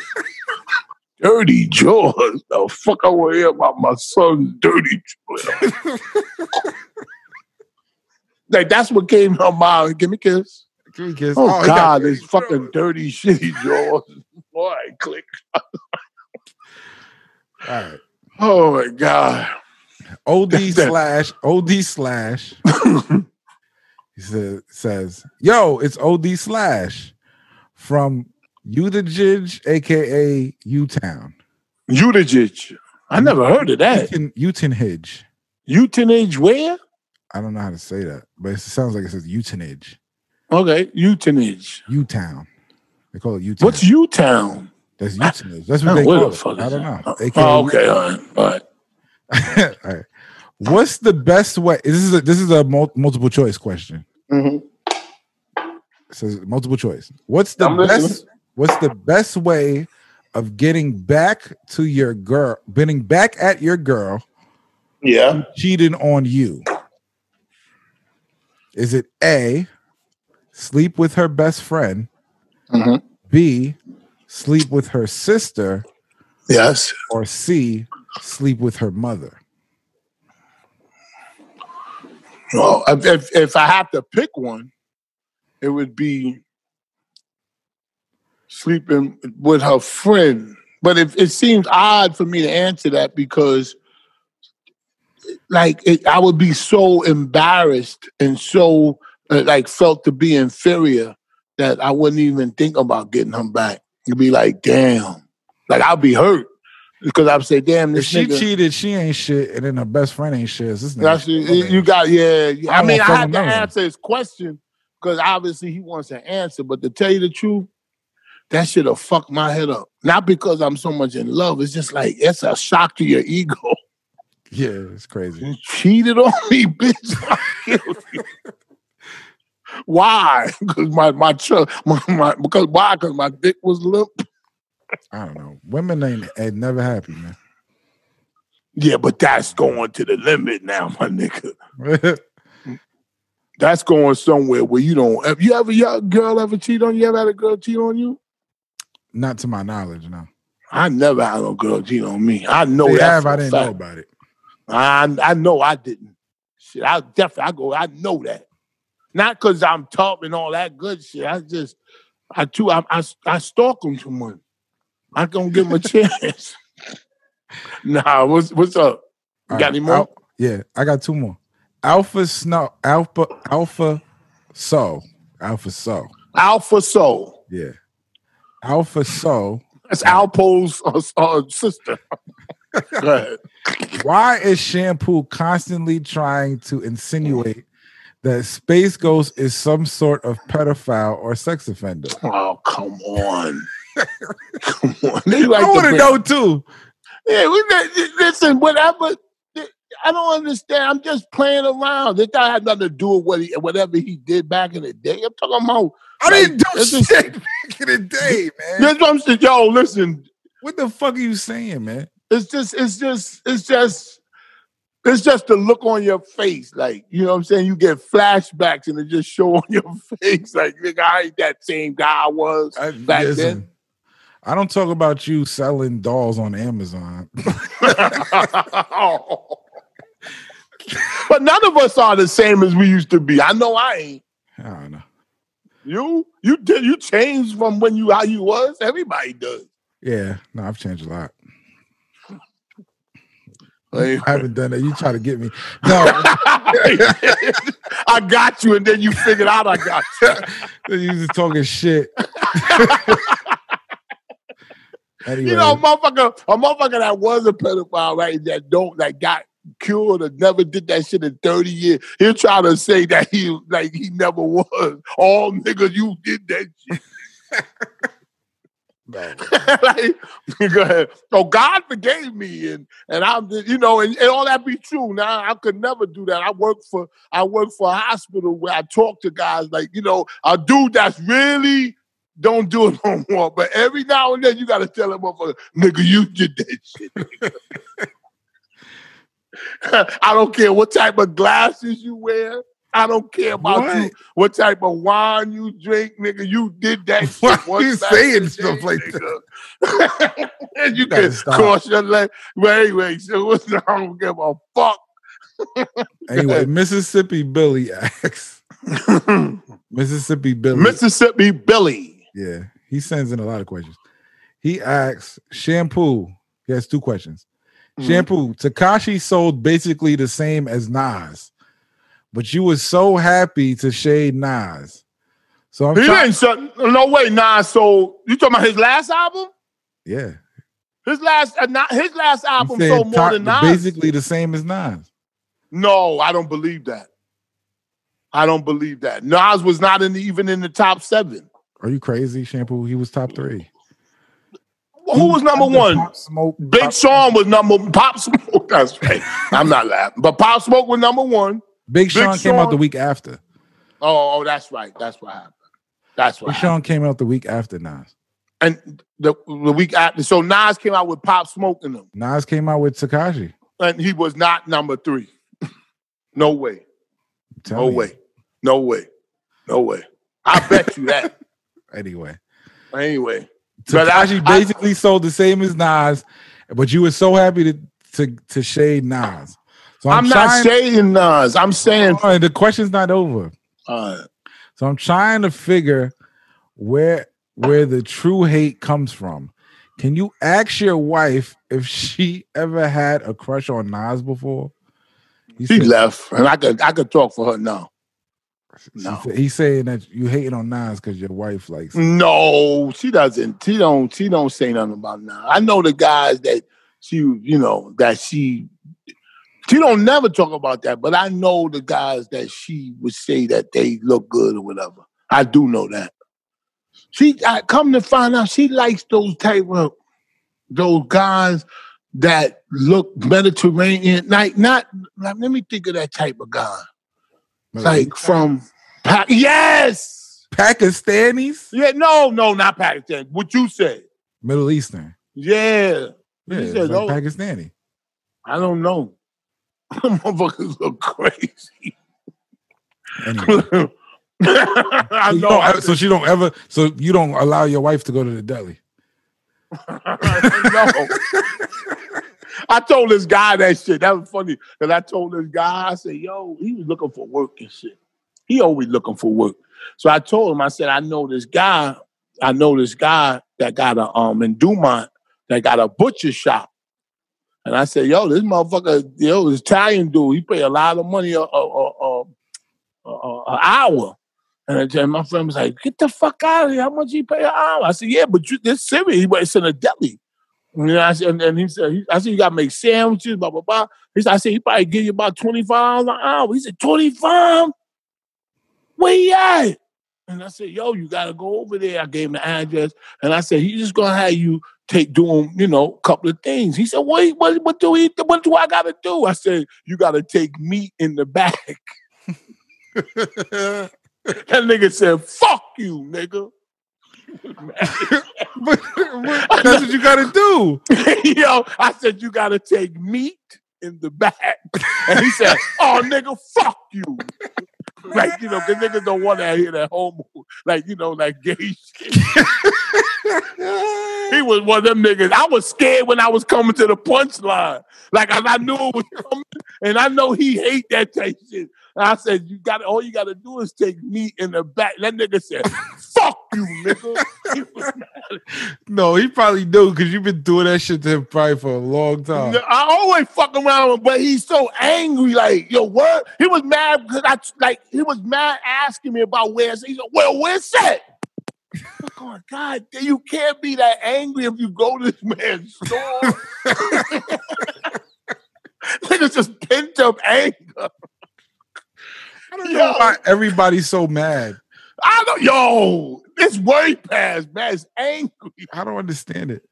dirty drawers. The fuck I want to hear about my son's dirty drawers. like that's what came to my mind. Give me a kiss. Can we kiss? Oh, he got God, dirty this fucking dirty shitty drawers. Boy, I click. drawers. All right. Oh my God. OD that. slash OD slash. he sa- says, "Yo, it's OD slash from you the Jidge, aka U Town, Utinage. I never heard of that. Utinage. Utinage where? I don't know how to say that, but it sounds like it says Utinage, Okay, Utinage. U Town. They call it U Town. What's U-Town? That's Utinage. That's what Oh, they where call the it. fuck I is don't that? know. AKA Oh, okay, all right, all right. All right. What's the best way? This is a, this is a mul- multiple choice question. Mhm. It says multiple choice. What's the I'm best? listening. What's the best way of getting back to your girl? Getting back at your girl Yeah. cheating on you. Is it a sleep with her best friend? Mhm. B sleep with her sister, Yes. or C sleep with her mother? Well, if, if if I have to pick one, it would be sleeping with her friend. But if it seems odd for me to answer that because, like, it, I would be so embarrassed and so uh, like felt to be inferior that I wouldn't even think about getting him back. You'd be like, damn, like I'll be hurt because I'd say, damn, If this she nigga. cheated, she ain't shit, and then her best friend ain't shit. It's This nigga. That's you you got yeah. I I, mean, won't I tell had him to nothing. answer his question because obviously he wants an answer. But to tell you the truth, that should have fucked my head up. Not because I'm so much in love. It's just like it's a shock to your ego. Yeah, it's crazy. You cheated on me, bitch. I'm guilty. why? Because my my, tru- my my because why? Because my dick was limp. I don't know. Women ain't, ain't never happy, man. Yeah, but that's going to the limit now, my nigga. yeah, That's going somewhere where you don't. Have you ever your girl ever cheat on you? Ever had a girl cheat on you? not to my knowledge, no. I never had no girl cheat on me. I know They that. have, for I a didn't know fact. about it. I I know I didn't. Shit, I definitely I go. I know that. Not because I'm tough and all that good shit. I just I too I I, I stalk them too much. I don't give them a chance. nah, what's what's up? You All got right, any more? Al- yeah, I got two more. Alpha Snow, Alpha, Alpha So, Alpha So, Alpha Soul. yeah. Alpha So, That's Alpo's uh, uh, sister. Go ahead. why is Shampoo constantly trying to insinuate that Space Ghost is some sort of pedophile or sex offender? Oh come on. Come on. They like I want to bring- know too. Yeah, we, li- li- listen, whatever. I don't understand. I'm just playing around. This guy had nothing to do with what he, whatever he did back in the day. I'm talking about. I didn't do This is- shit back in the day, man. This what I'm saying. Yo, listen. What the fuck are you saying, man? It's just, it's just, it's just, it's just the look on your face. Like, you know what I'm saying? You get flashbacks and it just show on your face. Like, nigga, I ain't that same guy I was I, back then. I don't talk about you selling dolls on Amazon. oh, But none of us are the same as we used to be. I know I ain't. I don't know. You you did you changed from when you how you was. Everybody does. Yeah, no, I've changed a lot. Like, I haven't done that. You try to get me. No, I got you, and then you figured out I got you. you just talking shit. anyway, You know, a motherfucker, a motherfucker that was a pedophile, right? That don't that got cured or never did that shit in 30 years. He'll try to say that he like he never was. All niggas, you did that shit. no. like, go ahead. So God forgave me, and and I'm just- you know, and, and all that be true. Now I could never do that. I work for I work for a hospital where I talk to guys like you know a dude that's really don't do it no more. But every now and then you gotta tell him, motherfucker, nigga, you did that shit. nigga." I don't care what type of glasses you wear. I don't care about you. What? What type of wine you drink, nigga? You did that. shit Why once you back in saying the stuff day, like nigga. and you You gotta can stop. cross your leg. But anyway, so what's the, I don't give a fuck. anyway, Mississippi Billy asks. Mississippi Billy. Mississippi Billy. Yeah, he sends in a lot of questions. He asks Shampoo. He has two questions. Mhm. Shampoo, Takashi sold basically the same as Nas, but you were so happy to shade Nas. So I'm He trying. didn't shut. No way, nah. So you talking about his last album? Yeah, His last, uh, not his last I'm album saying sold more Top- than Nas. basically the same as Nas. no, I don't believe that. I don't believe that. Nas was not in the, even in the top seven. Are you crazy, Shampoo? He was top three. Who was number under one? Pop Smoke. Big Pop- Sean was number Pop Smoke. That's right. I'm not laughing, but Pop Smoke was number one. Big Sean came out the Sean. week after. Oh, oh, that's right. That's what happened. That's what Big happened. Sean came out the week after Nas. And the, the week after, so Nas came out with Pop Smoke in him, Nas came out with Takashi. and he was not number three. no way. No way. No way. No way. I bet you that. Anyway, Anyway. But I- Takashi I- basically sold the same as Nas, but you were so happy to to, to shade Nas. So I'm, I'm, not trying, saying Nas. I'm saying Hold on, the question's not over. uh, So I'm trying to figure where where the true hate comes from. Can you ask your wife if she ever had a crush on Nas before? He she said- left, and I could I could talk for her now. he No. said- he's saying that you hating on Nas because your wife likes. No, she doesn't. She don't. She don't say nothing about now. I know the guys that she, you know, that she. She don't never talk about that, but I know the guys that she would say that they look good or whatever. I do know that. She I come to find out she likes those type of those guys that look Mediterranean. Like not. Like, let me think of that type of guy. Like from, Pa- yes, Pakistanis, yeah, no, no, not Pakistan. What you said. Middle Eastern. Yeah. Yeah, He it's said, like "Oh." Pakistani. I don't know. Motherfuckers look crazy. Anyway, I so, you know. don't I ever- so she don't ever. So you don't allow your wife to go to the deli. no. I told this guy that shit. That was funny. And I told this guy, I said, yo, he was looking for work and shit. He always looking for work. So I told him, I said, I know this guy. I know this guy that got a um in Dumont that got a butcher shop. And I said, yo, this motherfucker, yo, this Italian dude, he pay a lot of money uh, a, a, a, a, a, a- a uh, hour. And I tell- my friend was like, get the fuck out of here. How much he pay an hour? I said, yeah, but you this serious. He was in a deli. And then I said, and, and he said, he, I said, you gotta make sandwiches, blah, blah, blah. He said, I said, he probably give you about $25 an hour. He said, 25 Where he at? And I said, yo, you gotta go over there. I gave him the address. And I said, he just gonna have you take doing, you know, a couple of things. He said, what, what, what do he what do I gotta do? I said, you gotta take meat in the back. That nigga said, fuck you, nigga. but, but that's what you gotta do. Yo, I said, you gotta take meat in the back. And he said, oh, nigga, fuck you. Like, you know, because niggas don't want to hear that homo, like, you know, like gay shit. He was one of them niggas. I was scared when I was coming to the punchline. Like I, I knew it was coming, and I know he hate that type shit. And I said, "You got all you got to do is take me in the back." That nigga said, "Fuck you, nigga." He was No, he probably do because you've been doing that shit to him probably for a long time. No, I always fuck around with him, but he's so angry. Like, yo, what? He was mad because I like he was mad asking me about where's he's like, well, where's that? I'm going, oh God, damn, you can't be that angry if you go to this man's store. Niggas just pent up anger. I don't know why everybody's so mad. I don't, yo, this way pass, man, is angry. I don't understand it.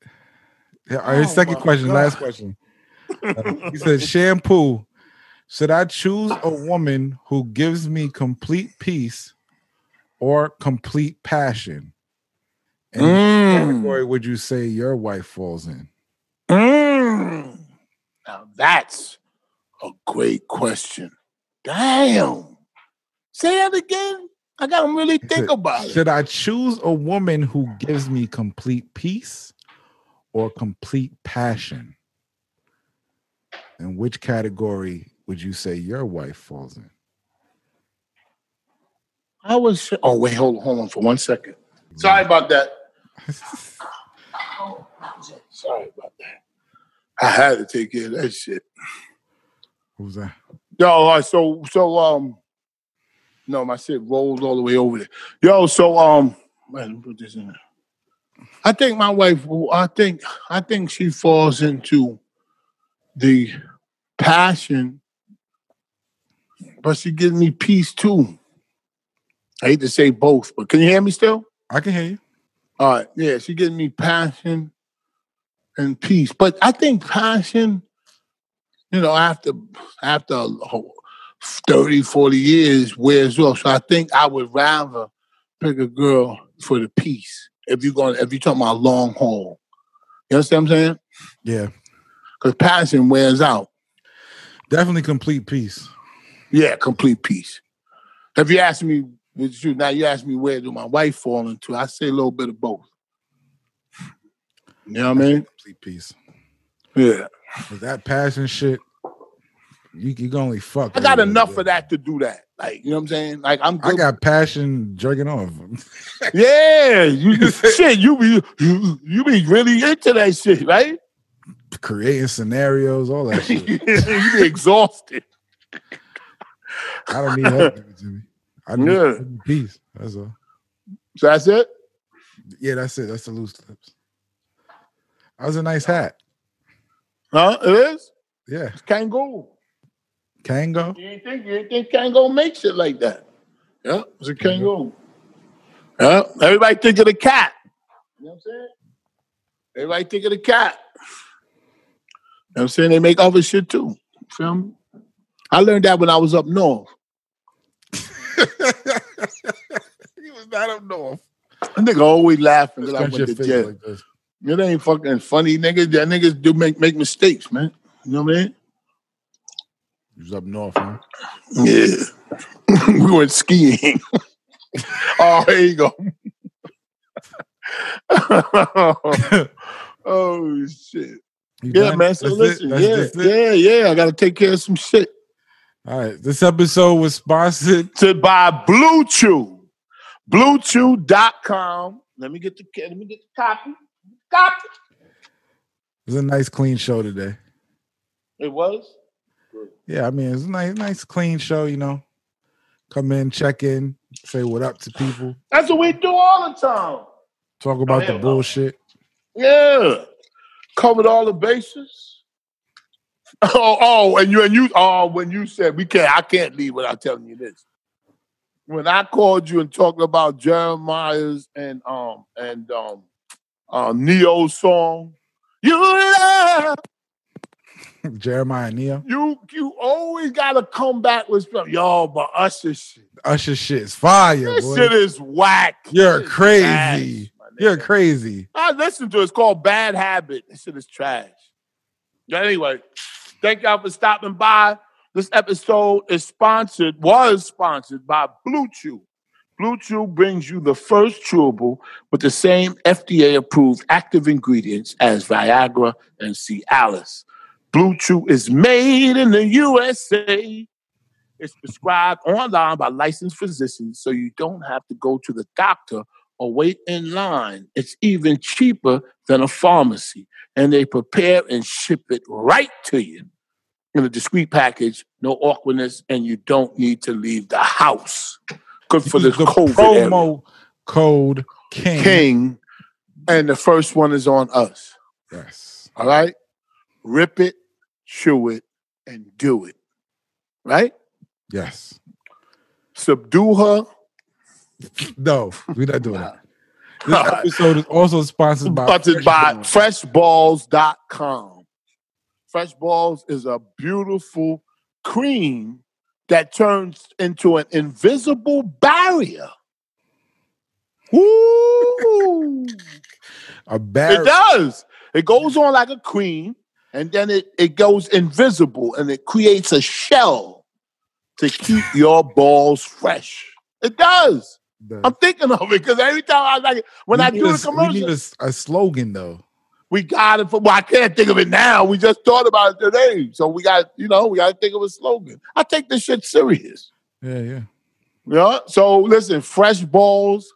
Yeah, all right, his Oh second my question, God. last question. Uh, he said, "Shampoo. Should I choose a woman who gives me complete peace or complete passion?" And Hmm. which category would you say your wife falls in? Mm. Now that's a great question. Damn. Say that again. I gotta really think about it. Should I choose a woman who gives me complete peace or complete passion? And which category would you say your wife falls in? I was. Oh wait, hold hold on for one second. Sorry about that. Sorry about that. I had to take care of that shit. Who's that? Yo, all right, so so um, no, my shit rolled all the way over there. Yo, so um, wait, let me put this in. There. I think my wife. I think I think she falls into the passion, but she gives me peace too. I hate to say both, but can you hear me still? I can hear you. All right, yeah, she gives me passion and peace. But I think passion, you know, after after a whole 30, 40 years wears off. So I think I would rather pick a girl for the peace. If you're going, if you're talking about long haul, you understand what I'm saying? Yeah, Because passion wears out. definitely complete peace. Yeah, complete peace. If you ask me, with you now you ask me where do my wife fall into? I say a little bit of both. You know what I mean? Complete peace. Yeah. 'Cause That passion shit, you, you can only fuck. I got with it. enough of that to do that. Like, you know what I'm saying? Like, I'm I good. got passion jerking off. yeah, you shit. You be you, you be really into that shit, right? Creating scenarios, all that you shit. be exhausted. I don't need help giving to me. I need Yeah. peace. That's all. So that's it. Yeah, that's it. That's the loose lips. That was a nice hat. Huh? It is. Yeah. It's Kangoo. Kango. You ain't think you ain't think Kangoo makes shit like that. Yeah, it's a Kangoo. Yeah, everybody think of the cat. You know what I'm saying? Everybody think of the cat. You know what I'm saying? They make other shit too. Feel me? I learned that when I was up north. He was not up north. That nigga always laughing because I Scrunch your went to face jail. like this. It ain't fucking funny, nigga. That niggas do make, make mistakes, man. You know what I mean? He was up north, man. Yeah. we went skiing. oh, here you go. oh shit. You Yeah, done? man. So That's it? listen, That's- that's yeah, it? yeah, yeah. I gotta take care of some shit. All right. This episode was sponsored. To buy Blue Chew. Bluechew.com. Let me get the let me get the copy. Copy. It was a nice clean show today. It was. Yeah, I mean, it was a nice, nice clean show, you know. Come in, check in, say what up to people, That's what we do all the time. talk about hell no. the bullshit. Yeah. Covered all the bases. Oh, oh, and you and you oh when you said we can't I can't leave without telling you this. When I called you and talked about Jeremiah's and um and um uh Neo's song, you love Jeremiah and Neo. you you always gotta come back with stuff. Yo, but Usher shit. Usher shit is fire, This boy. shit is whack. You're This is crazy. trash, my nigga. You're crazy. I listened to it. It's called Bad Habit. This shit is trash. But anyway, thank y'all for stopping by. This episode is sponsored, was sponsored by Blue Chew. Blue Chew brings you the first chewable with the same FDA approved active ingredients as Viagra and Cialis. Blue Chew is made in the USA. It's prescribed online by licensed physicians, so you don't have to go to the doctor or wait in line. It's even cheaper than a pharmacy, and they prepare and ship it right to you in a discreet package, no awkwardness, and you don't need to leave the house. Good for this Use the COVID area. promo code King. King, and the first one is on us. Yes. All right, rip it, chew it, and do it. Right, Yes. subdue her. No, we're not doing that. This God. episode is also sponsored by Sponsored by Fresh Balls. freshballs.com. Fresh Balls is a beautiful cream that turns into an invisible barrier. Woo! A it barrier. does. It goes on like a cream, and then it, it goes invisible and it creates a shell to keep your balls fresh. It does. I'm thinking of it because every time I like it, Um, when We I need do a, the commercial, we need a, s- a slogan though. we got it for well, I can't think of it now. We just thought about it today. So we got, you know, we gotta think of a slogan. I take this shit serious. Yeah, yeah. Yeah. So listen, fresh balls,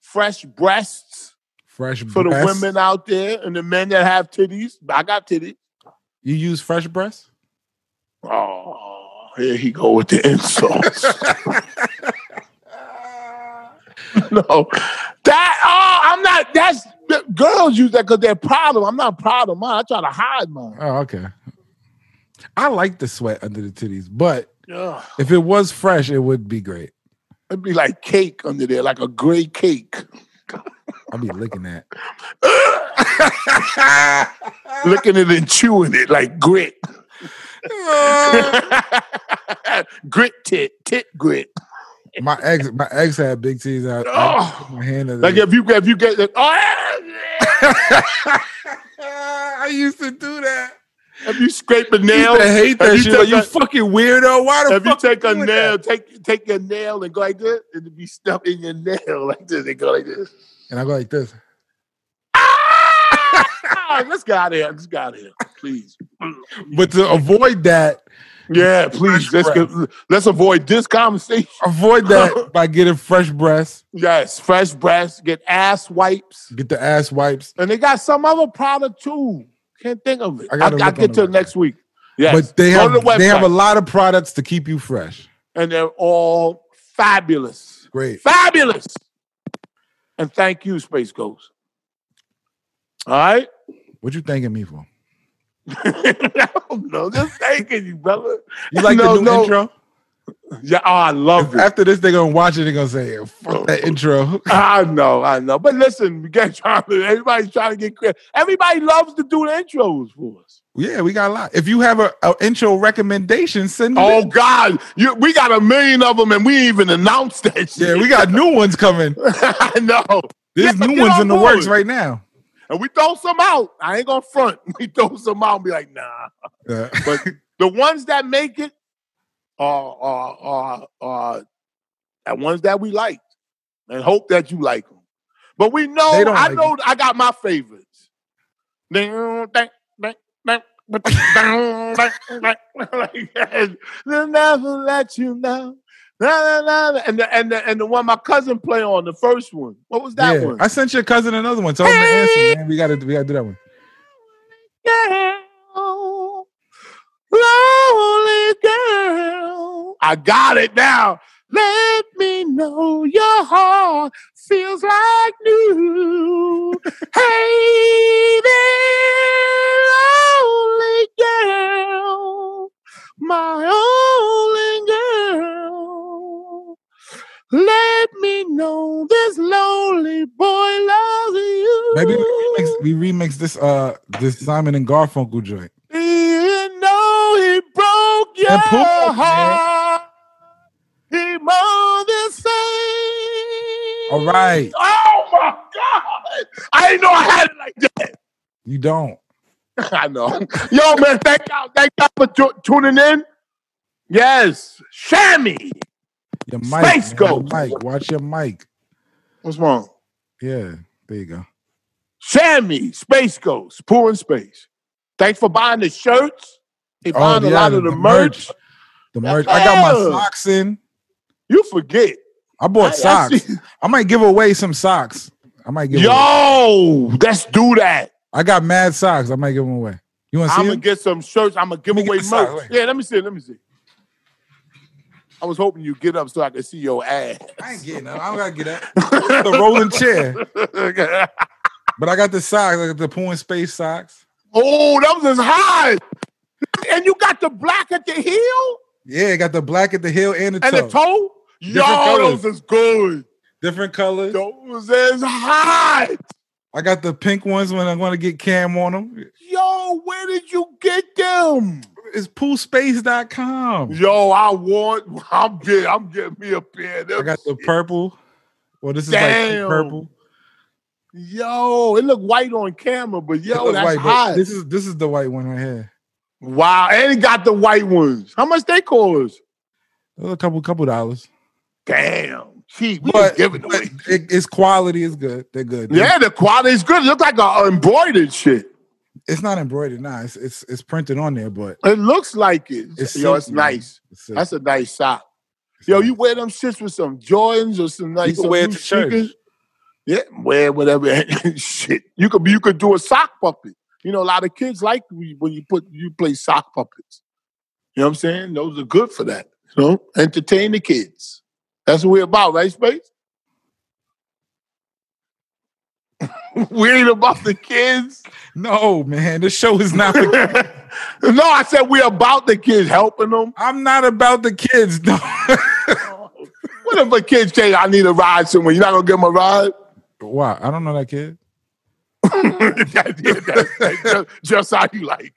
fresh breasts Fresh for the breast. women out there and the men that have titties. I got titties. You use fresh breast? Oh, here he go with the insults. no. That oh, I'm not that's girls use that because they're proud of 'em. I'm not proud of mine. I try to hide mine. Oh, okay. I like the sweat under the titties, but Yeah. if it was fresh, it would be great. It'd be like cake under there, like a gray cake. I'd be licking that. licking it and chewing it like grit. grit tit, tit grit. My ex, my ex had big titties. and I, I put Oh. my hand under Like it. if you if you get the, oh, I used to do that. if you scrape a I nail, used to hate that if shit. you Like, take you a, fucking weirdo. Why the if you fuck take a doing nail, that? take take your nail and go like this, it'd be stuck in your nail like this. They go like this. And I go like this. Ah, let's get out of here. Let's get out of here, please. But to avoid that, Yeah, please. Let's get, let's avoid this conversation. avoid that by getting fresh breasts, Yes, fresh breasts, get ass wipes, get the ass wipes. and they got some other product too. Can't think of it. I I gotta will look on get the to it website. next week. Yes, But they Go have to the they have a website. lot of products to keep you fresh. and they're all fabulous, Great. fabulous. And thank you, Space Ghost. All right, What you thanking me for? I don't know. Just thanking you, brother. You like No, the new no. intro? Yeah, oh, I love it. After this, they're gonna watch it. They're gonna say, "Yeah, Oh. "Fuck that intro." I know, I know. But listen, we get trying to, everybody's trying to get credit. Everybody loves to do the intros for us. yeah, we got a lot. If you have a, a intro recommendation, send it. Oh in. God, you, we got a million of them, and we even announced that. Shit. yeah, we got new ones coming. I know. There's Yeah, new get ones on in the board. works right now. And we throw some out. I ain't gonna front. We throw some out and be like, nah. Yeah. But the ones that make it are are are are the ones that we like, and hope that you like them. But we know, They don't I like know, I got my favorites. They'll never let you know. Na, na, na, na. And the and the and the one my cousin play on the first one. What was that Yeah. one? I sent your cousin another one. Tell him to answer, man. We gotta we gotta do that one. girl, lonely girl. I got it now. Let me know your heart feels like new. hey there, lonely girl, my only girl. Let me know this lonely boy loves you. Maybe we remix, we remix this uh this Simon and Garfunkel joint. Even though he broke your And Pooh, man. heart, he more the same. All right, Oh my God! I didn't know I had it like that. you don't. I know. Yo, man, thank y'all, thank y'all for tu- tuning in. Yes, Shammy, Your mic, Space man, Ghost. Your mic. Watch your mic. What's wrong? Yeah, there you go. Sammy, Space Ghost, Pool in Space. Thanks for buying the shirts. They buying a yeah, lot of Oh, the, merch. The merch. I got my Yeah. socks in. You forget. I bought I- I socks. see- I, might give away some socks. I might give. Away. Yo, let's do that. I got mad socks. I might give them away. You want to see I'm gonna 'em? get some shirts. I'm gonna give Let me away get the side, merch. wait. Yeah, let me see. Let me see. I was hoping you get up so I could see your ass. I ain't getting up. I don't gotta get up. the rolling chair. But I got the socks. I got the pool and space socks. oh, that was as high. And you got the black at the heel Yeah, I got the black at the heel and the and toe. the toe. Yo, Different colors. those is good. Different colors. Those is hot. I got the pink ones when I want to get cam on them. Yo, where did you get them? It's poolspace.com. Yo, I want. I'm getting. I'm getting me a pair. Of them. I got the purple. Well, this is like pink Damn. purple. Yo, it look white on camera, but It yo, look that's white, but hot. This is this is the white one right here. wow, and it got the white ones. How much they cost? It was A couple couple dollars, Damn, cheap. We just but, giving but away. it- its quality is good. They're good. Yeah, the quality is good. It look like a embroidered shit. it's not embroidered. Nah, it's it's, it's printed on there, but It looks like it. It's yo, silk, it's man. nice. it's a- That's a nice sock. it's Yo, nice. you wear them shits with some Jordans or some nice. you can some wear it new to church. sneakers? Yeah, wear whatever shit. You could you could do a sock puppet. You know, a lot of kids like when you put you play sock puppets. You know what I'm saying? Those are good for that. You know, entertain the kids. That's what we're about, right, Space? we ain't about the kids. No, man, this show is not. no, I said we're about the kids, helping them. I'm not about the kids. No. What if a kid say, I need a ride somewhere? You're not gonna give him a ride? Why? I don't know that kid. That- yeah, that- that- just, just how you like.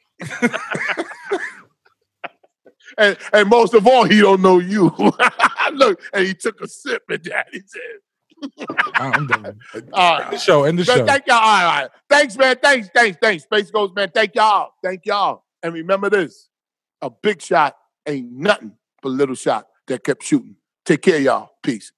and and most of all, he don't know you. Look, and he took a sip and that he said, I'm done. all right. The show end the Man, show. thank y'all. All right, all right. Thanks, man. Thanks, thanks, thanks. Space goes, man. Thank y'all. Thank y'all. And remember this: a big shot ain't nothing but a little shot that kept shooting. Take care, y'all. Peace.